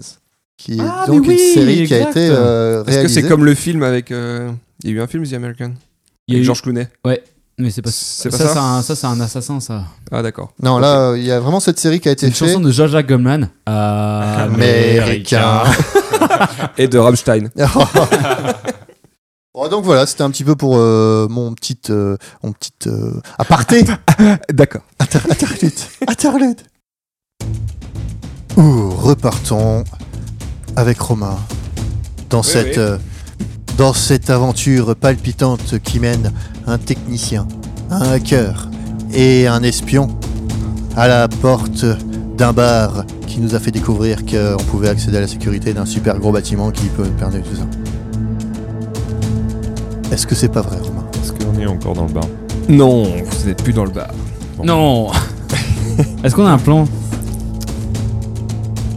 B: qui est
A: Ah,
B: donc
A: mais oui,
B: une série qui a
A: exact.
B: été euh,
C: Est-ce que
B: réalisée.
C: c'est comme le film avec. euh, Il y a eu un film, The American
A: Il y a
C: Avec
A: eu-
C: George Clooney.
A: Mais c'est pas
C: C'est
A: ça.
C: pas
A: ça,
C: ça
A: c'est un- ça, c'est un assassin, ça.
C: Ah, d'accord.
B: Non, là, euh, il y a vraiment cette série qui a
A: C'est
B: été
A: une
B: faite.
A: chanson de Jaja Gomlan. euh, Américain. (laughs)
B: Américain.
C: Et de Rammstein.
B: Bon, Oh, donc voilà, c'était un petit peu pour euh, mon petit, euh, mon petit euh, aparté.
C: D'accord.
B: Inter- interlude. Interlude. Ouh, repartons avec Romain dans cette
C: oui.
B: euh, dans cette aventure palpitante qui mène un technicien, un hacker et un espion à la porte d'un bar qui nous a fait découvrir qu'on pouvait accéder à la sécurité d'un super gros bâtiment qui peut permettre tout ça. Est-ce que c'est pas vrai, Romain
D: Est-ce qu'on est encore dans le bar
C: Non, vous n'êtes plus dans le bar.
B: (laughs)
A: Non Est-ce qu'on a un plan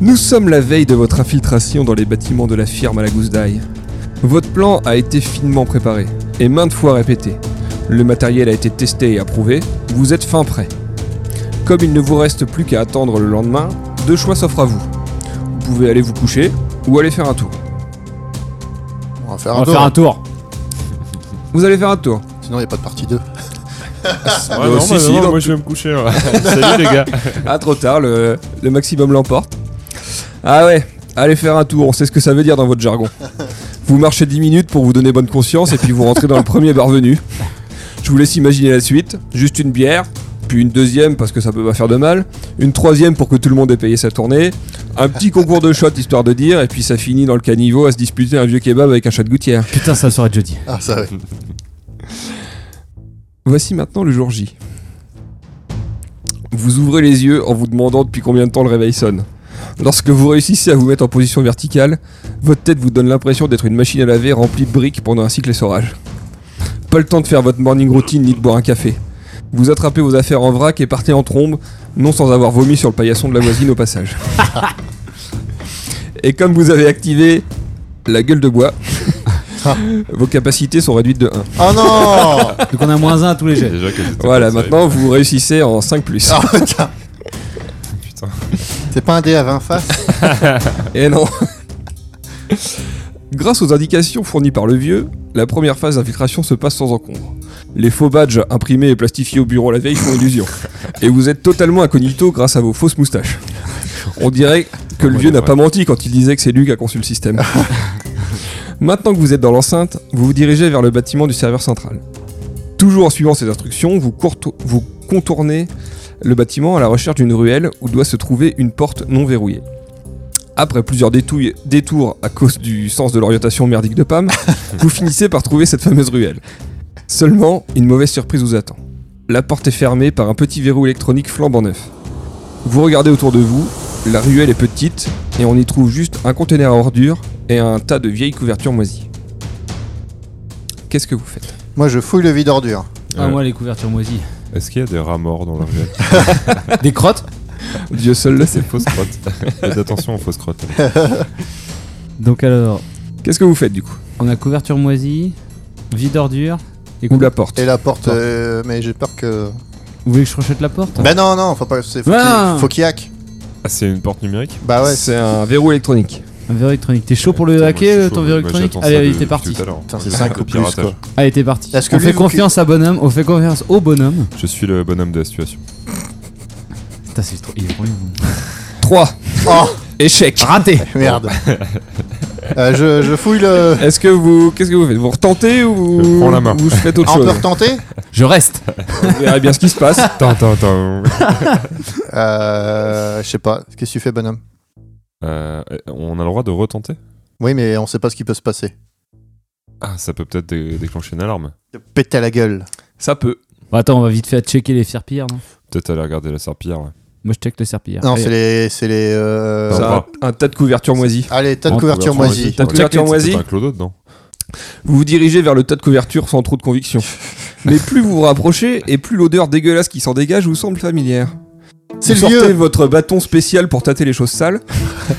C: Nous sommes la veille de votre infiltration dans les bâtiments de la firme à la gousse d'ail. Votre plan a été finement préparé et maintes fois répété. Le matériel a été testé et approuvé, vous êtes fin prêt. Comme il ne vous reste plus qu'à attendre le lendemain, deux choix s'offrent à vous. Vous pouvez aller vous coucher ou aller faire un tour.
B: On va faire
A: On va faire un tour.
C: Vous allez faire un tour.
B: Sinon, il n'y a pas de partie 2.
D: Ah
C: non, si, si, donc-
D: moi je vais me coucher. ouais. Salut les gars.
C: Ah trop tard, le, le maximum l'emporte. Ah ouais, allez faire un tour, on sait ce que ça veut dire dans votre jargon. Vous marchez 10 minutes pour vous donner bonne conscience et puis vous rentrez dans le premier bar venu. Je vous laisse imaginer la suite, juste une bière, puis une deuxième parce que ça peut pas faire de mal, une troisième pour que tout le monde ait payé sa tournée, un petit concours de shots histoire de dire, et puis ça finit dans le caniveau à se disputer un vieux kebab avec un chat de gouttière.
A: Putain, ça serait jeudi.
B: Ah, ça, oui.
C: Voici maintenant le jour J. Vous ouvrez les yeux en vous demandant depuis combien de temps le réveil sonne. Lorsque vous réussissez à vous mettre en position verticale, votre tête vous donne l'impression d'être une machine à laver remplie de briques pendant un cycle essorage. Pas le temps de faire votre morning routine ni de boire un café. Vous attrapez vos affaires en vrac et partez en trombe, non sans avoir vomi sur le paillasson de la voisine au passage. et comme vous avez activé la gueule de bois, vos capacités sont réduites de 1.
B: Oh non
A: Donc on a moins un à tous les jets.
D: Déjà que j'étais
C: Voilà,
D: pas
C: maintenant vous réussissez en 5 plus.
B: (laughs) Ah, putain.
D: sérieux. Putain.
B: C'est pas un dé à 20 faces
C: (laughs) Et Eh non Grâce aux indications fournies par le vieux, la première phase d'infiltration se passe sans encombre. Les faux badges imprimés et plastifiés au bureau la veille font illusion. Et vous êtes totalement incognito grâce à vos fausses moustaches. On dirait que le
D: Ouais,
C: vieux n'a
D: ouais.
C: pas menti quand il disait que c'est lui qui a conçu le système. Maintenant que vous êtes dans l'enceinte, vous vous dirigez vers le bâtiment du serveur central. Toujours en suivant ces instructions, vous, courto- vous contournez le bâtiment à la recherche d'une ruelle où doit se trouver une porte non verrouillée. Après plusieurs détouilles- détours à cause du sens de l'orientation merdique de (laughs) Pam, vous finissez par trouver cette fameuse ruelle. Seulement, une mauvaise surprise vous attend. La porte est fermée par un petit verrou électronique flambant neuf. Vous regardez autour de vous, la ruelle est petite et on y trouve juste un conteneur à ordures et un tas de vieilles couvertures moisies. Qu'est-ce que vous faites
B: Moi, je fouille le vide ordure.
A: Ah,
D: Ouais.
A: moi, les couvertures moisies.
D: Est-ce qu'il y a des rats morts dans la ruelle
A: (laughs) Des crottes
C: Dieu seul le sait.
D: C'est fausse crotte. Faites attention aux fausses crottes.
A: Donc alors,
C: Qu'est-ce que vous faites du coup
A: on a couverture moisie. Vie d'ordure. Et
C: Ou
A: quoi
C: la porte.
B: Et la porte, euh, mais j'ai peur que.
A: Vous voulez que je rechète la porte
B: Bah non, non, faut pas. c'est- Faut
A: Ah.
B: qu'il- faut qu'il hack.
D: Ah, c'est une porte numérique
B: Bah ouais.
C: C'est un verrou électronique.
A: Un verre électronique. T'es chaud pour le
D: Putain, moi, je
A: hacker,
D: suis
A: euh,
D: chaud,
A: ton
D: mais
A: verre
D: moi,
A: électronique
D: j'attends ça
A: Allez, allez,
D: de-
A: t'es
D: depuis
A: parti.
D: tout à l'heure.
B: Putain, c'est
D: Le
B: 5 ou plus,
D: piratage.
B: quoi.
A: Allez, t'es parti.
B: Est-ce que
A: On
B: lui,
A: fait
B: vous-
A: confiance à bonhomme, on fait confiance au bonhomme.
D: Je suis le bonhomme de la situation.
A: Putain, c'est trop. Il est trop bien.
C: 3.
B: Oh,
C: Échec.
E: Raté
B: merde. Euh, je, je fouille le.
C: Est-ce que vous. Qu'est-ce que vous faites Vous retentez ou.
D: Je prends la main.
C: Ou je fais autre
B: Ah, on (laughs) peut
C: chose
B: retenter
A: Je reste.
C: Vous verrez bien ce qui se passe.
D: Attends, attends, attends.
B: Euh. Je sais pas. Qu'est-ce que tu fais, bonhomme
D: Euh, on a le droit de retenter
B: Oui, mais on sait pas ce qui peut se passer.
D: Ah, ça peut peut-être dé- déclencher une alarme.
B: Pète à la gueule.
C: Ça peut.
A: Bon, attends, on va vite fait checker les serpillères, non
D: Peut-être aller regarder la serpillère. ouais.
A: Moi, je check les serpillères.
B: Non,
A: Allez.
B: c'est les. C'est les. euh,
D: Ça
C: Ça
D: va.
C: a un tas de couvertures moisies.
B: Allez, tas de
A: En
B: couverture
D: couverture
B: moisie.
D: moisie.
C: Tas de
D: Ouais.
C: couvertures moisies.
D: C'est un clodo dedans.
C: Vous vous dirigez vers le tas de couvertures sans trop de
D: (laughs)
C: conviction. Mais plus vous vous rapprochez et plus l'odeur dégueulasse qui s'en dégage vous semble familière.
B: C'est
C: vous
B: le
C: sortez
B: vieux.
C: votre bâton spécial pour tâter les choses sales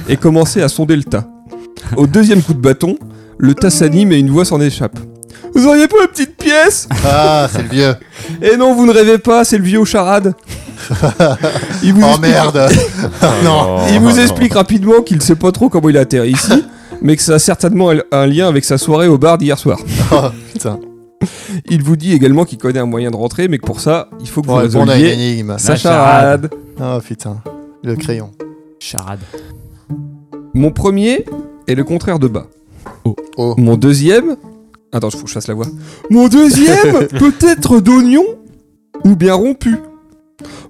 C: et commencez à sonder le tas. Au deuxième coup de bâton, le tas s'anime et une voix s'en échappe. Vous auriez pas une petite pièce
B: Ah, c'est le vieux.
C: Et non, vous ne rêvez pas, c'est le vieux
B: (laughs)
C: au charade. Il vous
B: Oh
C: explique-
B: merde.
D: Ah,
B: Non.
C: Il vous
D: non.
C: explique rapidement qu'il ne sait pas trop comment il a atterri ici, mais que ça a certainement un lien avec sa soirée au bar d'hier soir.
B: Oh, putain.
C: Il vous dit également qu'il connaît un moyen de rentrer, mais que pour ça, il faut que
B: Bon,
C: vous
B: répondre à une
C: résolviez
B: énigme.
C: sa
A: La
C: charade.
A: charade.
B: Oh putain. Le crayon.
A: Charade.
C: Mon premier est le contraire de bas.
B: Oh.
C: Mon deuxième. Attends, faut que je fasse la voix. Mon deuxième peut être d'oignon ou bien rompu.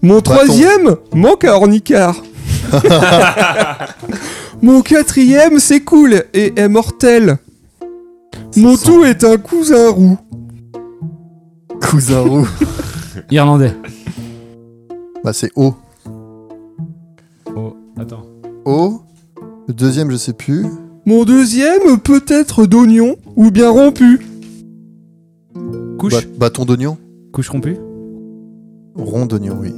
C: Mon troisième manque à ornicard. Mon quatrième c'est cool et est mortel. Mon tout est un cousin roux.
B: Cousin roux.
A: Irlandais.
B: Bah, c'est O.
A: Oh, attends.
B: O. Le deuxième, je sais plus.
C: Mon deuxième peut être d'oignon ou bien rompu. Couche.
B: Ba- bâton d'oignon.
A: Couche rompue
B: Rond d'oignon, oui.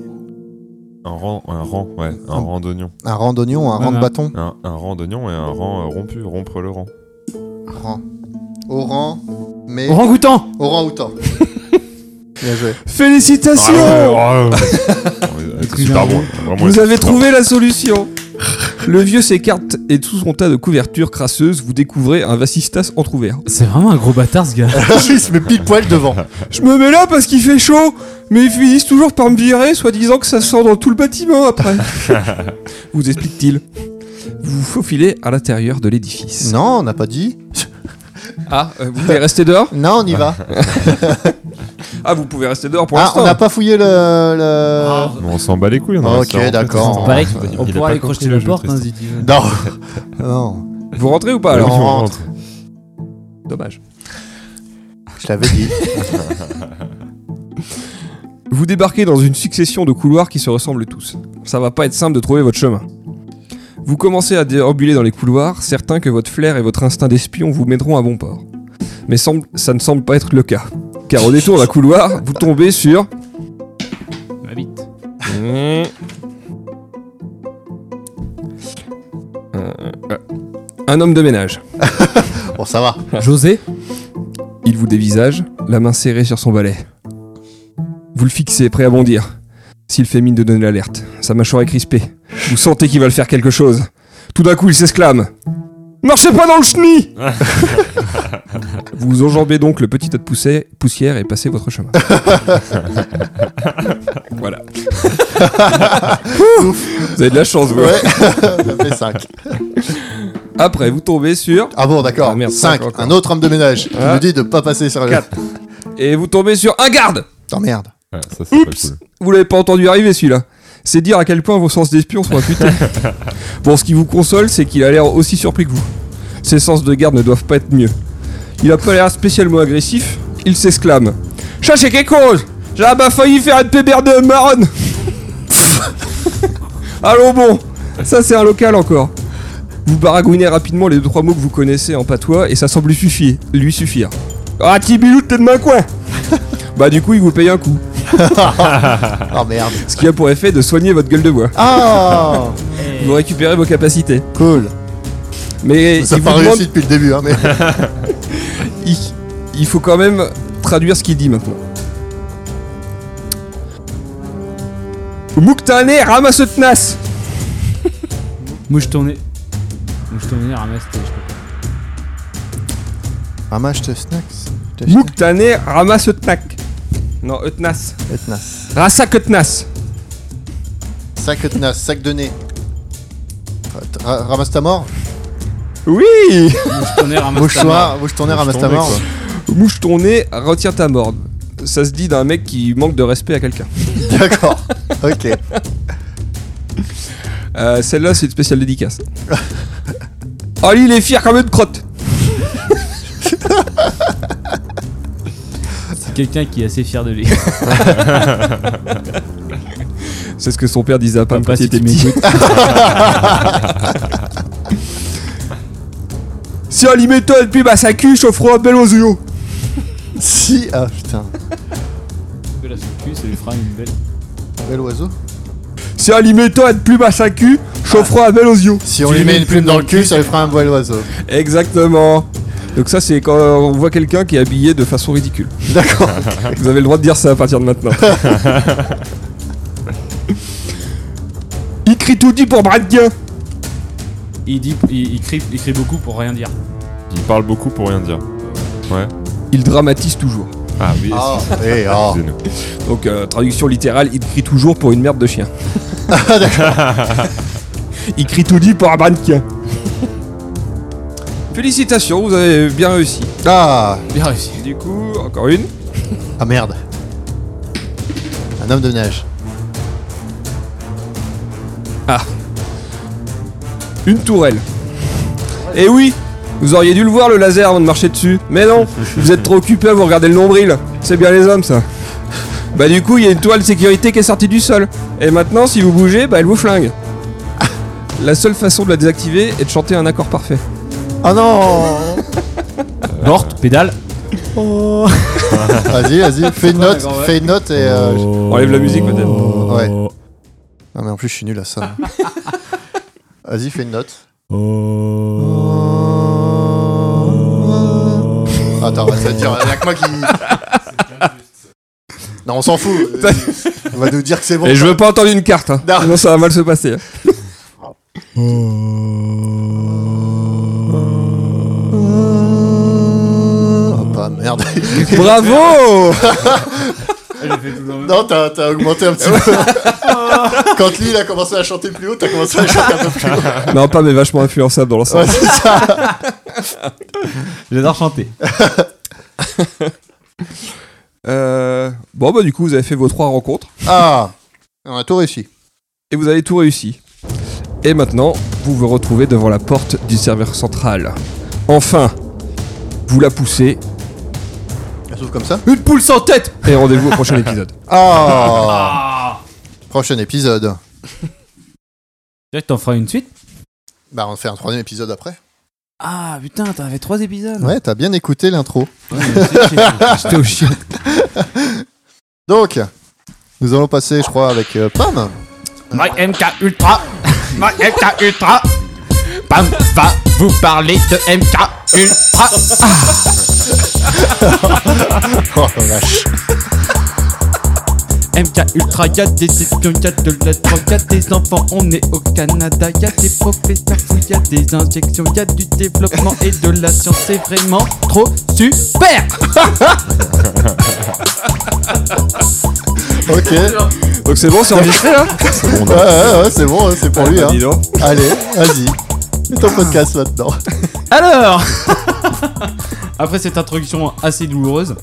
D: Un rang, un rang, ouais, un rang d'oignon.
B: Un rang d'oignon, un rang de
A: Voilà.
B: bâton.
D: Un, un rang d'oignon et un rang euh, rompu, rompre le rang.
B: Rang. Au rang, mais
A: Orangoutan
B: au rang
C: (laughs)
B: outan. Bien joué.
C: Félicitations
D: (laughs) Bravo, bravo. C'est super bon. Vraiment,
C: Vous
D: c'est
C: avez
D: super
C: trouvé la solution Le vieux s'écarte et sous son tas de couvertures crasseuses, vous découvrez un vasistas entrouvert.
A: C'est vraiment un gros bâtard, ce gars.
C: Ah,
B: il se met pile poil devant.
C: Je me mets là parce qu'il fait chaud, mais ils finissent toujours par me virer, soi-disant que ça sent dans tout le bâtiment après. (laughs) vous explique-t-il. Vous vous faufilez à l'intérieur de l'édifice.
B: (laughs) Non, on n'a pas dit.
C: Ah, euh, vous pouvez rester dehors
B: Non, on y va.
C: Ah, vous pouvez rester dehors pour
B: Ah, on
C: l'instant. Ah.
B: n'a pas fouillé le. le-
D: bon. Mais On s'en bat les couilles, on a
B: Ok,
D: ça, en
B: d'accord.
D: fait. (laughs)
B: Bah,
A: Pareil,
D: Il
A: on
D: a
A: pourra
D: pas
A: aller
D: compris
A: crocheter
D: le
A: la
D: jeu,
A: porte, hein,
D: Tristan.
A: si tu veux.
B: Non. (laughs) non.
C: Vous rentrez ou pas
D: Oui,
C: alors
D: on
B: rentre.
D: rentre.
C: Dommage.
B: Je l'avais dit.
C: Vous débarquez dans une succession de couloirs qui se ressemblent tous. Ça va pas être simple de trouver votre chemin. Vous commencez à déambuler dans les couloirs, certain que votre flair et votre instinct d'espion vous mèneront à bon port. Mais semble- ça ne semble pas être le cas. Car au détour d'un couloir, vous tombez sur...
A: Ma bite.
C: Euh, euh, Un homme de ménage.
B: Bon, ça va.
A: José
C: Il vous dévisage, la main serrée sur son balai. Vous le fixez, prêt à bondir. S'il fait mine de donner l'alerte, sa mâchoire est crispée. Vous sentez qu'il va le faire quelque chose. Tout d'un coup, il s'exclame Marchez pas dans le chenille Vous enjambez donc le petit tas de poussé- poussière et passez votre chemin. voilà. vous avez de la chance, vous.
B: Ouais. (laughs) Ça fait 5.
C: Après, vous tombez sur.
B: Ah bon,
C: Ah,
B: d'accord.
C: merde, cinq
B: 5.
C: encore.
B: Un autre homme de ménage. Il
C: Ah.
B: nous dit de pas passer sur le.
C: Quatre. Et vous tombez sur un garde
B: Oh merde.
D: Ouais, ça, c'est pas cool.
C: Vous l'avez pas entendu arriver celui-là. C'est dire à quel point vos sens d'espion sont affûtés. bon, ce qui vous console, c'est qu'il a l'air aussi surpris que vous. Ses sens de garde ne doivent pas être mieux. Il a pas l'air spécialement agressif, il s'exclame. Cherchez quelque chose J'ai ah bah failli faire une pébère de marron (laughs) Allons bon Ça c'est un local encore. Vous baragouinez rapidement les deux trois mots que vous connaissez en patois et ça semble lui suffire. Lui suffire. Ah Tibilou, t'es de ma coin Bah du coup il vous paye un coup.
B: Oh merde.
C: Ce qui a pour effet de soigner votre gueule de bois.
B: Ah
C: Vous récupérez vos capacités.
B: Cool.
C: Mais
B: Ça
C: il
B: n'a
C: vous
B: pas (laughs)
C: demande-
B: réussi depuis le début, hein, mais.
C: il, il faut quand même traduire ce qu'il dit maintenant. Mouktané ramasse tenace
A: Mouche tournée. Mouche tournée, ramasse, je sais pas.
B: Ramage tes snacks. Tes
C: Mouktané ramasse Utnak. Non,
B: snacks.
C: Utnas.
B: Et tenace.
C: Rassak Utnas.
B: Sac et tenace, sac de nez. Ra- t- ra- Ramasse ta mort.
C: Oui (laughs)
A: Mouche tournée, ramasse.
B: Bouge
A: ta main.
B: toi, bouge ton nez, ramasse ta hein.
D: ton nez,
B: mort.
D: quoi.
C: Mouche ton nez, retire ta morde. Ça se dit d'un mec qui manque de respect à quelqu'un.
B: (laughs) D'accord. Ok. (laughs)
C: Euh, Celle-là, c'est une spéciale dédicace. oh, lui, il est fier comme une crotte.
A: C'est quelqu'un qui est assez fier de lui.
C: C'est ce que son père disait à Pam
A: Papa,
C: quand il
A: si
C: était
A: tu
C: petit. Si on lui mettait une pub à sa cul, je ferai un bel oiseau.
B: Si. Ah putain.
A: Là, son cul, ça lui fera une belle.
B: Bel oiseau.
C: Si on lui mettait une pub à sa cul, je ferai un bel oiseau.
B: Si on lui met une plume dans le cul, ça lui fera un bel oiseau.
C: Exactement. Donc ça c'est quand on voit quelqu'un qui est habillé de façon (laughs) ridicule.
B: D'accord.
C: Vous avez le droit de dire ça à partir de maintenant. (laughs) Il crie tout dit pour Bradguin.
A: Il, dit, il, il crie, il crie beaucoup pour rien dire.
D: Il parle beaucoup pour rien dire.
C: Il dramatise toujours.
D: Ah oui,
B: Ah. Eh, (laughs) ah.
D: excusez-nous.
C: Donc euh, traduction littérale, il crie toujours pour une merde de chien. (laughs) il crie tout dit pour Bradguin. Félicitations, vous avez bien réussi.
B: Ah.
A: Bien réussi.
C: Du coup, encore une.
B: Ah merde. Un homme de ménage.
C: Une tourelle. Et oui, vous auriez dû le voir le laser avant de marcher dessus. Mais non, vous êtes trop occupé à vous regarder le nombril. C'est bien les hommes ça. Bah du coup, il y a une toile de sécurité qui est sortie du sol. Et maintenant, si vous bougez, bah elle vous flingue. La seule façon de la désactiver est de chanter un accord parfait.
B: Ah non.
A: Morte, pédale.
B: Vas-y, vas-y. Fais une note. Fais une note et. euh, je-
C: enlève la musique, peut-être.
B: Ouais. Ah mais en plus je suis nul à ça. hein. (laughs) Vas-y, fais une note. Euh, Attends, bah, ça veut dire y'a que moi qui. Non, on s'en fout. Euh, On va nous dire que c'est bon.
C: Et je veux pas entendre une carte, hein.
B: Non.
C: sinon ça va mal se passer. hein.
B: Ah, bah merde.
C: Bravo
B: Non, t'as t'as augmenté un petit peu. (laughs) Quand lui, il a commencé à chanter plus haut, t'as commencé à chanter un peu plus haut.
C: (laughs) Non, pas mais vachement influençable dans l'ensemble.
B: Ouais, c'est ça.
E: J'adore chanter.
C: Euh, bon bah du coup, vous avez fait vos trois rencontres.
B: (laughs) Ah, on a tout réussi.
C: et vous avez tout réussi. Et maintenant, vous vous retrouvez devant la porte du serveur central. Enfin, vous la poussez
B: Ça s'ouvre comme ça.
C: une poule sans tête et rendez-vous au prochain (laughs) épisode.
B: Ah. Prochain épisode.
A: Tu t'en feras une suite
B: Bah, on fait un troisième épisode après.
A: Ah putain, t'avais trois épisodes.
B: Ouais, t'as bien écouté l'intro.
A: J'étais au chien.
B: Donc, nous allons passer, je crois, avec euh, Pam.
A: My MK Ultra, My MK Ultra, Pam va vous parler de MK Ultra.
B: (laughs) Oh la vache.
A: MK Ultra, y'a des espions, y'a de la drogue, y'a des enfants, on est au Canada, y'a des professeurs fous, y'a des injections, y'a du développement et de la science, c'est vraiment trop super!
B: Ok. Ouais,
C: Donc c'est bon, c'est enregistré là
B: ouais, ouais, c'est bon, hein, c'est pour lui.
C: Ah,
B: Hein.
C: dis donc.
B: Allez, vas-y. Mets ton podcast là-dedans.
A: Alors (laughs) Après cette introduction assez (laughs) douloureuse,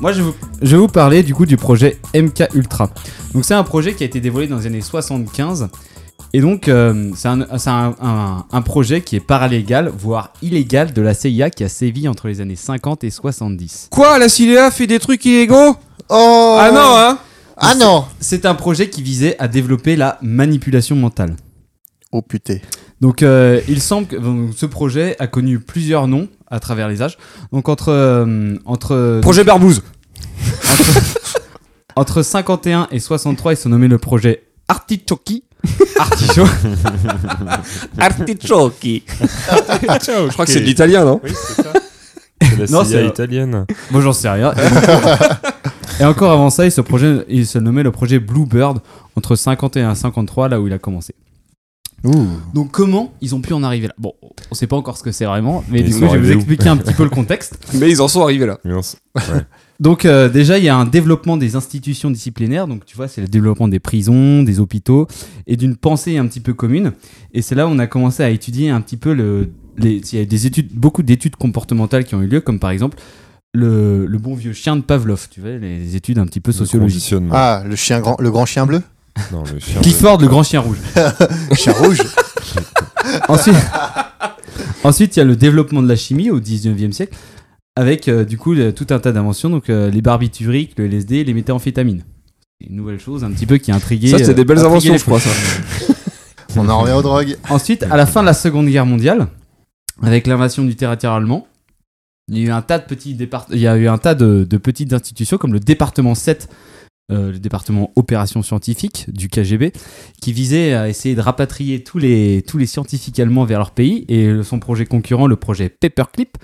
A: moi je, vous, je vais vous parler du coup du projet MK Ultra. Donc c'est un projet qui a été dévoilé dans les années 75. Et donc euh, c'est un, c'est un- un- un projet qui est paralégal, voire illégal, de la CIA qui a sévi entre les années 50 et 70.
C: Quoi La Ciléa fait des trucs illégaux
B: Oh
C: Ah non hein
B: Ah non
A: C'est un projet qui visait à développer la manipulation mentale.
B: Oh putain.
A: Donc euh, il semble que donc, ce projet a connu plusieurs noms à travers les âges. Donc entre euh, entre
C: Projet Barbouze
A: entre, entre 51 et 63, ils sont nommés le projet Artichoki. Artichaut.
G: Artichoki.
C: Je crois que c'est de l'italien non
D: Oui, c'est ça. C'est la
A: Non,
D: CIA
A: c'est-
D: italienne.
A: Moi, j'en sais rien. Et encore avant ça, il se, projet, il se nommait le projet Bluebird entre 51 et 53, là où il a commencé. Donc, comment ils ont pu en arriver là Bon, on sait pas encore ce que c'est vraiment, mais
D: Ils
A: du
D: sont
A: coup, je vais vous
D: arrivés où
A: expliquer un petit peu le contexte.
C: Mais ils en sont arrivés là.
D: Mais on s-
A: Donc euh, déjà, il y a un développement des institutions disciplinaires. Donc tu vois, c'est le développement des prisons, des hôpitaux et d'une pensée un petit peu commune. Et c'est là où on a commencé à étudier un petit peu le, les, il y a des études, beaucoup d'études comportementales qui ont eu lieu, comme par exemple le, le bon vieux chien de Pavlov. Tu vois, les, les études un petit peu
D: le
A: sociologiques.
D: conditionnement.
B: Ah, le chien grand, le grand chien bleu,
D: Non, le chien de-
A: Clifford, le grand chien rouge.
B: le chien rouge.
A: Ensuite, (laughs) ensuite, il y a le développement de la chimie au 19e siècle, avec euh, du coup le- tout un tas d'inventions, donc euh, les barbituriques, le LSD, les méthamphétamines. C'est Une nouvelle chose un petit peu qui a intrigué.
C: Ça, c'était
A: euh,
C: des belles
A: intrigué
C: inventions,
A: les
C: je crois,
A: (laughs) fous.
B: On en revient aux (laughs) drogues.
A: Ensuite, à la fin de la Seconde Guerre mondiale, avec l'invasion du territoire allemand, il y a eu un tas de, petits départ- il y a eu un tas de, de petites institutions comme le département 7, euh, le département opérations scientifiques du KGB, qui visait à essayer de rapatrier tous les, tous les scientifiques allemands vers leur pays et son projet concurrent, le projet Paperclip.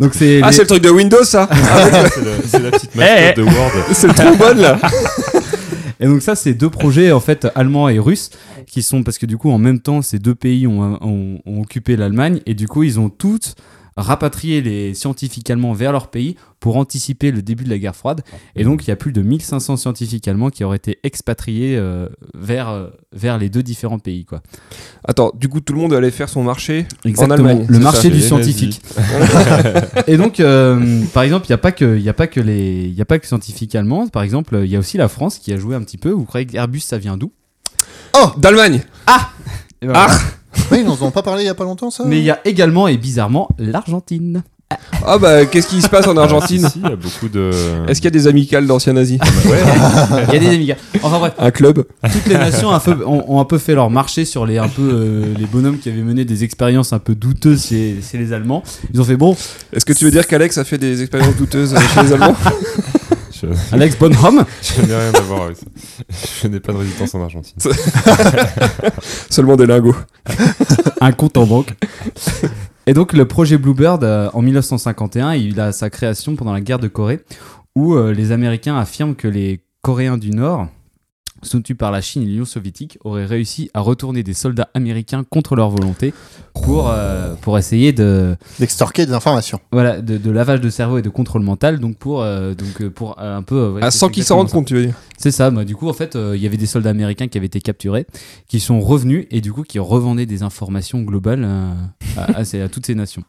A: Donc c'est
C: Ah,
A: les-
C: c'est le truc de Windows (laughs) ça
D: Ah, C'est la- c'est la petite mascotte
C: Eh,
D: de Word.
C: C'est le trombone là
A: Et donc ça, c'est deux projets en fait allemands et russes qui sont parce que du coup en même temps ces deux pays ont, ont- ont occupé l'Allemagne et du coup ils ont toutes rapatrié les scientifiques allemands vers leur pays pour anticiper le début de la guerre froide et donc il y a plus de 1500 scientifiques allemands qui auraient été expatriés euh, vers, euh, vers les deux différents pays quoi.
C: Attends, du coup, tout le monde allait faire son marché.
A: Exactement,
C: Allemagne,
A: le
C: c'est
A: marché
C: ça,
A: du
D: les nazis.
A: scientifique. et donc, euh, par exemple, il n'y a pas que, il y a pas que les, il y a pas que scientifiques allemands. Par exemple, il y a aussi la France qui a joué un petit peu. Vous croyez que Airbus ça vient d'où
C: Oh D'Allemagne
A: Eh ben,
C: Ah,
B: Mais ils n'en ont pas parlé il y a pas longtemps, ça
A: Mais il y a également et bizarrement l'Argentine.
C: Ah bah, qu'est-ce qui se passe en (laughs) Argentine
D: Ah, Si, il y a beaucoup de.
C: Est-ce qu'il y a des amicales d'anciens nazis
A: Il y a des amigas. Enfin bref,
C: Un club
A: toutes les nations un peu- ont, ont un peu fait leur marché sur les un peu euh, les bonhommes qui avaient mené des expériences un peu douteuses chez, chez les Allemands. Ils ont fait bon,
C: Est-ce que tu veux dire qu'Alex a fait des expériences douteuses euh, chez les Allemands
D: Je,
A: Alex Bonhomme,
D: je n'ai rien à voir avec ça. Je n'ai pas de résistance en Argentine.
C: (laughs) Seulement des lingots.
A: un compte en banque. Et donc le projet Bluebird euh, en 1951, il a sa création pendant la guerre de Corée, où euh, les Américains affirment que les Coréens du Nord, soutenus par la Chine et l'Union soviétique, auraient réussi à retourner des soldats américains contre leur volonté pour, euh, pour essayer de,
B: D'extorquer des informations.
A: voilà, de, de lavage de cerveau et de contrôle mental, donc pour, euh, donc euh, pour euh, un peu. euh, ouais,
C: Ah,
A: c'est
C: sans qu'ils s'en rendent
A: exactement
C: compte, tu veux dire.
A: ça. C'est ça, bah, du coup, en fait, euh, il y avait des soldats américains qui avaient été capturés, qui sont revenus et du coup qui revendaient des informations globales euh, à, à ces- à toutes ces nations.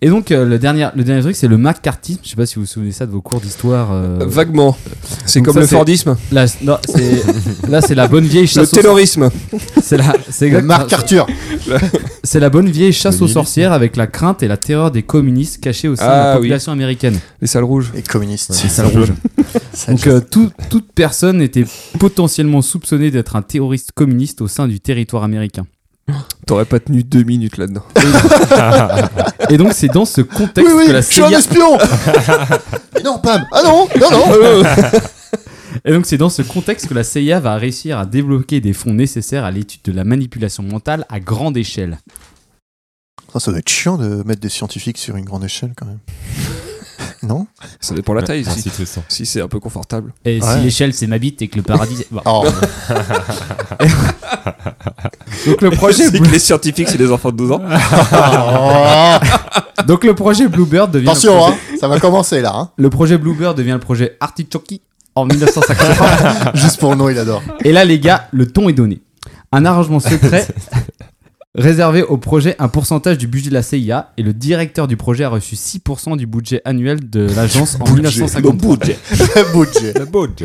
A: Et donc, euh, le, dernier, le dernier truc, c'est le McCarthyisme. Je sais pas si vous vous souvenez ça de vos cours d'histoire. euh,
C: Vaguement. C'est
A: donc
C: comme
A: ça,
C: le
A: c'est-
C: Fordisme,
A: là, c'est- non, c'est- là, c'est la bonne vieille
C: le
A: chasse aux
C: Taylorisme.
A: C'est la, c'est
B: Le
A: exact-
B: Marc Arthur.
A: c'est la bonne vieille chasse aux
D: Le nihilisme.
A: sorcières avec la crainte et la terreur des communistes cachés au sein de
C: Ah,
A: la
C: oui.
A: population américaine.
C: Les salles rouges.
B: Et communiste.
A: C'est ça le rouge.
B: (laughs) Ça,
A: Donc
B: je-
A: euh, tout- toute personne était potentiellement soupçonnée d'être un terroriste communiste au sein du territoire américain.
C: T'aurais pas tenu deux minutes là-dedans.
A: Et donc c'est dans ce contexte
B: oui, oui,
A: que la
B: je suis un
A: CIA (laughs)
B: espion Mais non, Pam Ah non, non, non
A: et donc c'est dans ce contexte que la CIA va réussir à débloquer des fonds nécessaires à l'étude de la manipulation mentale à grande échelle.
B: ça, ça doit être chiant de mettre des scientifiques sur une grande échelle, quand même. non
C: Ça dépend la taille,
D: Merci
C: si,
D: Tristan.
C: si c'est un peu confortable.
A: Et
B: Ouais.
A: si l'échelle c'est ma bite et que le paradis c'est- bon.
B: Oh,
A: donc le (laughs) projet
C: C'est que les scientifiques, c'est des enfants de 12 ans.
B: Oh.
A: donc le projet Bluebird devient le
B: Attention,
A: projet,
B: hein, ça va commencer là. hein.
A: le projet Bluebird devient le projet Artichoki en 1953.
B: Juste pour le nom, il adore.
A: Et là, les gars, le ton est donné. Un arrangement secret réservé au projet un pourcentage du budget de la CIA et le directeur du projet a reçu 6% du budget annuel de l'agence en 1953.
C: (laughs)
B: Le budget.
D: La Bodge.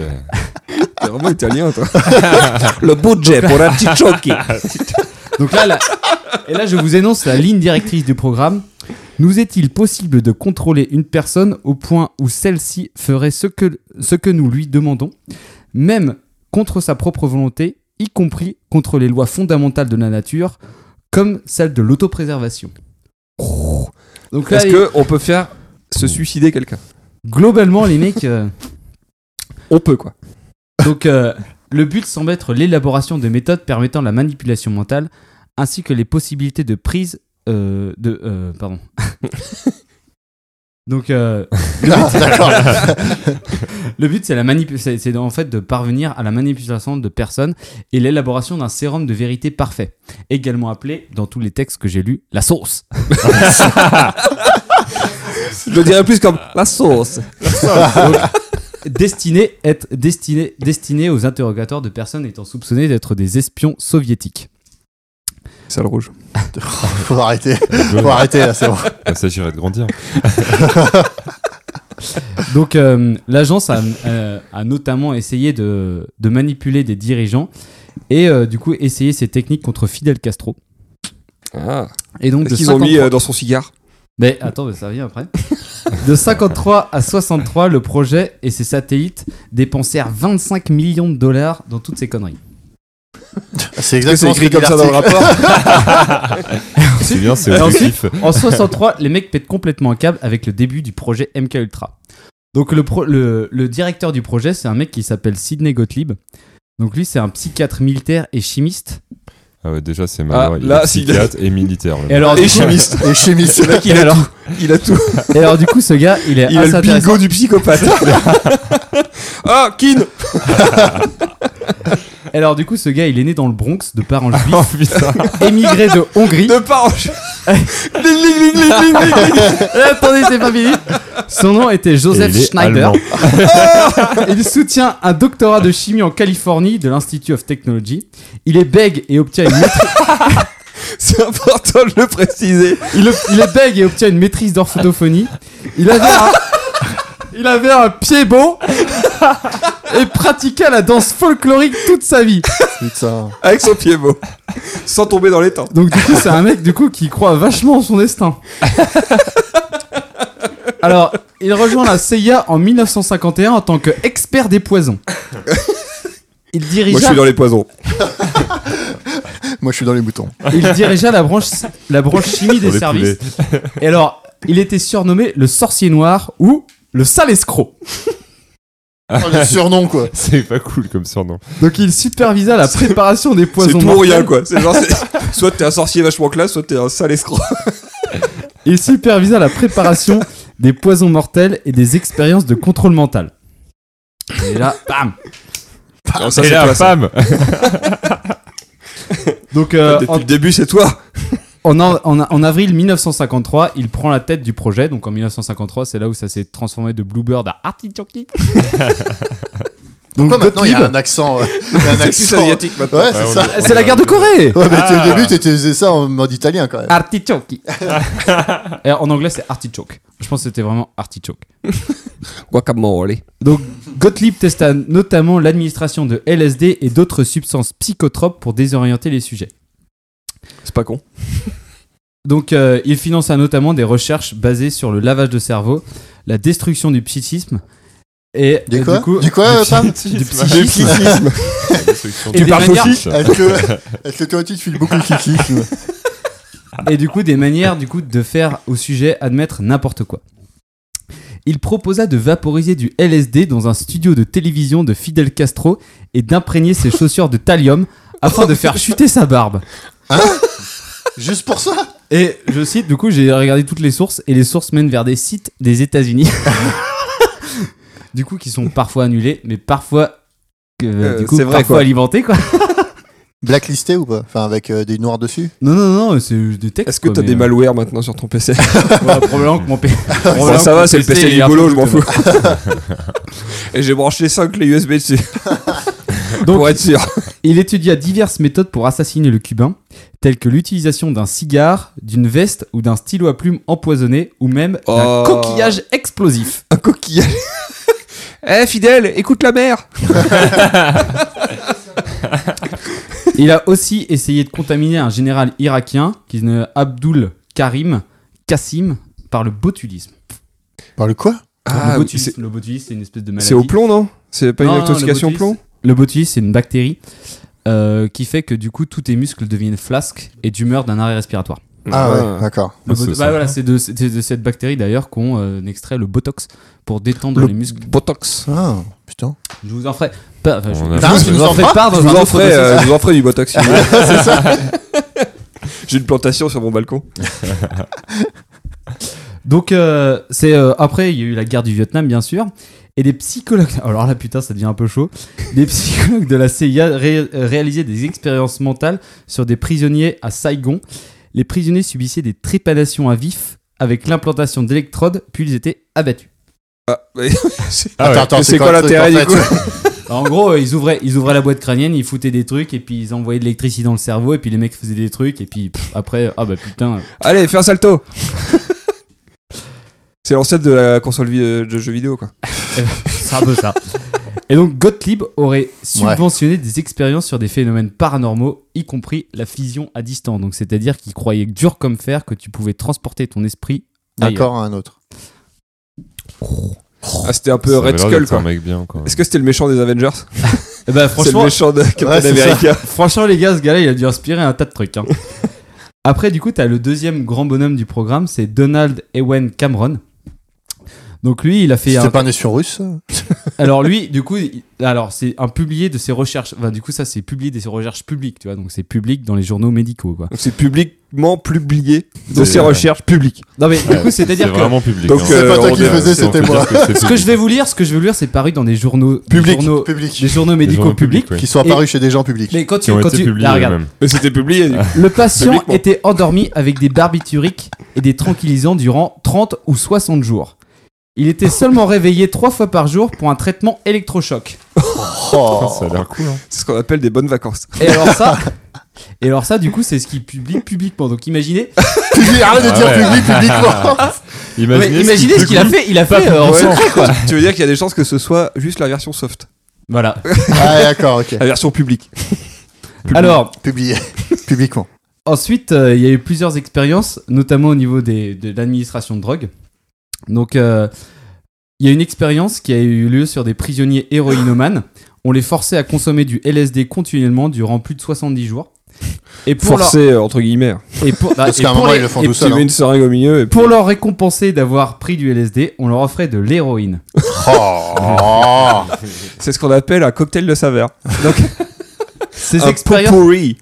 C: T'es vraiment italien, toi. (laughs) le budget pour un petit choc.
A: Donc là, la- et là, je vous énonce la ligne directrice du programme. Nous est-il possible de contrôler une personne au point où celle-ci ferait ce que, ce que nous lui demandons, même contre sa propre volonté, y compris contre les lois fondamentales de la nature, comme celle de l'autopréservation Donc là,
C: (laughs) Est-ce
A: les-
C: qu'on peut faire se suicider quelqu'un
A: globalement, les mecs. euh,
C: On peut, quoi.
A: Donc, euh, le but semble être l'élaboration de méthodes permettant la manipulation mentale, ainsi que les possibilités de prise euh, de euh, pardon (laughs) Donc, euh,
B: Ah, (laughs) d'accord.
A: le but, c'est la manip- c'est c'est en fait de parvenir à la manipulation de personnes et l'élaboration d'un sérum de vérité parfait, également appelé, dans tous les textes que j'ai lus, la sauce.
G: Je le dirais plus comme la sauce.
A: destiné, être, destiné, destiné aux interrogatoires de personnes étant soupçonnées d'être des espions soviétiques.
C: Sale rouge.
B: Faut arrêter. Faut arrêter là, c'est bon.
D: Il s'agirait de grandir.
A: Donc, euh, l'agence a, euh, a notamment essayé de, de manipuler des dirigeants et euh, du coup essayer ses techniques contre Fidel Castro.
C: Ah.
A: Et donc,
C: Est-ce
A: de
C: qu'ils ont mis
A: 53
C: euh, dans son cigare
A: Mais attends, mais ça revient après. De 53 à 63, le projet et ses satellites dépensèrent 25 millions de dollars dans toutes ces conneries.
B: C'est
C: Est-ce que c'est
B: exactement ce
C: écrit
B: que
C: comme
B: dit
C: ça dans le
B: l'article.
C: rapport
D: C'est bien, c'est
A: Et
D: objectif.
A: En 63, les mecs pètent complètement un câble avec le début du projet MK Ultra. Donc le, pro- le, le directeur du projet, c'est un mec qui s'appelle Sidney Gottlieb. Donc lui, c'est un psychiatre militaire et chimiste.
D: Ah ouais, déjà, c'est
C: Ah,
D: mal. Il est
C: là, si-
D: psychiatre et militaire. le
A: Et alors,
C: Et
A: du coup,
C: chimiste.
B: Et chimiste.
C: Le mec, il a tout. Il a tout. Ah,
A: et alors, du coup, ce gars, il est
C: Il a
A: assez
C: le
A: intéressant.
C: bingo du (laughs) psychopathe. ah, Kin
A: Et alors du coup, ce gars, il est né dans le Bronx de
C: (laughs)
A: parents juifs,
C: Oh putain.
A: émigré de Hongrie.
C: De part en Ding, ding, ding, ding, ding, ding, ding.
A: Euh, Attendez, c'est pas fini. Son nom était
D: mec. Et
A: Joseph
D: il est
A: Schneider.
D: allemand.
A: Il soutient un doctorat de chimie en Californie de l'Institute of Technology. Il est bègue et obtient une
C: (laughs)
A: maîtrise,
C: C'est important de le préciser.
A: il, ob- il est bègue et obtient une maîtrise d'orthophonie. Il avait un, il avait un pied beau et pratiqua la danse folklorique toute sa vie.
B: Putain.
C: Avec son pied beau. Sans tomber dans les temps.
A: Donc du coup, c'est un mec du coup qui croit vachement en son destin. (laughs) Alors, il rejoint la CIA en 1951 en tant qu'expert des poisons. Il
C: Moi, je
A: dirigea
C: suis dans les poisons.
B: (laughs) Moi, je suis dans les boutons.
A: Il dirigea la branche, la branche chimie des
D: Pour les
A: services. Et alors, il était surnommé le sorcier noir ou le sale escroc.
B: Oh, le surnom, quoi.
D: (laughs) C'est pas cool comme surnom.
A: Donc, il supervisa la préparation des
C: C'est
A: poisons
C: tout ou
A: mortels.
C: rien, quoi. C'est genre, (laughs) c'est- soit t'es un sorcier vachement classe, soit t'es un sale escroc.
A: Il supervisa la préparation des poisons mortels et des expériences de contrôle mental. Et là, bam
C: Non, ça,
D: Et
C: c'est
D: la
C: toi, ça.
D: femme
C: (laughs)
A: Donc, euh,
C: Depuis
A: en,
C: le début, c'est toi.
A: en- en- en avril 1953, il prend la tête du projet. Donc, en 1953, c'est là où ça s'est transformé de Bluebird à Artichoki. Donc,
B: Pourquoi maintenant, il y a
A: Gottlieb-
B: un accent. euh, il y a un
C: C'est plus
B: accent. Ouais,
C: asiatique maintenant.
B: c'est
D: on
B: ça.
D: le-
A: C'est la guerre de Corée
B: Ouais, mais t'es- au début, t'étais faisais ça en mode italien,
A: Ah.
B: quand même.
A: Artichoki. Et en anglais, c'est artichoke. Je pense que c'était vraiment artichoke.
G: Guacamole.
A: Donc, Gottlieb testa notamment l'administration de LSD et d'autres substances psychotropes pour désorienter les sujets.
C: C'est pas con.
A: Donc, euh, il finança notamment des recherches basées sur le lavage de cerveau, la destruction du psychisme et
B: Du
A: euh,
B: quoi
A: du coup,
B: Du quoi,
D: (laughs)
B: Pam
A: du
D: Du
A: psychisme.
D: psychisme.
A: Et des manières-
B: Est-ce que, est-ce que toi aussi tu files beaucoup de kiki tu vois
A: et du coup des manières du coup de faire au sujet admettre n'importe quoi. Il proposa de vaporiser du LSD dans un studio de télévision de Fidel Castro et d'imprégner ses chaussures de thallium afin de faire chuter sa barbe.
B: Juste pour ça
A: Et je cite, du coup, j'ai regardé toutes les sources et les sources mènent vers des sites des États-Unis. (laughs) du coup, qui sont parfois annulés, mais parfois, que,
C: Euh,
A: du coup,
C: c'est vrai,
A: parfois
C: quoi.
A: alimentés, quoi.
B: Blacklisté ou pas Enfin, avec euh, des noirs dessus
A: Non, non, non, c'est des textes.
C: Est-ce que
A: quoi,
C: t'as
A: mais,
C: des
A: euh,
C: malwares maintenant sur ton (laughs) PC
A: ouais, Probablement que mon père.
C: Bon, (laughs) ça va, c'est le PC rigolo, je m'en fous.
A: justement.
C: (laughs) Et j'ai branché 5 clés USB dessus.
A: Donc-
C: pour être sûr.
A: Il étudia diverses méthodes pour assassiner le Cubain, telles que l'utilisation d'un cigare, d'une veste ou d'un stylo à plumes empoisonné ou même d'un
C: Oh.
A: coquillage explosif.
C: Un (laughs) coquillage. (laughs) Ah, Eh, fidèle, écoute la mère.
A: Il a aussi essayé de contaminer un général irakien, qui est Abdul Karim Kassim, par le botulisme.
B: Par le quoi
A: le
C: Ah, c'est
A: botulisme, le botulisme, c'est une espèce de maladie.
C: c'est au plomb, non C'est pas
A: Non,
C: une
A: non,
C: intoxication
A: le
C: au plomb
A: botulisme- Le botulisme, c'est une bactérie euh, qui fait que du coup, tous tes muscles deviennent flasques et tu meurs d'un arrêt respiratoire.
B: Ah ouais, d'accord.
A: Le
D: Ah, c'est
A: bot-
D: ça.
A: bah voilà, c'est de, c'est de cette bactérie d'ailleurs qu'on euh, extrait le botox pour détendre les muscles.
C: Botox.
B: Ah, putain.
A: Je vous en ferai. Pas, enfin, je,
D: On a-
A: je
D: Ah,
A: vous-
B: tu
A: je
B: nous
A: vous en
B: en
A: ferai
B: feras
A: part
C: Je
A: dans un
C: vous, en
A: autre
C: ferai,
A: dossier.
C: euh, je vous en ferai du botox. si vous (laughs) voulez. J'ai une plantation sur mon balcon.
A: Donc, euh, c'est euh, après, il y a eu la guerre du Vietnam, bien sûr. Et des psychologues. (laughs) Alors là, putain, ça devient un peu chaud. Des psychologues de la CIA ré- euh, réalisaient des expériences mentales sur des prisonniers à Saigon. Les prisonniers subissaient des trépanations à vif avec l'implantation d'électrodes, puis ils étaient abattus.
C: Ah, ouais. (laughs)
D: Ah ouais.
C: Mais c'est quoi
B: le truc,
C: l'intérêt,
B: en
C: du
B: fait
A: Alors, en gros, euh, ils ouvraient, ils ouvraient la boîte crânienne, ils foutaient des trucs, et puis ils envoyaient de l'électricité dans le cerveau, et puis les mecs faisaient des trucs, et puis pff, après, ah bah putain.
C: Allez, fais un salto (laughs) C'est l'ancêtre de la console vi- euh, de jeux vidéo, quoi.
A: C'est un peu ça. Et donc Gottlieb aurait subventionné des expériences sur des phénomènes paranormaux, y compris la fusion à distance. Donc c'est-à-dire qu'il croyait dur comme fer que tu pouvais transporter ton esprit. ailleurs.
B: D'accord, un autre.
C: Ah, c'était un peu
D: Ça avait
C: Red
D: l'air
C: Skull,
D: d'être un
C: quoi.
D: mec bien, quoi.
C: Est-ce que c'était le méchant des Avengers
A: Eh ben,
C: C'est le
A: franchement,
C: méchant de Captain
B: Ouais, c'est ça.
C: America.
A: franchement, les gars, ce gars-là, il a dû inspirer un tas de trucs. hein. Après, du coup, t'as le deuxième grand bonhomme du programme, c'est Donald Ewen Cameron. Donc lui, il a fait un
B: C'était pas un espion russe
A: Alors lui, du coup, il- alors c'est un publié de ses recherches. Enfin, du coup, ça c'est publié de ses recherches publiques, tu vois. Donc c'est public dans les journaux médicaux, quoi.
C: Donc c'est publiquement publié dans
D: C'est-
C: ses recherches publiques.
A: Non mais du coup, c'est-à-dire
D: C'est
A: que
D: vraiment public.
C: Donc,
D: hein.
C: C'est pas toi
D: On
C: qui
D: peut-
B: faisais,
D: on
B: c'était
D: peut
B: moi.
D: dire c'est
A: ce que
D: public.
A: je vais vous lire, ce que je vais vous lire, c'est paru dans des journaux
B: Public.
A: des journaux,
B: Public.
A: des journaux
D: Les
A: médicaux
D: journaux
A: publics.
D: ouais.
B: Qui sont
A: Et-
B: apparus chez des gens publics.
A: Mais quand
D: Qui
A: tu,
D: ont
A: quand
D: été
A: tu,
D: publiés
A: là, regarde.
D: eux-mêmes.
C: Mais c'était publié.
A: le patient
C: Publiquement.
A: était endormi avec des barbituriques et des tranquillisants durant 30 ou 60 jours. Il était seulement réveillé trois fois par jour pour un traitement électrochoc.
B: Oh.
D: Ça a l'air cool. hein.
C: C'est ce qu'on appelle des bonnes vacances.
A: Et alors ça,
D: (laughs)
A: et alors ça, du coup, c'est ce qu'il publie publiquement. Donc imaginez,
B: (laughs) Public, Arrête de
D: Ah
B: dire
D: ouais.
B: public
D: (laughs)
B: publiquement
D: Imaginez,
A: Ouais, imaginez ce qu'il a fait, il a fait euh, en (laughs)
C: Ouais.
A: secret quoi.
C: tu veux dire qu'il y a des chances que ce soit juste la version soft,
A: Voilà.
B: Ah d'accord, ok.
C: la version publique.
A: (laughs) Alors,
B: Publié. (laughs) Publiquement.
A: ensuite, euh, il y a eu plusieurs expériences, notamment au niveau des, de l'administration de drogue. Donc, euh, il y a une expérience qui a eu lieu sur des prisonniers héroïnomanes. On les forçait à consommer du LSD continuellement durant plus de 70 jours. Et pour, leur,
C: Forcé, euh, entre guillemets.
A: et
B: (laughs)
A: pour, bah,
B: Parce
A: et
B: qu'à un
A: pour
B: moment,
A: les-
B: ils le font
A: et
B: tout
C: Tu
B: seul.
C: mets
B: hein.
C: une seringue au milieu et puis-
A: pour leur récompenser d'avoir pris du LSD, on leur offrait de l'héroïne.
B: Oh.
C: c'est ce qu'on appelle un cocktail de saveur.
B: Ah,
A: Ces
C: un
A: expériences
C: potpourri.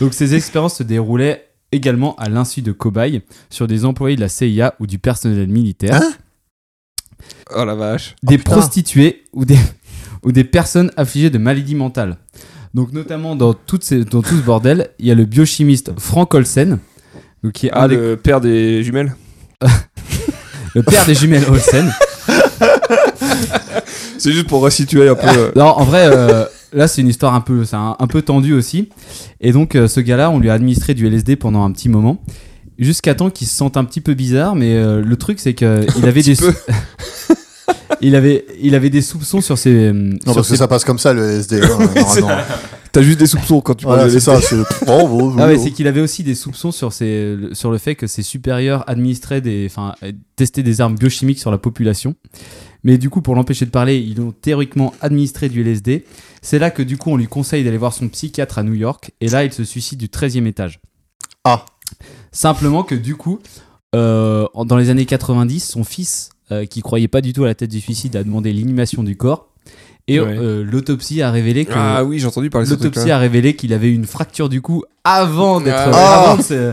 A: Donc ces expériences se déroulaient également à l'insu de cobayes sur des employés de la CIA ou du personnel militaire,
C: Hein Oh la vache.
A: des prostituées ou des, (laughs) ou des personnes affligées de maladies mentales. Donc notamment dans, toutes ces, dans tout ce bordel, il y a le biochimiste Frank Olsen, donc qui est un
C: Ah,
A: des-
C: le père des jumelles.
A: le père des
C: (laughs)
A: jumelles Olsen.
C: C'est juste pour resituer un peu. (laughs) euh,
A: Non, en vrai, euh, là, c'est une histoire un peu, c'est un, un peu tendu aussi. Et donc, euh, ce gars-là, on lui a administré du LSD pendant un petit moment, jusqu'à temps qu'il se sente un petit peu bizarre. Mais euh, le truc, c'est que
B: (laughs)
A: il avait des,
C: peu.
A: (laughs) il avait, il avait des soupçons sur ses, euh,
B: Non,
A: sur
B: parce que
A: ses-
B: ça passe comme ça, le (laughs) SD. hein, normalement.
C: T'as juste des soupçons quand tu
B: Voilà,
C: parles de
B: c'est
C: LSD.
B: ça. c'est le- Oh, oh, oh,
A: Ah ouais,
B: oh.
A: c'est qu'il avait aussi des soupçons sur ses, sur le fait que ses supérieurs administraient des, enfin, euh, testaient des armes biochimiques sur la population. Mais du coup, pour l'empêcher de parler, ils ont théoriquement administré du LSD. C'est là que du coup, on lui conseille d'aller voir son psychiatre à New York. Et là, il se suicide du 13e étage.
B: Ah.
A: Simplement que du coup, euh, en- dans les années 90, son fils, euh, qui croyait pas du tout à la tête du suicide, a demandé l'inhumation du corps. Et
C: Ouais.
A: euh, l'autopsie a révélé que
C: Ah oui, j'ai entendu parler de ce
A: L'autopsie
C: truc-là.
A: a révélé qu'il avait eu une fracture du cou avant d'être
B: Ah.
A: avant, de se,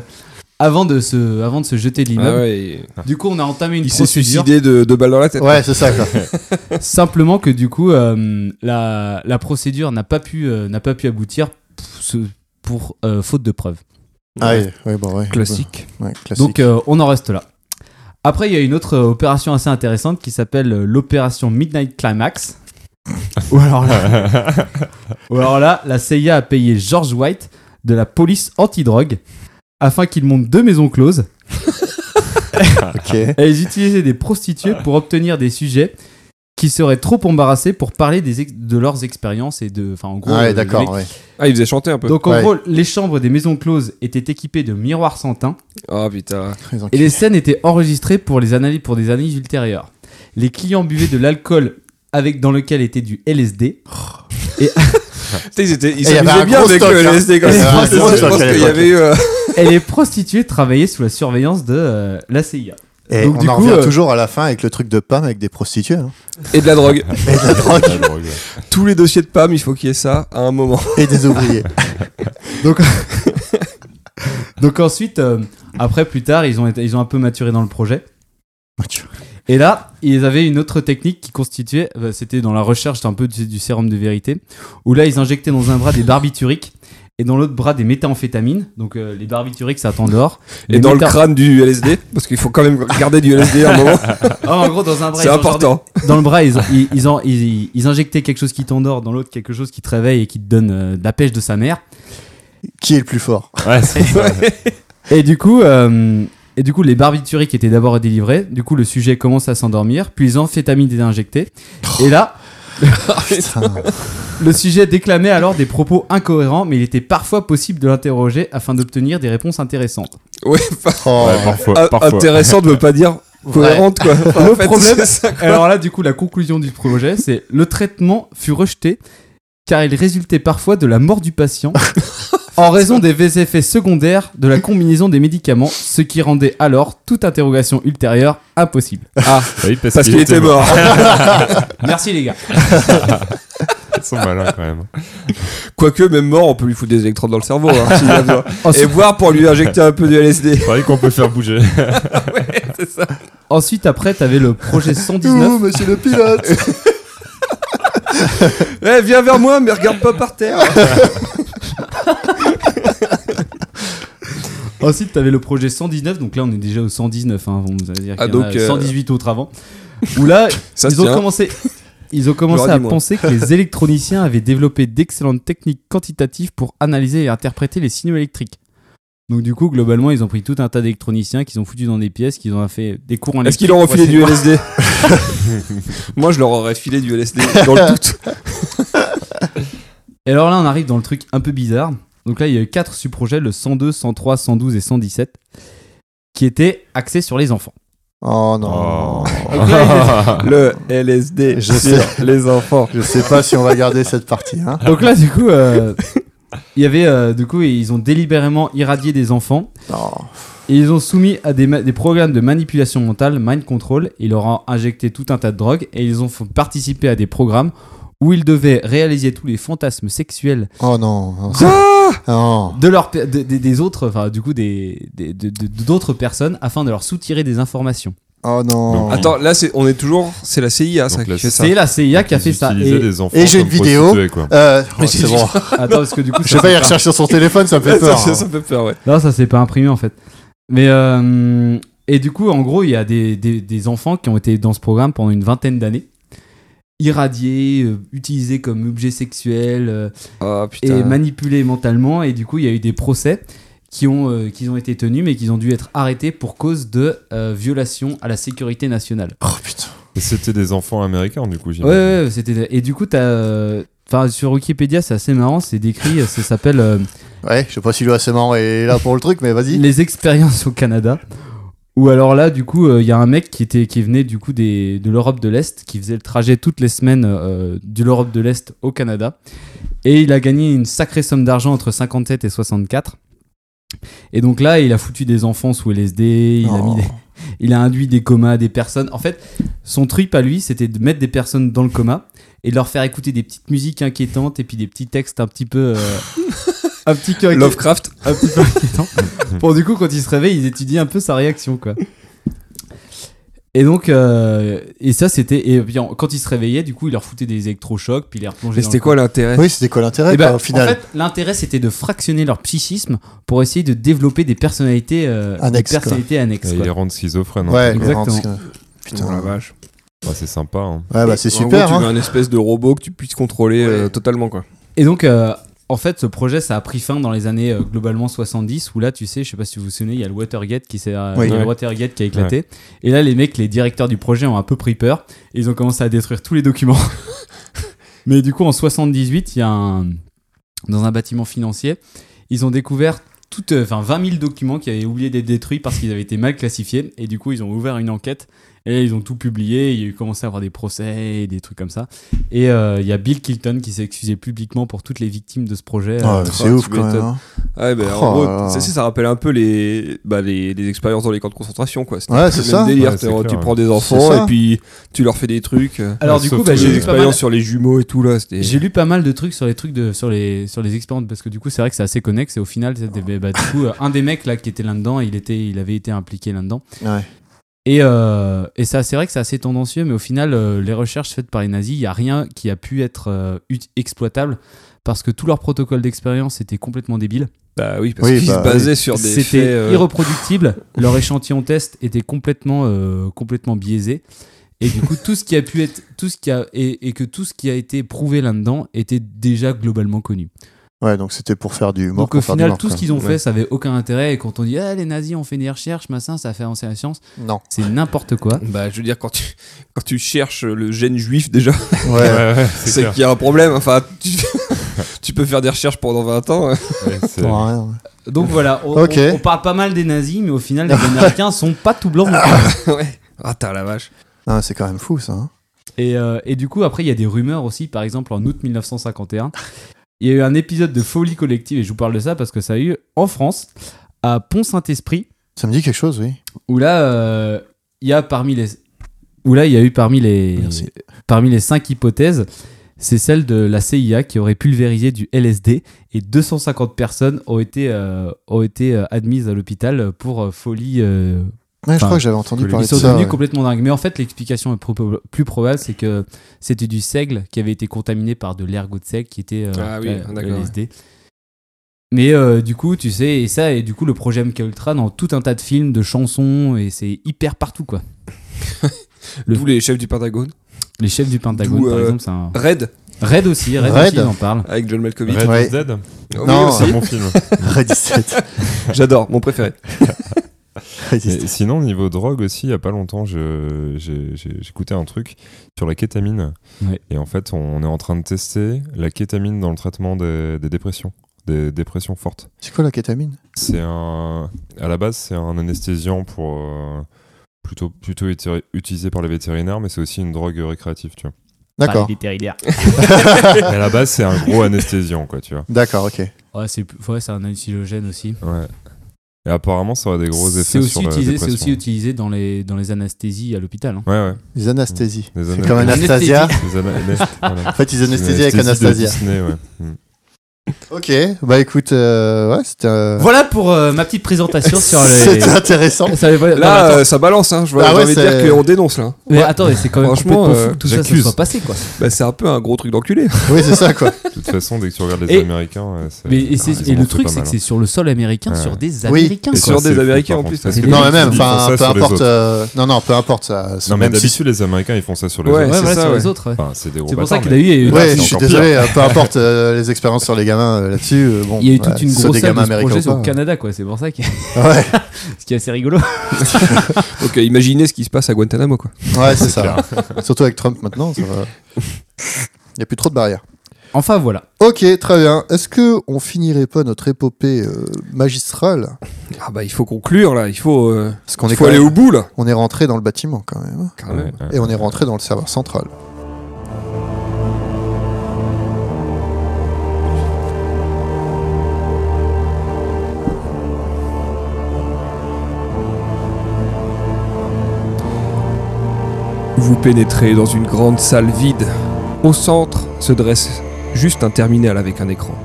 A: avant de se avant de se jeter de
C: Ah
A: l'immeuble.
C: ouais, il-
A: Du coup, on a entamé une
C: il s'est
A: procédure
C: suicidé de deux balles dans la tête.
B: Ouais, c'est (laughs) ça. quoi.
A: simplement que du coup euh, la, la procédure n'a pas pu euh, n'a pas pu aboutir pour, ce- pour, euh, faute de preuves.
B: Ah, oui, oui, bon, ouais.
C: Classique.
B: Ouais, classique.
A: Donc euh, on en reste là. Après, il y a une autre euh, opération assez intéressante qui s'appelle euh, l'opération Midnight Climax. ou alors Oh là, Ou alors là, la CIA a payé George White de la police antidrogue afin qu'il monte deux maisons closes
B: ok.
A: et ils utilisaient des prostituées pour obtenir des sujets qui seraient trop embarrassés pour parler des ex- de leurs expériences et de. Enfin, en gros.
B: Ah
A: euh,
B: ouais,
A: les
B: d'accord.
A: mecs-
B: ouais.
C: Ah, il faisait chanter un peu.
A: Donc en
B: Ouais.
A: gros, les chambres des maisons closes étaient équipées de miroirs sans teint
C: Oh putain.
B: Ils ont-
A: et les scènes étaient enregistrées pour, les analyses, pour des analyses ultérieures. Les clients buvaient de l'alcool avec dans lequel était du LSD.
C: Putain, ils étaient, ils
B: Et il y avait
C: s'amusaient
B: un
C: bien
B: gros
C: avec
B: stock,
C: le
B: hein.
C: LSD quand
B: Il y
C: même.
B: avait un
C: Je
B: gros
C: pense- je
B: stock
C: pense
B: à
C: qu'il y
B: l'époque.
C: avait eu. euh,
A: Et les prostituées travaillaient sous la surveillance de euh, la CIA.
B: Et
A: donc,
B: on
A: du
B: en
A: coup,
B: revient
A: euh,
B: toujours à la fin avec le truc de Pam avec des prostituées. hein.
C: Et de la drogue.
B: Et de la (laughs) drogue
D: La drogue, (laughs) ouais.
C: Tous les dossiers de PAM, il faut qu'il y ait ça
B: (laughs)
C: à un moment.
B: et des ouvriers.
A: Donc ensuite, euh, Après, plus tard, ils ont, été- ils ont un peu maturé dans le projet. Et là, ils avaient une autre technique qui constituait, euh, c'était dans la recherche c'était un peu du, du sérum de vérité, où là, ils injectaient dans un bras des barbituriques et dans l'autre bras des méthamphétamines. Donc euh, les barbituriques, ça attend dehors.
C: Et
A: Les
C: dans le
A: métha-
C: crâne du LSD, parce qu'il faut quand même garder du LSD à un (laughs) moment,
A: Ah, en gros, dans un bras,
C: c'est
A: ils ont
C: important.
A: dans le bras, ils, ils, ils en- ils- ils injectaient quelque chose qui t'endort, dans l'autre quelque chose qui te réveille et qui te donne euh, de la pêche de sa mère.
B: Qui est le plus fort
D: Ouais, c'est ça.
A: Et du coup, euh, et du coup, les barbituriques étaient d'abord délivrés. Du coup, le sujet commence à s'endormir, puis les amphétamines étaient injectées. Et là, Ah
B: Putain.
A: le sujet déclamait alors des propos incohérents, mais il était parfois possible de l'interroger afin d'obtenir des réponses intéressantes.
C: Ouais,
B: Oh.
D: Ouais, parfois,
C: Ah,
D: parfois. (laughs)
C: intéressant ne veut pas dire cohérente quoi.
A: Le
C: En fait,
A: problème-
C: c'est ça.
A: Alors là, du coup, la conclusion du projet, c'est le traitement fut rejeté car il résultait parfois de la mort du patient en raison des effets secondaires de la combinaison des médicaments, ce qui rendait alors toute interrogation ultérieure impossible.
D: Oui,
C: Ah, parce qu'il était mort.
A: Merci les gars.
D: Ils sont malins quand même.
C: Quoique même mort, on peut lui foutre des électrodes dans le cerveau hein, s'il y a besoin.
A: Ah,
C: et voir pour lui injecter un peu de LSD.
D: (laughs) C'est vrai qu'on peut
A: (laughs)
D: faire bouger.
A: Ensuite, après, t'avais le projet 119.
B: Ouh, monsieur le (laughs) pilote
C: Eh, viens vers moi, mais regarde pas par terre.
A: Ensuite, t'avais le projet 119. Donc là, on est déjà au 119. Hein, Bon, vous allez dire
C: Ah,
A: qu'il y en a
C: donc, euh,
A: 118 autres avant. Où là,
C: (laughs) (laughs) Ça se
A: ils ont
C: tient.
A: commencé. Ils ont commencé
C: J'aurais
A: à
C: dit moi.
A: penser que
C: (laughs)
A: les électroniciens avaient développé d'excellentes techniques quantitatives pour analyser et interpréter les signaux électriques. Donc du coup, globalement, ils ont pris tout un tas d'électroniciens qu'ils ont foutus dans des pièces, qu'ils ont fait des cours en électrique
C: Est-ce qu'ils leur ont
A: pour
C: filé du
A: essayer-
C: LSD Moi, je leur aurais filé du LSD dans le doute.
A: Et alors là, on arrive dans le truc un peu bizarre. Donc là, il y a eu quatre sous-projets, le 102, 103, 112 et 117, qui étaient axés sur les enfants.
B: Oh non
D: (laughs)
C: Le LSD
B: Je
C: sur
B: sais.
C: les enfants.
B: Je sais pas si on va garder cette partie. Hein.
A: Donc là, du coup, euh, il y avait, euh, du coup, ils ont délibérément irradié des enfants
B: Non.
A: Et ils ont soumis à des, ma- des programmes de manipulation mentale, mind control, ils leur ont injecté tout un tas de drogues et ils ont fait participer à des programmes où ils devaient réaliser tous les fantasmes sexuels
B: Oh non. non, non.
A: de leur, pe- de- des- des autres, enfin du coup des des- de- de- d'autres personnes afin de leur soutirer des informations.
B: Oh non.
D: Donc,
C: Attends, là, c'est, on est toujours. C'est la CIA, ça,
D: Donc, la
C: qui fait ça.
A: C'est la CIA qui a fait ça. Et,
B: Et j'ai une vidéo. Euh, oh, c'est bon.
A: attends, parce que du coup,
B: Je vais
A: ça,
B: pas y
A: c'est pas-
B: rechercher sur son téléphone, ça
A: (laughs)
B: me
C: (laughs)
B: fait
C: Ça,
B: peur.
C: ça,
B: hein.
C: ça fait peur, ouais.
A: Non, ça s'est pas imprimé en fait. Mais euh, et du coup, en gros, il y a des, des- des enfants qui ont été dans ce programme pendant une vingtaine d'années, irradiés, euh, utilisés comme objets sexuels euh,
C: Ah
A: et
C: putain.
A: manipulés mentalement. Et du coup, il y a eu des procès qui ont, euh, qui ont été tenus, mais qui ont dû être arrêtés pour cause de euh, violation à la sécurité nationale.
B: Oh putain.
D: C'était des enfants américains, du coup.
A: Ouais, ouais, ouais, c'était. Et du coup, t'as. euh, Enfin, sur Wikipédia, c'est assez marrant, c'est décrit, euh, ça s'appelle euh,
B: Ouais, je sais pas si Louis Assemant est là pour le truc, mais vas-y.
A: les expériences au Canada. Ou alors là, du coup, il y a un mec qui, était, qui venait du coup des, de l'Europe de l'Est, qui faisait le trajet toutes les semaines euh, de l'Europe de l'Est au Canada. Et il a gagné une sacrée somme d'argent entre 57 et 64. Et donc là, il a foutu des enfants sous LSD, il, a, mis des- il a induit des comas à des personnes. En fait, son trip à lui, c'était de mettre des personnes dans le coma et de leur faire écouter des petites musiques inquiétantes et puis des petits textes un petit peu... euh, un petit cœur inquiétant
C: Lovecraft.
A: un petit peu
B: (laughs)
A: inquiétant. Pour du coup, quand ils se réveillent, ils étudient un peu sa réaction, quoi. Et donc, euh, et ça, c'était. Et puis, en- quand ils se réveillaient, du coup, ils leur foutaient des électrochocs, puis ils les replongeaient.
C: Mais
A: dans
C: c'était
A: le
C: quoi l'intérêt
B: Oui, c'était quoi l'intérêt
A: Eh ben,
B: quoi, au final
A: En fait, l'intérêt c'était de fractionner leur psychisme pour essayer de développer des personnalités euh, des
B: Annexes, quoi.
A: personnalités annexes.
D: Ils
A: quoi.
D: les rendent schizophrènes. hein.
B: Ouais,
A: Exactement.
B: parce que- Putain.
C: Oh la vache.
D: Ouais, c'est sympa. hein.
B: Ouais, bah c'est
C: En gros,
B: super.
C: tu veux
B: Hein.
C: un espèce de robot que tu puisses contrôler euh, totalement, quoi.
A: Et donc, euh, en fait, ce projet ça a pris fin dans les années euh, globalement 70 où là, tu sais, je sais pas si vous vous souvenez, il y a le Watergate qui s'est, euh,
B: Oui.
A: il y a le
D: Ouais.
A: Watergate qui a éclaté. Et là, les mecs, les directeurs du projet ont un peu pris peur et ils ont commencé à détruire tous les documents. (laughs) Mais du coup, en 78, il y a un dans un bâtiment financier, ils ont découvert toutes, euh, enfin 20 000 documents qui avaient oublié d'être détruits parce qu'ils avaient été mal classifiés et du coup ils ont ouvert une enquête Et ils ont tout publié, il y a eu commencé à avoir des procès, et des trucs comme ça. Et euh, il y a Bill Clinton qui s'est excusé publiquement pour toutes les victimes de ce projet.
B: Ah,
A: euh,
B: c'est ouf
C: tu
B: quand même.
C: m'étonnes.
B: hein.
C: Ouais, ben,
B: Oh
C: en gros,
B: là là.
C: ça, ça, ça rappelle un peu les, bah, les, les expériences dans les camps de concentration, quoi. C'était
B: Ouais,
C: un peu
B: c'est
C: le
B: ça.
C: même délire.
D: Ouais,
C: t'es-
D: c'est
C: tu
D: clair,
C: prends des
B: C'est
C: enfants
B: ça.
C: et puis tu leur fais des trucs.
A: Alors
D: Ouais,
A: du
D: sauf
A: coup, bah,
D: que-
A: j'ai lu
C: J'ai des
A: pas mal-
C: expériences sur les jumeaux et tout, là. C'était.
A: J'ai lu pas mal de trucs sur les trucs de sur les sur les expériences parce que du coup c'est vrai que c'est assez connexe et au final c'était bah, du coup euh, un des mecs là qui était là dedans il était il avait été impliqué là dedans
B: hein. Ouais.
A: et euh, et ça c'est vrai que c'est assez tendancieux mais au final euh, les recherches faites par les nazis il y a rien qui a pu être euh, ut- exploitable parce que tout leur protocole d'expérience était complètement débile
C: Bah oui, parce
B: Oui,
C: qu'ils
B: bah,
C: se basaient sur des faits.
A: c'était
C: euh, (laughs)
A: irreproductible leur échantillon test était complètement euh, complètement biaisé et du coup tout ce qui a pu être tout ce qui a et, et que tout ce qui a été prouvé là-dedans était déjà globalement connu
B: Ouais, donc c'était pour faire du mort.
A: donc au
B: pour faire du
A: final
B: mort,
A: tout ce
B: quoi.
A: qu'ils ont
C: Ouais.
A: fait ça avait aucun intérêt et quand on dit ah les nazis ont fait des recherches machin ça a fait avancer la science
B: Non.
A: c'est n'importe quoi
C: Bah, je veux dire, quand tu, quand tu cherches le gène juif, déjà,
B: Ouais.
D: Ouais, ouais, c'est
C: c'est
D: clair.
C: qu'il y a un problème. Enfin, tu, (laughs) tu peux faire des recherches pendant 20 ans. (laughs)
D: Ouais, c'est-
B: pour rien, ouais.
A: donc voilà on,
B: Ok.
A: on- on parle pas mal des nazis mais au final
B: (laughs)
A: les américains sont pas tout blancs
C: ouais. Ah, t'as la vache.
B: Ah, c'est quand même fou ça. hein.
A: Et, euh, et du coup, après, il y a des rumeurs aussi. Par exemple, en août 1951, il y a eu un épisode de folie collective, et je vous parle de ça parce que ça a eu en France, à Pont-Saint-Esprit,
B: Ça me dit quelque chose, oui.
A: où là, euh, il y a parmi les. Où là, il y a eu parmi les.
B: Merci.
A: Parmi les cinq hypothèses, c'est celle de la CIA qui aurait pulvérisé du LSD et 250 personnes ont été, euh, ont été euh, admises à l'hôpital pour euh, folie. euh,
B: Ouais, je
A: Enfin,
B: crois que j'avais entendu
D: ils
B: parler
A: ils
B: de
A: sont
B: ça.
A: devenus
B: ouais.
A: complètement dingues. Mais en fait, l'explication est proba- plus probable, c'est que c'était du seigle qui avait été contaminé par de l'ergot de seigle qui était euh,
C: Ah oui,
A: euh,
C: d'accord,
A: le LSD. Mais euh, du coup, tu sais, et ça, et du coup, le projet MK Ultra dans tout un tas de films, de chansons, et c'est hyper partout, quoi. Le-
C: Tous les chefs du Pentagone.
A: Les chefs du Pentagone,
C: D'où,
A: par
C: euh,
A: exemple, c'est un.
C: Red,
A: Red aussi, Red,
B: Red.
A: aussi, il en parle.
C: avec John Malkovich.
D: Red
B: Ouais.
D: is Dead
C: Oui,
B: Non,
C: aussi.
D: C'est un
B: (laughs)
D: bon film.
A: (laughs)
B: Red 17.
C: J'adore, mon préféré.
B: Red 17.
D: Et sinon, niveau drogue aussi, il n'y a pas longtemps, je- j'ai- j'ai- j'écoutais un truc sur la kétamine.
A: Ouais.
D: Et en fait, on est en train de tester la kétamine dans le traitement des, des dépressions, des dépressions fortes.
B: C'est quoi la kétamine
D: C'est un. À la base, c'est un anesthésiant pour. euh, plutôt, plutôt uti- utilisé par les vétérinaires, mais c'est aussi une drogue récréative, tu vois.
A: Par
B: D'accord.
A: les vétérinaires.
D: Mais
A: Ah.
D: à la base, c'est un gros anesthésiant, quoi, tu vois.
B: (laughs) D'accord, ok.
A: Ouais, c'est ouais, c'est un hallucinogène aussi.
D: Ouais. Et apparemment, ça a des gros
A: C'est
D: effets
A: aussi,
D: sur la
A: utilisé- c'est
D: dépression.
A: aussi utilisé dans les, dans les anesthésies à l'hôpital. hein.
D: Ouais, ouais.
B: Les anesthésies.
D: Les
B: C'est
D: anesthésies.
B: comme Anastasia.
D: Les ana- voilà.
B: En fait, ils
D: Les
B: anesthésient avec
D: anesthésies de
B: Anastasia.
D: Disney, ouais. Mm.
B: Ok, bah écoute, euh, ouais, c'était. euh,
A: Voilà pour euh, ma petite présentation
B: (laughs)
A: sur les.
B: C'était intéressant.
A: Ça avait- non, mais
C: Là,
A: attends.
C: euh, ça balance, hein. Je vois,
B: Ah
C: j'ai
B: ouais,
C: envie de
B: c'est-
C: dire qu'on dénonce, là.
A: Mais
B: Ouais.
A: attends, mais c'est quand même
C: Franchement,
A: complètement fou
C: euh,
A: que tout ça, ça
D: j'accuse.
A: soit passé quoi.
C: Bah, c'est un peu un gros truc d'enculé. (laughs)
B: Oui, c'est ça quoi.
D: De toute façon, dès que tu regardes les
A: Et-
D: Américains, ouais, c'est-
A: Mais et c'est-
D: Ah, ils
A: et
D: en ont
A: le
D: fait
A: truc,
D: pas
A: c'est
D: mal,
A: que c'est sur le sol américain,
D: Ouais.
A: sur des
B: Oui.
A: Américains.
D: hein.
A: quoi.
C: des
D: Ça, c'est fou,
C: Américains,
D: par
C: en
D: contre,
C: plus,
D: parce
A: parce
D: que
A: que-
B: Non,
D: les
B: mais même,
D: États-Unis, ils font
B: enfin,
D: ça
B: peu
D: sur les
B: importe.
D: autres.
B: euh, Non, non, peu importe ça.
D: Non, mais
B: même si.
D: d'habitude, les Américains, ils font ça bah, sur les
C: Ouais,
A: Ouais,
D: autres.
A: voilà,
C: c'est ça,
A: sur
C: ouais.
A: les autres. ouais.
D: Enfin, c'est des gros
A: C'est pour ça
D: bâtards,
A: qu'il a eu. il y a eu-
B: Ouais,
D: c'est
B: je suis
D: encore
B: désolé, euh, peu importe euh, les expériences sur les gamins euh, là-dessus. euh, bon,
A: Il y a eu
B: ouais,
A: toute une
B: ceux
A: grosse
B: des
A: salle
B: gamins
A: de ce
B: américains.
A: projet
B: ou
A: sur
B: pas,
A: le Canada, quoi. C'est pour ça que
B: Ouais,
A: (laughs) ce qui est assez rigolo.
C: Donc euh, imaginez ce qui se passe à Guantanamo quoi.
B: ouais, c'est ça. (laughs) Surtout avec Trump maintenant, ça va. Il n'y a plus trop de barrières.
A: Enfin voilà.
B: Ok, très bien. Est-ce que on finirait pas notre épopée euh, magistrale
C: Ah bah il faut conclure là, il faut, euh,
B: Parce qu'on
C: il
B: est,
C: faut
B: quand
C: aller
B: même-
C: au bout là.
B: on est rentré dans le bâtiment quand même. hein.
C: Quand
D: Ouais,
C: même.
D: ouais.
B: Et on est rentré dans le serveur central.
C: Vous pénétrez dans une grande salle vide. Au centre se dresse juste un terminal avec un écran.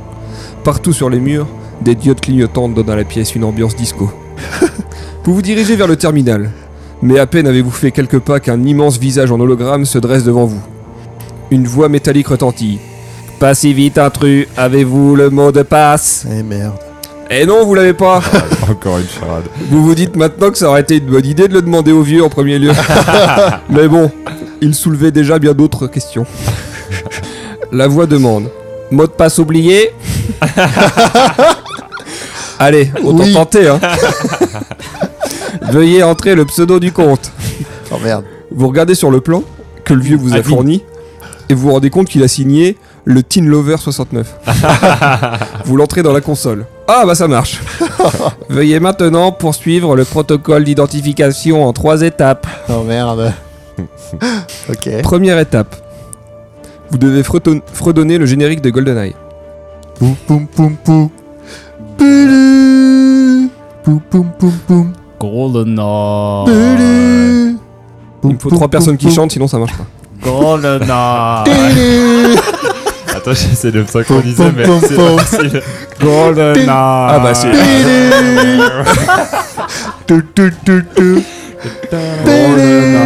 C: Partout sur les murs, des diodes clignotantes donnent à la pièce une ambiance disco. (laughs) vous vous dirigez vers le terminal, mais à peine avez-vous fait quelques pas qu'un immense visage en hologramme se dresse devant vous. Une voix métallique retentit. Pas si vite intrus, avez-vous le mot de passe
B: Eh merde.
C: Eh non, vous l'avez pas
D: Encore une charade.
C: Vous vous dites maintenant que ça aurait été une bonne idée de le demander au vieux en premier lieu. Mais bon, il soulevait déjà bien d'autres questions. La voix demande Mot de passe oublié Allez, autant
B: Oui.
C: tenter. Hein. Veuillez entrer le pseudo du compte.
B: Oh merde.
C: Vous regardez sur le plan que le vieux vous a
A: Admin.
C: fourni et vous vous (laughs) rendez compte qu'il a signé le Teen Lover 69. vous l'entrez dans la console. Ah bah ça (laughs) marche. Veuillez maintenant poursuivre le protocole d'identification en trois étapes.
B: Oh merde. (laughs) ok.
C: Première étape. Vous devez fredon- fredonner le générique de GoldenEye.
B: Poum poum poum poum. Bulu. Poum poum poum poum. (laughs)
A: GoldenEye.
B: Bulu.
C: Il me faut trois personnes qui chantent, sinon ça marche pas.
A: GoldenEye.
B: (laughs) Bulu.
D: Attends, j'essaie de me synchroniser,
B: Pom,
D: mais
B: pom,
D: c'est
B: pom.
D: impossible.
A: GoldenEye. Ah
C: bah, c'est-
B: Bulu. Tou, tou, tou, tou. Bulu.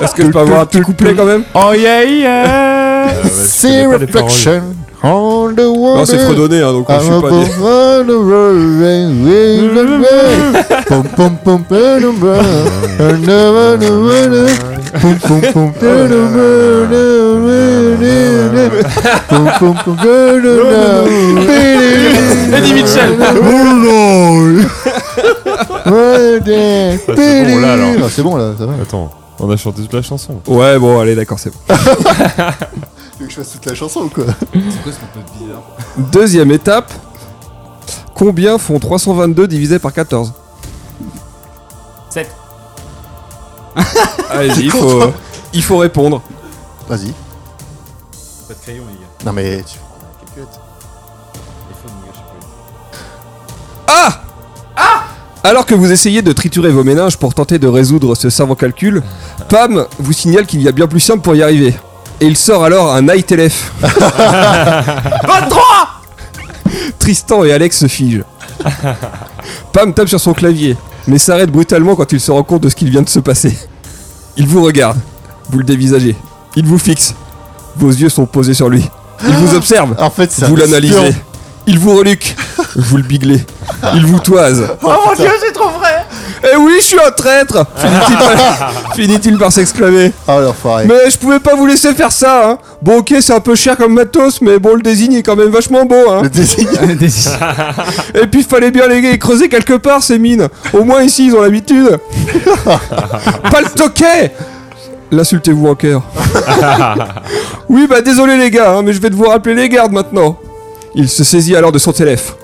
C: Est-ce que je peux avoir un petit couplet quand même
A: Oh yeah yeah.
D: Ah ouais, je
B: Sea
D: connais pas les
B: reflection on the water.
C: Non, c'est fredonné, hein, donc je
B: I'm
C: suis pas.
B: above
C: des-
B: all the world and we will be. Pom, pom, pom, pom, pom. And never, never, never. Pom, pom, pom, pom, pom, pom, pom, pom, pom, pom, pom, pom, pom, pom.
A: Eddie Mitchell.
B: Oh non. Ouais, des-
D: Ça, c'est bon, là, alors.
B: Ah, C'est bon là, ça va.
D: paroles. Attends, on a chanté toute la chanson.
C: Ouais, bon, allez, d'accord, c'est bon.
B: Tu veux que je fasse toute la chanson ou quoi
C: Deuxième étape. Combien font 322 divisé par 14
A: Sept.
C: Allez-y, il faut, il faut répondre.
B: Vas-y.
A: Pas de crayon les gars.
B: Non mais tu
A: Il faut nous gâcher pas.
C: Ah Ah Alors que vous essayez de triturer vos méninges pour tenter de résoudre ce savant calcul, Pam vous signale qu'il y a bien plus simple pour y arriver. Et il sort alors un ITLF.
A: 23
C: Tristan et Alex se figent. Pam tape sur son clavier, mais s'arrête brutalement quand il se rend compte de ce qu'il vient de se passer. Il vous regarde, vous le dévisagez, il vous fixe, vos yeux sont posés sur lui, il vous observe,
B: En fait, c'est
C: vous
B: un espion.
C: l'analysez, il vous reluque, vous le biglez, il vous toise.
A: Oh mon dieu, c'est trop vrai
C: Eh oui, je suis un traître finit-il (laughs) par- Finit-il par s'exclamer.
B: Ah l'enfoiré.
C: Mais je pouvais pas vous laisser faire ça, hein Bon, ok, c'est un peu cher comme matos, mais bon, le désigne est quand même vachement beau, hein
B: Le désigne.
C: Et puis, fallait bien les creuser quelque part, ces mines Au moins, ici, ils ont l'habitude Pas le toquet L'insultez-vous en cœur. oui, bah désolé les gars, hein, mais je vais devoir appeler les gardes maintenant. Il se saisit alors de son téléphone.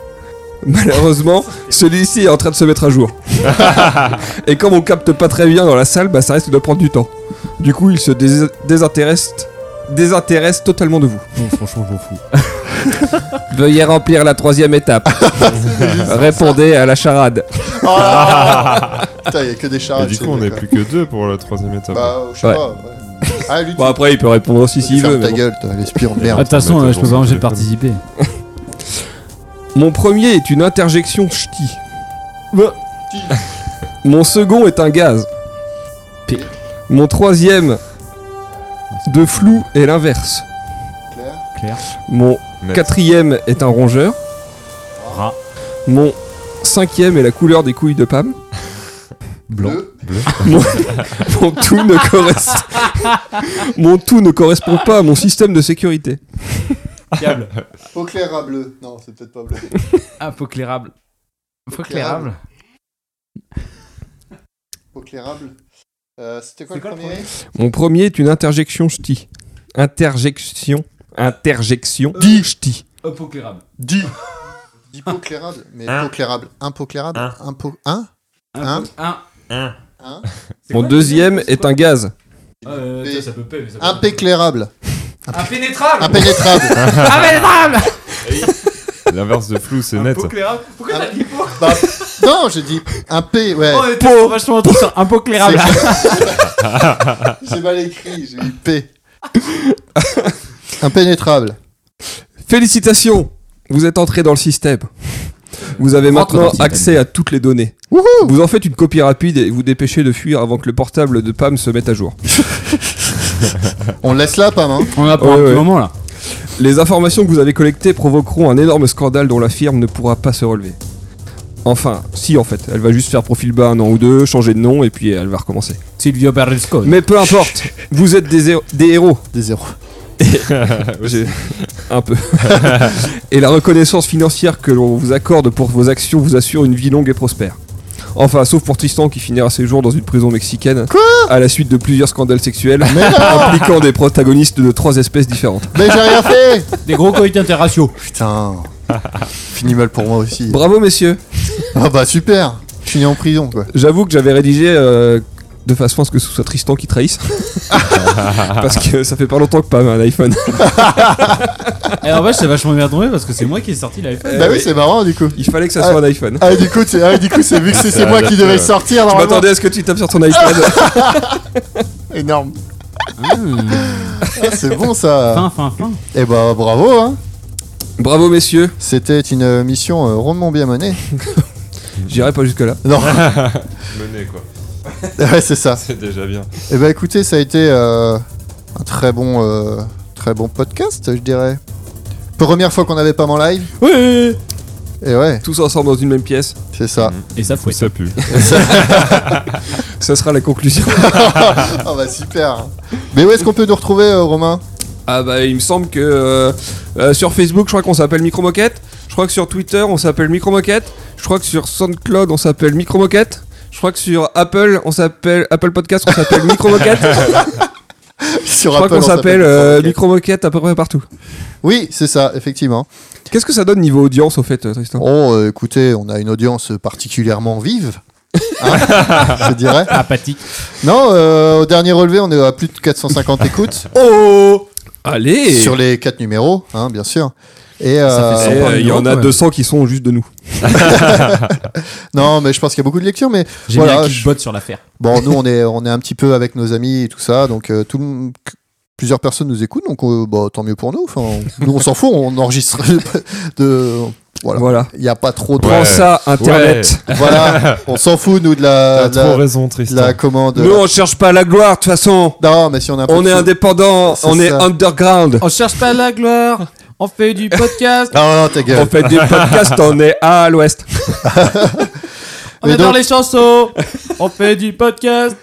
C: Malheureusement, celui-ci est en train de se mettre à jour. Et comme on capte pas très bien dans la salle, bah ça risque de prendre du temps. Du coup, il se dés- désintéresse, désintéresse totalement de vous.
E: franchement, j'en fous.
C: (laughs) Veuillez remplir la troisième étape. Répondez à la charade.
D: (laughs)
B: Putain, Oh. il y a que des charades.
D: Et du
B: c'est
D: coup, on est
B: d'accord.
D: plus que deux pour la troisième étape.
B: Bah, je sais
C: Ouais.
B: pas. ouais. Ah, lui, tu-
C: Bon après, il peut répondre aussi
B: tu
C: s'il
B: fermes
C: veut. mais
B: ta
C: bon.
B: gueule, toi, l'espion de
E: Ah, de
B: merde.
E: toute façon,
D: Attends,
E: euh, je peux pas
D: attends,
E: manger de
D: attends.
E: participer.
C: Mon premier est une interjection ch'ti. Bah. (laughs) Mon second est un gaz.
A: P.
C: Mon troisième de flou est l'inverse.
A: Claire.
C: Mon
D: Net.
C: quatrième est un rongeur.
A: Rat.
C: Mon cinquième est la couleur des couilles de (laughs) Pam.
E: Blanc.
C: (laughs) Mon, mon tout ne correspond. mon tout ne correspond pas à mon système de sécurité.
A: Fiable.
B: Au clair à bleu. Non, c'est peut-être pas bleu.
A: Infoclérable.
B: Infoclérable. Au clair à bleu. Euh, C'était quoi,
A: C'est quoi
B: le
A: le
B: premier
C: Mon premier est une interjection ch'ti. Interjection. Interjection. ch'ti.
A: Infoclérable.
B: Dis Hypoclérable, mais
D: Hein
B: hypoclérable. Impoclérable
D: Hein
B: Impo... Hein Hein
A: Un.
D: Un.
B: Hein
A: C'est
C: Mon
A: quoi,
C: deuxième
A: c'est
C: est
A: quoi
C: un gaz.
A: Euh,
B: P.
A: ça, ça peut pas, mais ça peut pas.
B: Impéclérable.
A: Impénétrable
D: (laughs)
B: Impénétrable.
A: Impénétrable
D: L'inverse de flou, c'est net.
A: Impoclérable Pourquoi t'as dit po
B: Bah, non, j'ai dit impé, ouais.
A: Oh, mais t'es vachement trop sur impoclérable
B: (laughs) J'ai mal écrit, j'ai dit
C: (laughs)
B: P. Impénétrable.
C: Félicitations Vous êtes entré dans le système. Vous avez maintenant accès à toutes les données. Vous en faites une copie rapide et vous dépêchez de fuir avant que le portable de Pam se mette à jour.
B: On le laisse là, Pam, hein
E: On en a pour
C: Ouais,
E: un
C: ouais.
E: petit moment là.
C: Les informations que vous avez collectées provoqueront un énorme scandale dont la firme ne pourra pas se relever. Enfin, si en fait, elle va juste faire profil bas un an ou deux, changer de nom et puis elle va recommencer.
E: Silvio Berlusconi.
C: Mais peu importe, vous êtes des, héros- des héros.
B: Des zéros.
C: J'ai- Un peu. et la reconnaissance financière que l'on vous accorde pour vos actions vous assure une vie longue et prospère. Enfin, sauf pour Tristan qui finira ses jours dans une prison mexicaine à la suite de plusieurs scandales sexuels
B: Ah,
C: impliquant des protagonistes de trois espèces différentes.
B: Mais j'ai rien fait
A: Des gros coïts interraciaux
C: (laughs)
B: Putain. Fini mal pour moi aussi.
C: Bravo, messieurs.
B: Ah bah super Fini en prison quoi.
C: J'avoue que j'avais rédigé euh, de façon à ce que ce soit Tristan qui trahisse. Parce que ça fait pas longtemps que pas un iPhone.
A: Et en vrai, c'est vachement bien tombé parce que c'est moi qui ai sorti l'iPhone.
B: bah oui,
C: oui.
B: c'est marrant du coup.
C: Il fallait que ça soit un iPhone.
B: Ah du coup, c'est ah, du coup, c'est vu que c'est- c'est moi qui devais le sortir
C: Je
B: normalement.
C: m'attendais à ce que tu tapes sur ton iPhone.
B: Énorme.
C: Hmm.
A: Mmh.
B: Ah, c'est bon ça.
A: Fin, fin, fin.
B: Et bah bravo hein.
C: Bravo, messieurs.
B: C'était une euh, mission euh, rondement bien menée. (laughs)
C: J'irai pas jusque-là.
B: Non,
D: Mené, quoi.
B: ouais, c'est ça.
D: C'est déjà bien.
B: Et bah écoutez, ça a été euh, un très bon euh, très bon podcast, je dirais. Première fois qu'on avait pas en live.
C: Oui
B: Et ouais,
C: Tous ensemble dans une même pièce.
B: c'est ça.
A: Et ça fouette.
D: Ça pue.
C: Ça sera la conclusion. (laughs)
B: Ah bah super. Mais où est-ce qu'on peut nous retrouver euh, Romain
C: Ah bah il me semble que euh, euh, sur Facebook je crois qu'on s'appelle Micro Moquette, je crois que sur Twitter on s'appelle Micro Moquette, je crois que sur SoundCloud on s'appelle Micro Moquette, je crois que sur Apple on s'appelle Apple Podcast on s'appelle Micro (laughs) Moquette, je
B: Sur
C: crois
B: Apple,
C: qu'on
B: on
C: s'appelle euh,
B: Rocket.
C: Micro Moquette à peu près partout.
B: Oui, c'est ça, effectivement.
C: (laughs) Qu'est-ce que ça donne niveau audience au fait euh, Tristan
B: Oh, euh, écoutez, on a une audience particulièrement vive. (laughs) Hein, je dirais.
A: Apathique.
B: Non, euh, au dernier relevé, on est à plus de 450
C: (laughs)
B: écoutes
C: Oh Allez
B: sur les 4 numéros, hein, bien sûr. Et euh,
C: Eh, euh, Il y en a 200 qui sont juste de nous.
B: non, mais je pense qu'il y a beaucoup de lectures, mais
A: J'ai
B: Voilà,
A: mis un
B: je-
A: kickbot sur l'affaire.
B: bon, nous, on est, on est un petit peu avec nos amis et tout ça, donc euh, tout le monde- plusieurs personnes nous écoutent, donc euh, bah, tant mieux pour nous. Enfin, on- nous, on s'en fout, on enregistre (laughs) de, voilà.
C: Voilà.
B: il n'y a pas trop de,
D: Ouais.
C: Prends ça Internet
B: (laughs) voilà, on s'en fout nous de la,
D: T'as
B: de la,
D: trop raison,
B: de
D: Tristan.
B: la commande.
C: Nous on cherche pas la gloire de toute façon
B: Non, mais si on a un peu
C: Ah, On
B: de
C: est
B: sous-
C: indépendant,
B: C'est
C: on est
B: ça.
C: underground
A: On cherche pas la gloire. On fait du podcast.
B: Non, non, ta
C: On
B: gueule. (laughs)
C: fait des podcasts, on est à l'ouest
A: On
B: Mais
A: adore
B: donc-
A: les chansons. On fait du podcast.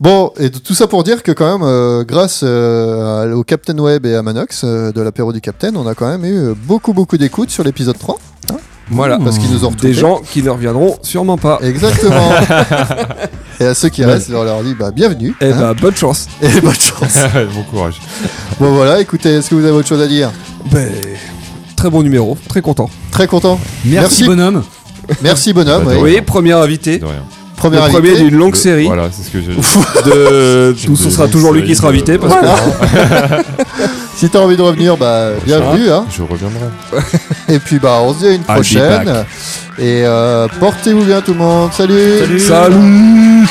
B: Bon, et de- tout ça pour dire que quand même, euh, grâce euh, à- au Captain Web et à Manox euh, de l'apéro du Captain, on a quand même eu euh, beaucoup beaucoup d'écoutes sur l'épisode 3.
C: Voilà.
B: Parce qu'ils nous ont
C: Des
B: retweetés.
C: gens qui ne reviendront sûrement pas.
B: Exactement.
C: (laughs)
B: et à ceux qui restent, on leur dit bah bienvenue
C: Eh
B: hein,
C: bah, bonne chance.
B: et (laughs) bonne chance.
D: bon courage.
B: bon voilà, écoutez, est-ce que vous avez autre chose à dire
C: Ben, Très bon numéro, très content.
B: Très content. Merci.
A: Merci bonhomme.
B: Merci bonhomme.
D: Bah,
B: oui.
D: Ouais.
C: Oui, premier invité.
D: De rien.
B: Premier
C: le
B: invité.
C: premier d'une longue
D: Le-
C: série.
D: Voilà, c'est ce que j'ai dit.
B: (laughs)
C: De... Où ce
D: Une
C: sera
D: longue
C: toujours lui
D: série
C: qui sera
D: de-
C: invité. Parce
B: euh, Voilà. (laughs) si t'as envie de revenir, bah bienvenue. Hein.
D: Je reviendrai.
B: Et puis bah on se dit à une
D: I'll be
B: prochaine.
D: back.
B: Et euh, portez-vous bien tout le monde.
C: que...
B: Salut.
C: Salut